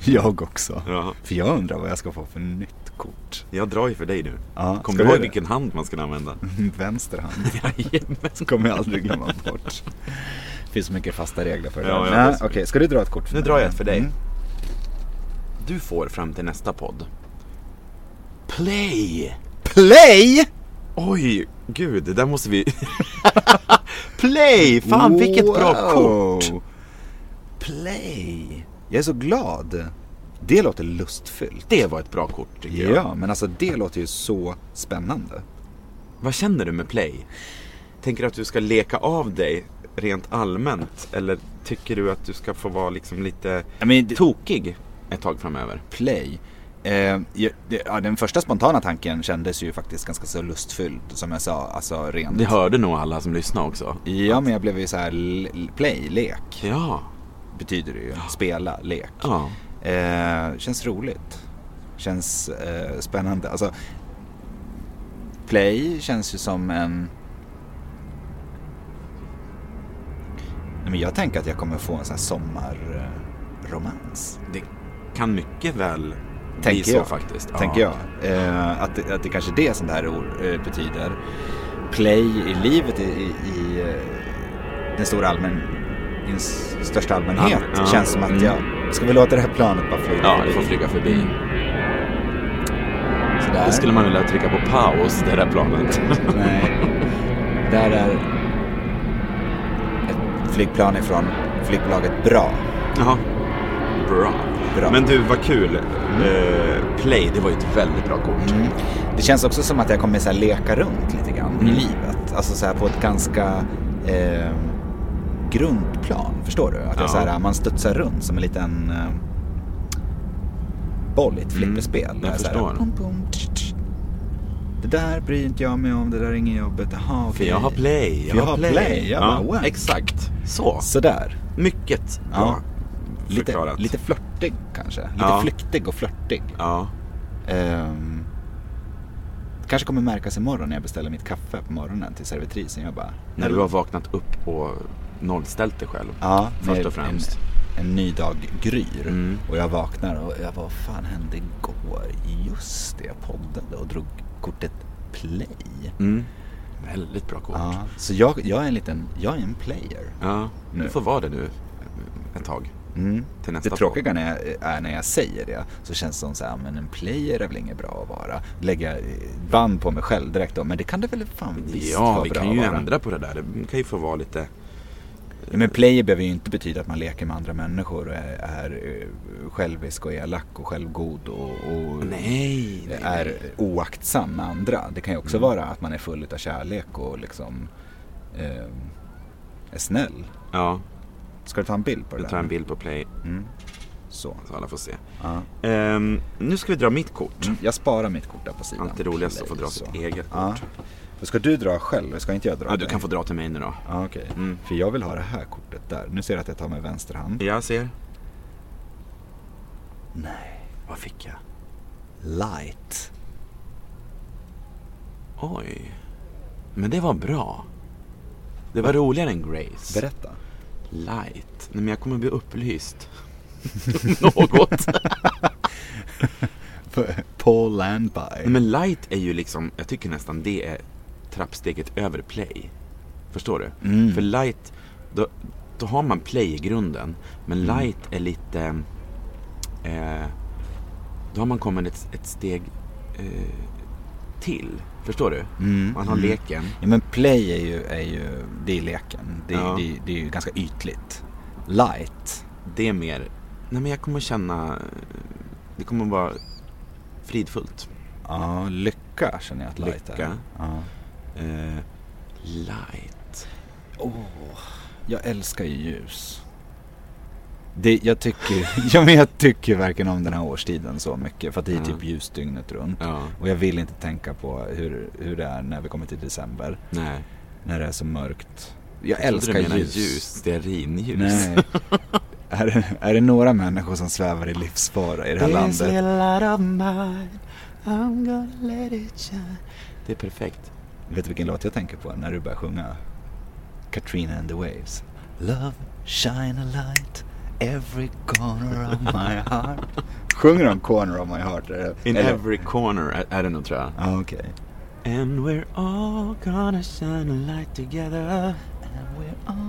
Speaker 4: Mm. jag också.
Speaker 3: Ja.
Speaker 4: För jag undrar vad jag ska få för nytt kort. [laughs]
Speaker 3: Jag drar ju för dig nu.
Speaker 4: Ja,
Speaker 3: Kommer
Speaker 4: ska
Speaker 3: du
Speaker 4: vi
Speaker 3: ihåg
Speaker 4: det?
Speaker 3: vilken hand man ska
Speaker 4: [laughs]
Speaker 3: använda?
Speaker 4: Vänster hand. kommer jag aldrig glömma bort. Det finns så mycket fasta regler för det.
Speaker 3: Ja,
Speaker 4: där.
Speaker 3: ja,
Speaker 4: Nej,
Speaker 3: det är så.
Speaker 4: Okej, ska du dra ett kort? för
Speaker 3: Nu
Speaker 4: mig?
Speaker 3: drar jag ett för dig.
Speaker 4: Mm.
Speaker 3: Du får fram till nästa podd. Play!
Speaker 4: Play!
Speaker 3: Oj, gud, det där måste vi... [laughs] Play! Fan, vilket bra
Speaker 4: Wow.
Speaker 3: kort! Play!
Speaker 4: Jag är så glad. Det låter lustfyllt.
Speaker 3: Det var ett bra kort tycker jag.
Speaker 4: Ja, men alltså det låter ju så spännande.
Speaker 3: Vad känner du med play? Tänker du att du ska leka av dig rent allmänt? Eller tycker du att du ska få vara liksom lite
Speaker 4: I mean, det-
Speaker 3: tokig ett tag framöver?
Speaker 4: Play. Eh, ju- det- ja, den första spontana tanken kändes ju faktiskt ganska så lustfylld som jag sa, alltså rent.
Speaker 3: Det hörde nog alla som lyssnade också.
Speaker 4: Ja, men jag blev ju så här, l- l- play, lek
Speaker 3: Ja.
Speaker 4: betyder det ju. Spela, lek.
Speaker 3: Ja.
Speaker 4: Eh, känns roligt. Känns eh, spännande. Alltså, play känns ju som en... Nej, men jag tänker att jag kommer få en sån här sommarromans.
Speaker 3: Det kan mycket väl bli
Speaker 4: Tänker
Speaker 3: så
Speaker 4: jag.
Speaker 3: faktiskt. Ja.
Speaker 4: Tänker jag. Eh, att, det- att det kanske är det som det här ord, eh, betyder. Play i livet i, i, i eh, den stora allmän, i den s- största allmänhet.
Speaker 3: Ja. Mm.
Speaker 4: Känns som att jag... Ska vi låta det här planet bara flyga
Speaker 3: Ja,
Speaker 4: förbi?
Speaker 3: det får flyga förbi.
Speaker 4: Sådär.
Speaker 3: Då skulle man vilja trycka på paus, det där [laughs] planet.
Speaker 4: Nej. Där är ett flygplan ifrån flygbolaget Bra.
Speaker 3: Jaha. Bra.
Speaker 4: Bra.
Speaker 3: Men du, vad kul. Eh, play, det var ju ett väldigt bra kort.
Speaker 4: Det känns också som att jag kommer så här leka runt lite grann
Speaker 3: Mm.
Speaker 4: i livet. Alltså så här på ett ganska eh, grundplan, förstår du? Att jag
Speaker 3: Ja.
Speaker 4: så här, man studsar runt som en liten eh, boll i ett flipperspel. Där
Speaker 3: Mm. jag
Speaker 4: så här,
Speaker 3: förstår.
Speaker 4: pum, pum, tsch, tsch. Det där bryr inte jag mig om, det där är inget jobbet. Jaha, okej.
Speaker 3: För jag har play.
Speaker 4: För jag har play. Jag bara, wow.
Speaker 3: Exakt. Så.
Speaker 4: Sådär.
Speaker 3: Mycket bra
Speaker 4: Ja. Lite,
Speaker 3: förklarat.
Speaker 4: lite flörtig kanske. Lite
Speaker 3: Ja.
Speaker 4: flyktig och flörtig.
Speaker 3: Ja.
Speaker 4: Ehm, det kanske kommer märkas imorgon när jag beställer mitt kaffe på morgonen till servitrisen. Jag bara,
Speaker 3: När du har vaknat upp och nollställt dig själv.
Speaker 4: ja,
Speaker 3: först
Speaker 4: när
Speaker 3: och främst. Mm.
Speaker 4: En, en ny dag gryr och jag vaknar och jag bara, vad fan hände igår? Just det, jag poddade och drog kortet play.
Speaker 3: Mm. Väldigt bra kort.
Speaker 4: Ja, så jag, jag är en liten, jag är en player.
Speaker 3: Ja,
Speaker 4: Nu.
Speaker 3: Du får vara det nu eh, ett tag.
Speaker 4: Mm.
Speaker 3: Till nästa
Speaker 4: Det tråkiga när jag, är när jag säger det så känns det som så här, men en player är väl inget bra att vara. Lägga eh, band på mig själv direkt då, men det kan det väl fan
Speaker 3: podd.
Speaker 4: visst
Speaker 3: Ja,
Speaker 4: vara
Speaker 3: vi
Speaker 4: bra
Speaker 3: kan ju
Speaker 4: att vara.
Speaker 3: ändra på det där. Det kan ju få vara lite...
Speaker 4: Ja, Men player behöver ju inte betyda att man leker med andra människor och är, är eh, självisk och elak och självgod och, och
Speaker 3: Nej, nej.
Speaker 4: är oaktsam med andra. Det kan ju också
Speaker 3: Mm.
Speaker 4: vara att man är full av kärlek och liksom eh, är snäll.
Speaker 3: Ja,
Speaker 4: Ska du ta en bild på det
Speaker 3: jag
Speaker 4: där?
Speaker 3: tar en bild på play
Speaker 4: Så.
Speaker 3: så alla får se. Ehm, nu ska vi dra mitt kort.
Speaker 4: Jag sparar mitt kort där på sidan.
Speaker 3: Alltid roligast att få
Speaker 4: Play,
Speaker 3: dra
Speaker 4: så.
Speaker 3: sitt eget
Speaker 4: Mm. Ja.
Speaker 3: kort.
Speaker 4: Då Ska du dra själv? Ska inte jag dra?
Speaker 3: Ja, du
Speaker 4: dig?
Speaker 3: kan få dra till mig nu då.
Speaker 4: Ja, okej. Mm. För jag vill ha det här kortet där. Nu ser jag att jag tar med vänster hand.
Speaker 3: Jag ser. Nej. Vad fick jag?
Speaker 4: Light.
Speaker 3: Oj. Men det var bra. Det var roligare än Grace.
Speaker 4: Berätta.
Speaker 3: Light. Nej, men jag kommer bli upplyst. [laughs] Något.
Speaker 4: Paul Landby.
Speaker 3: Nej, men light är ju liksom, jag tycker nästan det är trappsteget över play. Förstår du?
Speaker 4: Mm.
Speaker 3: För light, då, då har man play i grunden. Men
Speaker 4: Mm.
Speaker 3: light är lite... Eh, då har man kommit ett, ett steg eh, till. Förstår du? Man har leken.
Speaker 4: Mm. Ja, men play är ju, är ju det är leken. Det, är-
Speaker 3: Ja.
Speaker 4: det, det är ju ganska ytligt. Light.
Speaker 3: Det är mer, nej men jag kommer känna, eh, det kommer vara fridfullt.
Speaker 4: Ja, lycka känner jag att light är.
Speaker 3: Lycka.
Speaker 4: Ja.
Speaker 3: Eh, light.
Speaker 4: Jag älskar ju ljus. Det, jag tycker [laughs] ja, men jag tycker verkligen om den här årstiden så mycket för att det är typ ljus dygnet runt.
Speaker 3: Ja.
Speaker 4: Och jag vill inte tänka på hur, hur det är när vi kommer till december.
Speaker 3: Nej.
Speaker 4: När det är så mörkt. Jag,
Speaker 3: Jag trodde
Speaker 4: älskar
Speaker 3: du menade [laughs]
Speaker 4: ljus.
Speaker 3: ljus. Stearinljus.
Speaker 4: Nej. Är, det- är det några människor som svävar i livsfara i det här landet?
Speaker 3: Det är perfekt.
Speaker 4: Vet du vilken låt jag tänker på när du börjar sjunga? Katrina and the Waves. Love, shine a light, every corner of my heart.
Speaker 3: [laughs]
Speaker 4: Sjunger de corner of my heart? Eller?
Speaker 3: In
Speaker 4: eller-
Speaker 3: every corner är, är det nog tror jag.
Speaker 4: Ja, okej.
Speaker 3: And we're all gonna shine a light together.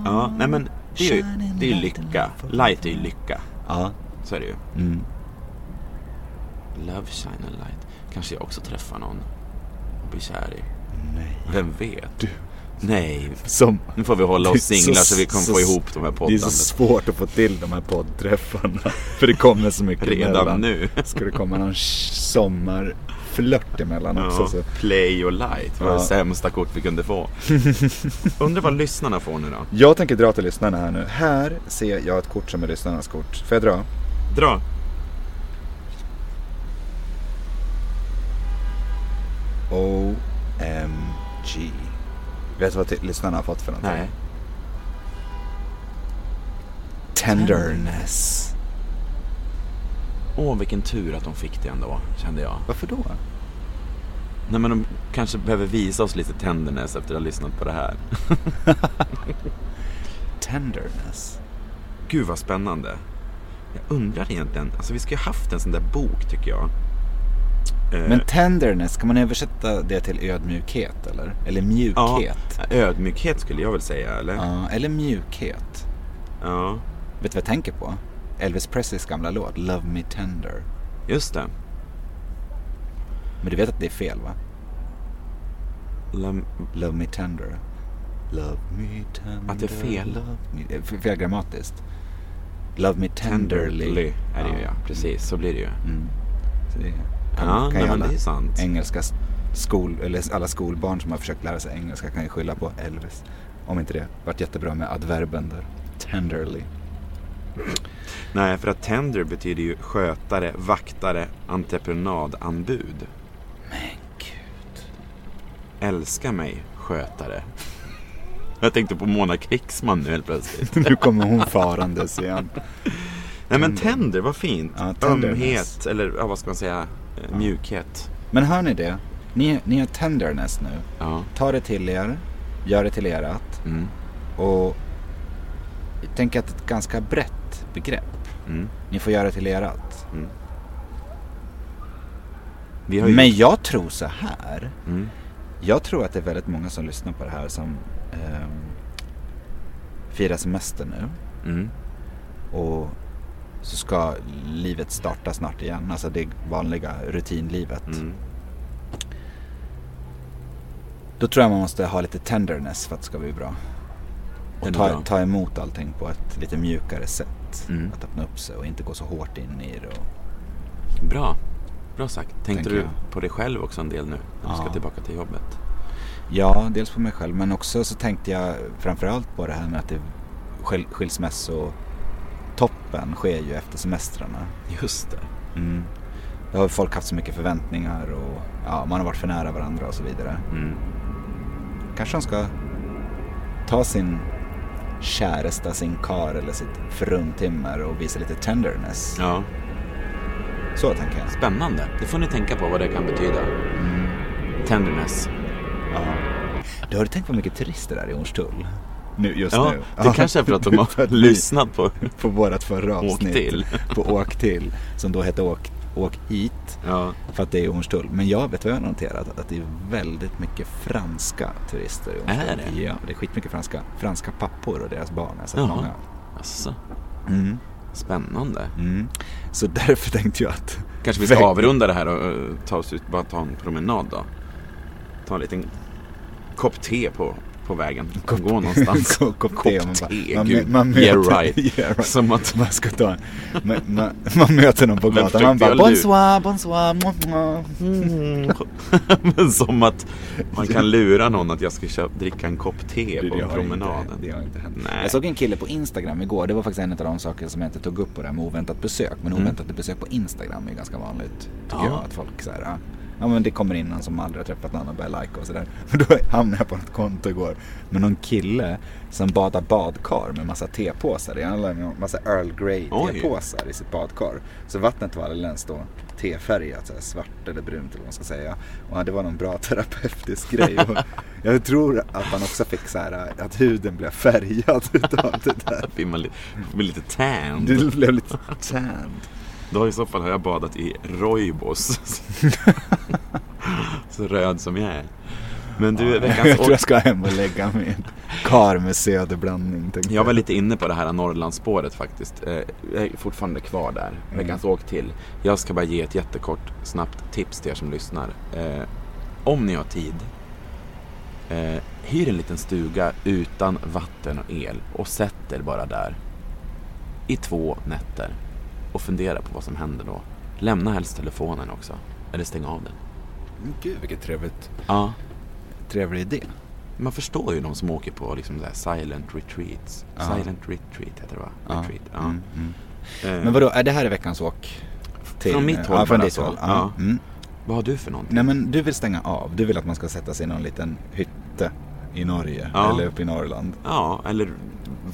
Speaker 3: Ja, nej men det är ju, det är ju lycka. Light är ju lycka.
Speaker 4: Ja,
Speaker 3: Så är det ju.
Speaker 4: mm.
Speaker 3: Love shine a light. Kanske jag också träffar någon och blir kär i.
Speaker 4: nej.
Speaker 3: Vem vet? Nej.
Speaker 4: Som...
Speaker 3: Nu får vi hålla
Speaker 4: Det är
Speaker 3: oss singlar så,
Speaker 4: så-
Speaker 3: vi kan
Speaker 4: så-
Speaker 3: få ihop de här
Speaker 4: Det är
Speaker 3: poddarna.
Speaker 4: så svårt att få till de här poddträffarna. [laughs] För det kommer så mycket
Speaker 3: Redan [laughs]
Speaker 4: emellan.
Speaker 3: nu.
Speaker 4: Ska det komma någon sh- sommarflört emellan också.
Speaker 3: Ja,
Speaker 4: Så.
Speaker 3: play och light var
Speaker 4: Ja.
Speaker 3: det sämsta kort vi kunde [laughs] få. Undrar vad lyssnarna får nu då?
Speaker 4: Jag tänker dra till lyssnarna här nu. Här ser jag ett kort som är lyssnarnas kort. Får jag dra?
Speaker 3: Dra!
Speaker 4: OMG. Vet du vad till- lyssnarna har fått för någonting?
Speaker 3: Nej.
Speaker 4: Tenderness.
Speaker 3: Åh, vilken tur att de fick det ändå, kände jag.
Speaker 4: Varför då?
Speaker 3: Nej, men de kanske behöver visa oss lite tenderness efter att ha lyssnat på det här.
Speaker 4: Tenderness.
Speaker 3: Gud vad spännande. Jag undrar egentligen, alltså vi ska ju haft en sån där bok tycker jag. Eh,
Speaker 4: Men tenderness, kan man översätta det till ödmjukhet eller? Eller
Speaker 3: ja,
Speaker 4: mjukhet?
Speaker 3: ödmjukhet skulle jag väl säga, eller?
Speaker 4: Ja, eller mjukhet.
Speaker 3: ja.
Speaker 4: Vet du vad jag tänker på? Elvis Presleys gamla låt Love Me Tender.
Speaker 3: Just det.
Speaker 4: Men du vet att det är fel va?
Speaker 3: Lem-
Speaker 4: Love Me Tender. Love Me Tender.
Speaker 3: Att det är fel?
Speaker 4: Love me, eh, f- fel grammatiskt. Love Me Tenderly.
Speaker 3: Tenderly är det ju ja, precis. Så blir det ju.
Speaker 4: Så det kan,
Speaker 3: Ja,
Speaker 4: kan
Speaker 3: nej,
Speaker 4: ju
Speaker 3: men
Speaker 4: alla
Speaker 3: det är sant.
Speaker 4: engelska s- skol, eller alla skolbarn som har försökt lära sig engelska kan ju skylla på Elvis. Om inte det varit jättebra med adverben där. Tenderly.
Speaker 3: Nej, för att tender betyder ju skötare, vaktare, entreprenadanbud. Älska mig, skötare. Jag tänkte på Mona Krigsman nu helt plötsligt.
Speaker 4: [laughs] Nu kommer hon farandes igen.
Speaker 3: Nej men tänder, vad fint.
Speaker 4: Ja, tenderness.
Speaker 3: Ömhet, eller ja, vad ska man säga, Eh, mjukhet.
Speaker 4: Men hör ni det? Ni, ni har tenderness nu.
Speaker 3: Ja.
Speaker 4: Ta det till er, gör det till erat
Speaker 3: Mm.
Speaker 4: och tänk att det är ett ganska brett begrepp.
Speaker 3: Mm.
Speaker 4: Ni får göra det till erat.
Speaker 3: Vi har ju...
Speaker 4: Men jag tror så här.
Speaker 3: Mm.
Speaker 4: Jag tror att det är väldigt många som lyssnar på det här som ehm, firar semester nu.
Speaker 3: Mm.
Speaker 4: Och så ska livet starta snart igen. Alltså det vanliga rutinlivet.
Speaker 3: Mm.
Speaker 4: Då tror jag man måste ha lite tenderness för att det ska bli bra.
Speaker 3: Den
Speaker 4: Och
Speaker 3: är
Speaker 4: ta,
Speaker 3: bra.
Speaker 4: ta emot allting på ett lite mjukare sätt.
Speaker 3: Mm.
Speaker 4: Att öppna upp sig och inte gå så hårt in i det. Och...
Speaker 3: Bra. Bra sagt. Tänkte
Speaker 4: Tänker
Speaker 3: du
Speaker 4: jag.
Speaker 3: på dig själv också en del nu? När du ska
Speaker 4: Ja.
Speaker 3: tillbaka till jobbet.
Speaker 4: Ja, dels på mig själv men också så tänkte jag framförallt på det här med att det skil- skilsmässotoppen sker ju efter semestrarna.
Speaker 3: Just det.
Speaker 4: Mm. Då har folk haft så mycket förväntningar och ja, man har varit för nära varandra och så vidare.
Speaker 3: Mm.
Speaker 4: Kanske de ska ta sin käresta, sin kar eller sitt fruntimmer och visa lite tenderness.
Speaker 3: Ja.
Speaker 4: Så tänker jag.
Speaker 3: Spännande. Det får ni tänka på vad det kan betyda.
Speaker 4: Mm.
Speaker 3: Tenderness.
Speaker 4: Du har du tänkt på mycket turister där i Ornstull? Nu, just
Speaker 3: Ja,
Speaker 4: nu.
Speaker 3: det kanske är för att de
Speaker 4: [laughs]
Speaker 3: har
Speaker 4: ni-
Speaker 3: lyssnat på...
Speaker 4: På vårat förra
Speaker 3: Åk
Speaker 4: avsnitt.
Speaker 3: till.
Speaker 4: på Åk till. Som då hette Åk, åk hit.
Speaker 3: Ja.
Speaker 4: För att det är Hornstull. Men jag vet vad jag har noterat? Att det är väldigt mycket franska turister i Hornstull.
Speaker 3: Är det?
Speaker 4: Ja, det är skitmycket franska, franska pappor och deras barn. Jag har sett
Speaker 3: Jaha.
Speaker 4: många.
Speaker 3: Alltså,
Speaker 4: Mm.
Speaker 3: spännande.
Speaker 4: Mm. Så därför tänkte jag att...
Speaker 3: Kanske vi ska
Speaker 4: Väg-
Speaker 3: avrunda det här och eh, ta oss ut, bara ta en promenad då. Ta en liten kopp te på, på vägen. Gå någonstans.
Speaker 4: [laughs] Kopp, kopp te.
Speaker 3: Kopp
Speaker 4: bara-
Speaker 3: te,
Speaker 4: man,
Speaker 3: gud.
Speaker 4: mö- man möter,
Speaker 3: yeah,
Speaker 4: [laughs]
Speaker 3: right.
Speaker 4: yeah, right.
Speaker 3: Som att...
Speaker 4: Man ska ta en, man, man, man möter någon på
Speaker 3: Vem
Speaker 4: gatan. Man
Speaker 3: försökte
Speaker 4: bara
Speaker 3: jag lura?
Speaker 4: bonsoir, bonsoir. Moi, moi.
Speaker 3: Men [laughs] som att man
Speaker 4: [laughs]
Speaker 3: kan lura någon att jag ska köpa, dricka en kopp te
Speaker 4: Det
Speaker 3: på
Speaker 4: har inte-
Speaker 3: promenaden.
Speaker 4: Det har inte hänt.
Speaker 3: Nej.
Speaker 4: Jag såg en kille på Instagram igår. Det var faktiskt en av de saker som jag inte tog upp på det här med oväntat besök. Men oväntat besök på Instagram är ju ganska vanligt. Tycker
Speaker 3: Mm. Ja.
Speaker 4: jag att folk så här, ja, Ja men det kommer in någon som aldrig har träffat någon och börjar like och sådär. Men [laughs] då hamnade jag på något konto igår med någon kille som badar badkar med massa tepåsar. i. Han hade en massa Earl Grey
Speaker 3: Oj.
Speaker 4: tepåsar i sitt badkar. Så vattnet var alldeles då tefärgat, så här svart eller brunt eller vad man ska säga. Och det var någon bra [laughs] terapeutisk grej. Och jag tror att han också fick så här äh, att huden blev färgad [laughs] utav det där.
Speaker 3: Blir man li- blir lite tan.
Speaker 4: Du blev lite tanned.
Speaker 3: Då i så fall har jag badat i
Speaker 4: [laughs]
Speaker 3: roibos. [laughs] så röd som jag är. Men du,
Speaker 4: Jag
Speaker 3: veckans
Speaker 4: tror jag ska hem och lägga mig i en kar med söderblandning. tänkte
Speaker 3: Jag var lite inne på det här Norrlandsspåret faktiskt. Eh, Jag är fortfarande kvar där.
Speaker 4: Mm.
Speaker 3: Veckans åk till. Jag ska bara ge ett jättekort, snabbt tips till er som lyssnar. Eh, Om ni har tid, eh, hyr en liten stuga utan vatten och el och sätt er bara där i två nätter och fundera på vad som händer då. Lämna helst telefonen också, eller stäng av den.
Speaker 4: Men Gud vilket trevligt.
Speaker 3: Ja,
Speaker 4: Trevlig idé.
Speaker 3: man förstår ju de som åker på liksom så här silent retreats.
Speaker 4: Ja.
Speaker 3: Silent retreat heter det va?
Speaker 4: Ja.
Speaker 3: Retreat. Ja.
Speaker 4: Mm, mm.
Speaker 3: Eh,
Speaker 4: Men vadå, är det här är veckans åk? till-
Speaker 3: Från mitt håll
Speaker 4: Ja, från
Speaker 3: bara
Speaker 4: ditt
Speaker 3: så.
Speaker 4: håll.
Speaker 3: Ja.
Speaker 4: Ja. Mm.
Speaker 3: Vad har du för någonting?
Speaker 4: Nej men du vill stänga av. Du vill att man ska sätta sig i någon liten hytte i Norge
Speaker 3: Ja.
Speaker 4: eller uppe i Norrland.
Speaker 3: Ja, eller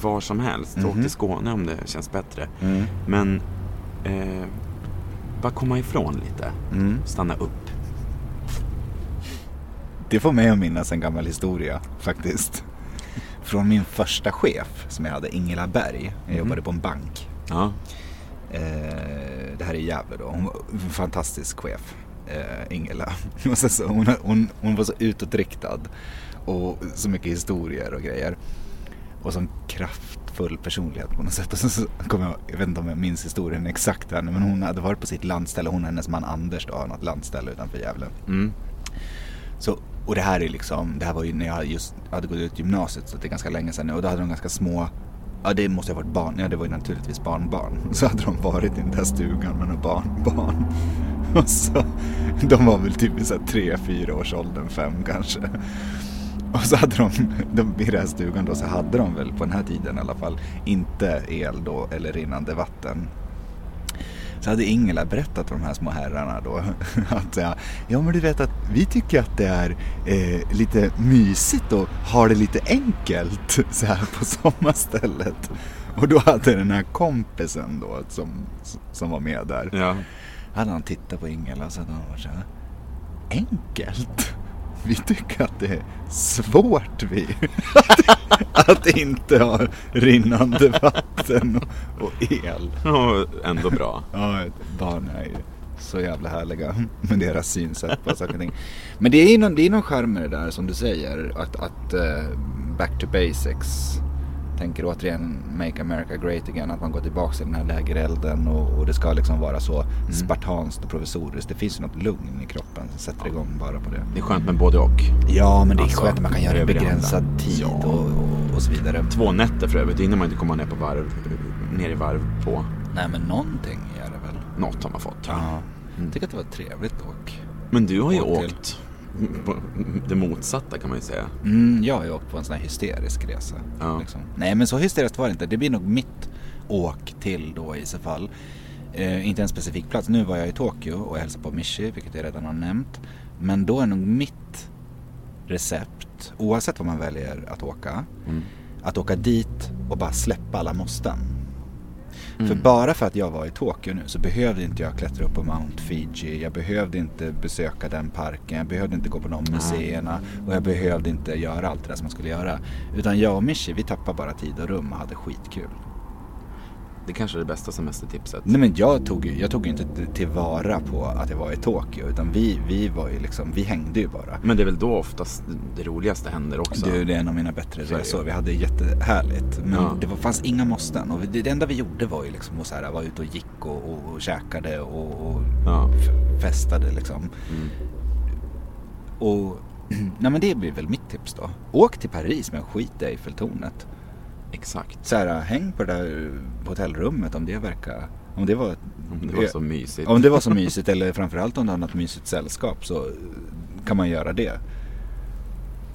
Speaker 3: var som helst. Åk
Speaker 4: Mhm.
Speaker 3: till Skåne om det känns bättre. Men eh, bara komma ifrån lite.
Speaker 4: Mm.
Speaker 3: Stanna upp.
Speaker 4: Det får mig att minnas en gammal historia faktiskt. Från min första chef som jag hade, Ingela Berg. Jag jobbade på en bank.
Speaker 3: Ja.
Speaker 4: Eh, det här är Gävle då. Hon var en fantastisk chef, eh, Ingela. [laughs] Och sen så, hon, hon, hon var så utåtriktad och så mycket historier och grejer. Och som kraftfull personlighet på något sätt. Och sen så kommer jag, jag vet inte om jag minns historien exakt än, men hon hade varit på sitt landställe. Hon och hennes man Anders då har något landställe utanför Gävle. Så, och det här är liksom, det här var ju när jag just hade gått ut gymnasiet så det är ganska länge sedan nu och då hade de ganska små, ja det måste ha varit barn, ja det var ju naturligtvis barnbarn. [laughs] Så hade de varit i den där stugan med några barnbarn. [laughs] Och så, de var väl typ i så här tre, fyra års åldern, fem kanske. Och så hade de, de, i den här stugan då så hade de väl på den här tiden i alla fall inte el då eller rinnande vatten. Så hade Ingela berättat för de här små herrarna då [laughs] att säga, ja men du vet att vi tycker att det är eh, lite mysigt och har det lite enkelt [laughs] så här på sommarstället. Och då hade den här kompisen då som, som var med där,
Speaker 3: ja.
Speaker 4: hade han tittat på Ingela och så hade han varit så här, enkelt? Vi tycker att det är svårt vi. [laughs] Att, att inte ha rinnande vatten och, och el.
Speaker 3: [laughs] Och ändå bra.
Speaker 4: Ja, barn är ju så jävla härliga [laughs] med deras synsätt på saker och ting. Men det är ju någon, det är någon charm med det där som du säger. Att, att eh, back to basics. Tänker återigen Make America Great Again. Att man går tillbaka till den här lägerelden och, och det ska liksom vara så spartanskt och provisoriskt. Det finns ju något lugn i kroppen som sätter igång bara på det.
Speaker 3: Det är skönt med både och.
Speaker 4: Ja, men det är
Speaker 3: Alltså,
Speaker 4: skönt att man kan göra det i
Speaker 3: över det
Speaker 4: begränsad
Speaker 3: andra.
Speaker 4: tid
Speaker 3: Ja.
Speaker 4: och, och, och så vidare.
Speaker 3: Två nätter för övrigt, det hinner man inte komma ner, på varv, ner i varv på.
Speaker 4: Nej, men någonting är det väl.
Speaker 3: Något har man fått.
Speaker 4: Ja. Jag tycker att det var ett trevligt åk.
Speaker 3: Men du har ju
Speaker 4: Åk till.
Speaker 3: åkt på det motsatta kan man ju säga.
Speaker 4: Mm, jag har ju åkt på en sån här hysterisk resa.
Speaker 3: Ja.
Speaker 4: Liksom. Nej men så hysteriskt var det inte. Det blir nog mitt åk till då i så fall. Eh, inte en specifik plats. Nu var jag i Tokyo och hälsade på Mishi, vilket jag redan har nämnt. Men då är nog mitt recept, oavsett vad man väljer att åka, att åka dit och bara släppa alla måsten. För bara för att jag var i Tokyo nu så behövde inte jag klättra upp på Mount Fiji, jag behövde inte besöka den parken, jag behövde inte gå på de museerna och jag behövde inte göra allt det där som man skulle göra. Utan jag och Mishi, vi tappade bara tid och rum och hade skitkul.
Speaker 3: Det kanske är det bästa semestertipset.
Speaker 4: Nej men jag tog ju, jag tog ju inte t- tillvara på att jag var i Tokyo utan vi, vi var ju liksom, vi hängde ju bara.
Speaker 3: Men det är väl då oftast det roligaste händer också.
Speaker 4: Du, det är en av mina bättre
Speaker 3: Så är det
Speaker 4: resor.
Speaker 3: ju.
Speaker 4: Vi hade jättehärligt. Men
Speaker 3: Ja.
Speaker 4: det var, fanns inga måsten. Och det, det enda vi gjorde var ju liksom att så här, vara ute och gick och, och, och käkade och, och
Speaker 3: Ja.
Speaker 4: f- festade liksom. Och [clears throat] nej men det blir väl mitt tips då. Åk till Paris men skit i Eiffeltornet.
Speaker 3: Exakt.
Speaker 4: Så här, häng på det där hotellrummet om det verkar, om det var, Eh,
Speaker 3: Om det var så mysigt.
Speaker 4: om det var så mysigt eller framförallt om det var något mysigt sällskap så kan man göra det.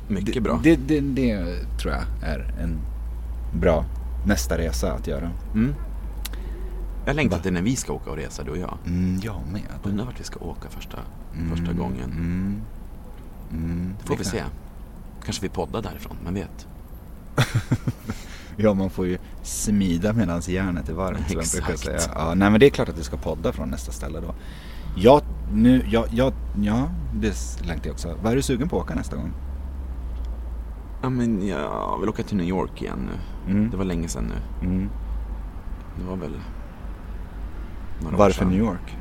Speaker 3: Mycket
Speaker 4: Det-
Speaker 3: bra.
Speaker 4: Det, det, det tror jag är en bra nästa resa att göra.
Speaker 3: Mm. Jag längtar till när vi ska åka och resa, du och jag.
Speaker 4: Mm, jag med.
Speaker 3: Undrar vart vi ska åka första, första gången.
Speaker 4: Mm,
Speaker 3: det får vi se. Kanske vi poddar därifrån, man vet.
Speaker 4: Ja, man får ju smida medan järnet är varmt. som jag brukar
Speaker 3: Exakt.
Speaker 4: säga. Ja, nej, men det är klart att du ska podda från nästa ställe då. Jag, nu, jag, jag, ja, det längtar jag också. Vad är du sugen på att åka nästa gång?
Speaker 3: Ja, men jag vill åka till New York igen nu. Det var länge sedan nu. Det var väl några år
Speaker 4: Varför
Speaker 3: sedan.
Speaker 4: New York?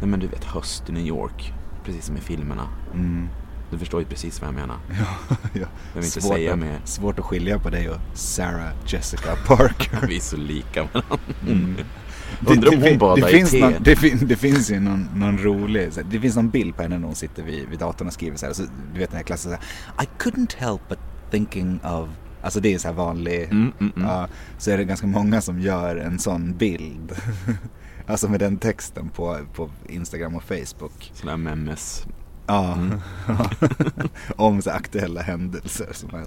Speaker 3: Nej, men du vet, höst i New York. Precis som i filmerna. Mm. Du förstår ju precis vad jag menar.
Speaker 4: Ja,
Speaker 3: Jag vill inte
Speaker 4: svårt
Speaker 3: säga
Speaker 4: att,
Speaker 3: mer.
Speaker 4: Svårt att skilja på dig och Sarah Jessica Parker.
Speaker 3: Vi är så lika varandra.
Speaker 4: Det-
Speaker 3: Undrar
Speaker 4: det
Speaker 3: om
Speaker 4: fin-
Speaker 3: hon badar
Speaker 4: det
Speaker 3: i
Speaker 4: finns
Speaker 3: te.
Speaker 4: någon, det, fin, det finns ju någon, någon rolig, så här, det finns någon bild på henne när hon sitter vid, vid datorn och skriver så här, så, du vet den här klassen så här, I couldn't help but thinking of, alltså det är så här vanlig,
Speaker 3: Mm,
Speaker 4: Ja, så är det ganska många som gör en sån bild. [laughs] alltså med den texten på, på Instagram och Facebook.
Speaker 3: Sådana här memes.
Speaker 4: Ja,
Speaker 3: Mm.
Speaker 4: [laughs] om så här, aktuella händelser som jag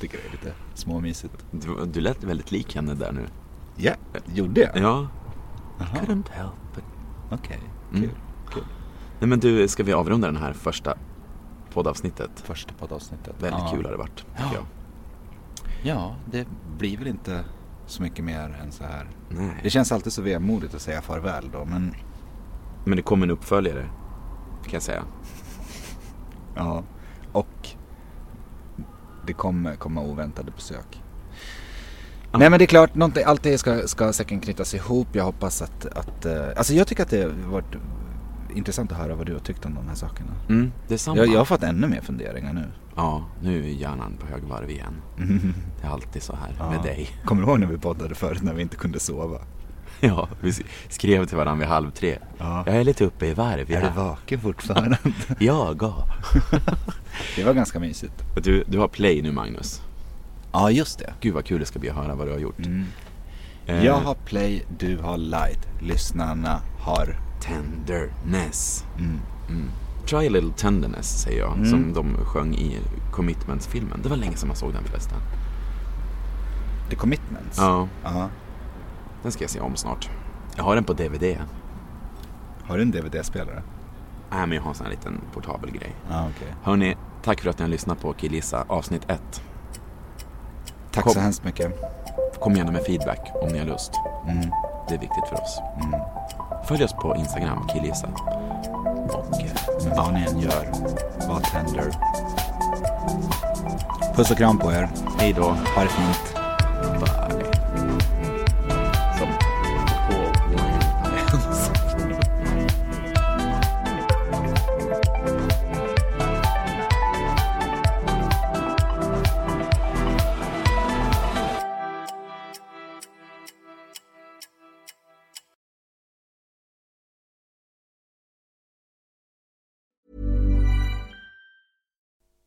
Speaker 4: tycker är lite småmysigt.
Speaker 3: Du, du lät väldigt lik henne där nu.
Speaker 4: Ja, gjorde jag?
Speaker 3: Ja. I couldn't help but...
Speaker 4: Okej,
Speaker 3: Mm.
Speaker 4: kul. kul.
Speaker 3: Nej men du, ska vi avrunda den här första poddavsnittet?
Speaker 4: Första poddavsnittet.
Speaker 3: Väldigt
Speaker 4: Ja.
Speaker 3: kul har det varit, tycker jag.
Speaker 4: Ja, det blir väl inte så mycket mer än så här.
Speaker 3: Nej.
Speaker 4: Det känns alltid så vemodigt att säga farväl då, men
Speaker 3: Men det kommer en uppföljare, kan jag säga.
Speaker 4: ja. Och det kommer komma oväntade besök. Nej men det är klart, någonting- allt det ska, ska säkert knytas ihop. Jag hoppas att, att eh, alltså jag tycker att det har varit intressant att höra vad du har tyckt om de här sakerna.
Speaker 3: Mm, detsamma.
Speaker 4: Jag, jag har fått ännu mer funderingar nu.
Speaker 3: Ja, nu är hjärnan på högvarv
Speaker 4: [laughs]
Speaker 3: igen. Det är alltid så här med dig. [laughs]
Speaker 4: Kommer du ihåg när vi poddade förut när vi inte kunde sova?
Speaker 3: Ja, vi s- skrev till varandra vid halv tre. Jag är lite uppe i varv.
Speaker 4: Är
Speaker 3: Ja,
Speaker 4: du vaken fortfarande?
Speaker 3: jag [laughs] ja.
Speaker 4: [laughs] det var ganska mysigt.
Speaker 3: Du, du har play nu Magnus.
Speaker 4: Ja just det.
Speaker 3: Gud vad kul det ska bli att höra vad du har gjort.
Speaker 4: Mm.
Speaker 3: Eh,
Speaker 4: Jag har play, du har light. Lyssnarna har...
Speaker 3: Tenderness. Mm. Try a little tenderness, säger jag, som de sjöng i Commitments-filmen. Det var länge sedan man såg den förresten.
Speaker 4: The commitments.
Speaker 3: Ja,
Speaker 4: Ja.
Speaker 3: den ska jag se om snart. Jag har den på DVD. Nej,
Speaker 4: Har du en DVD-spelare?
Speaker 3: men jag har en sån här liten portabel grej.
Speaker 4: Ja, okej.
Speaker 3: Hörni, tack för att ni har lyssnat på Killgissa avsnitt 1.
Speaker 4: Tack
Speaker 3: Kom.
Speaker 4: så hemskt mycket.
Speaker 3: Kom gärna med feedback om ni har lust. Mm. Det är viktigt för oss. Följ oss på Instagram, killgissa. Och eh,
Speaker 4: Men vad ni än gör, vad händer? Puss och kram på er.
Speaker 3: hej då.
Speaker 4: Ha det fint.
Speaker 3: Bye. Som Paul Ryan.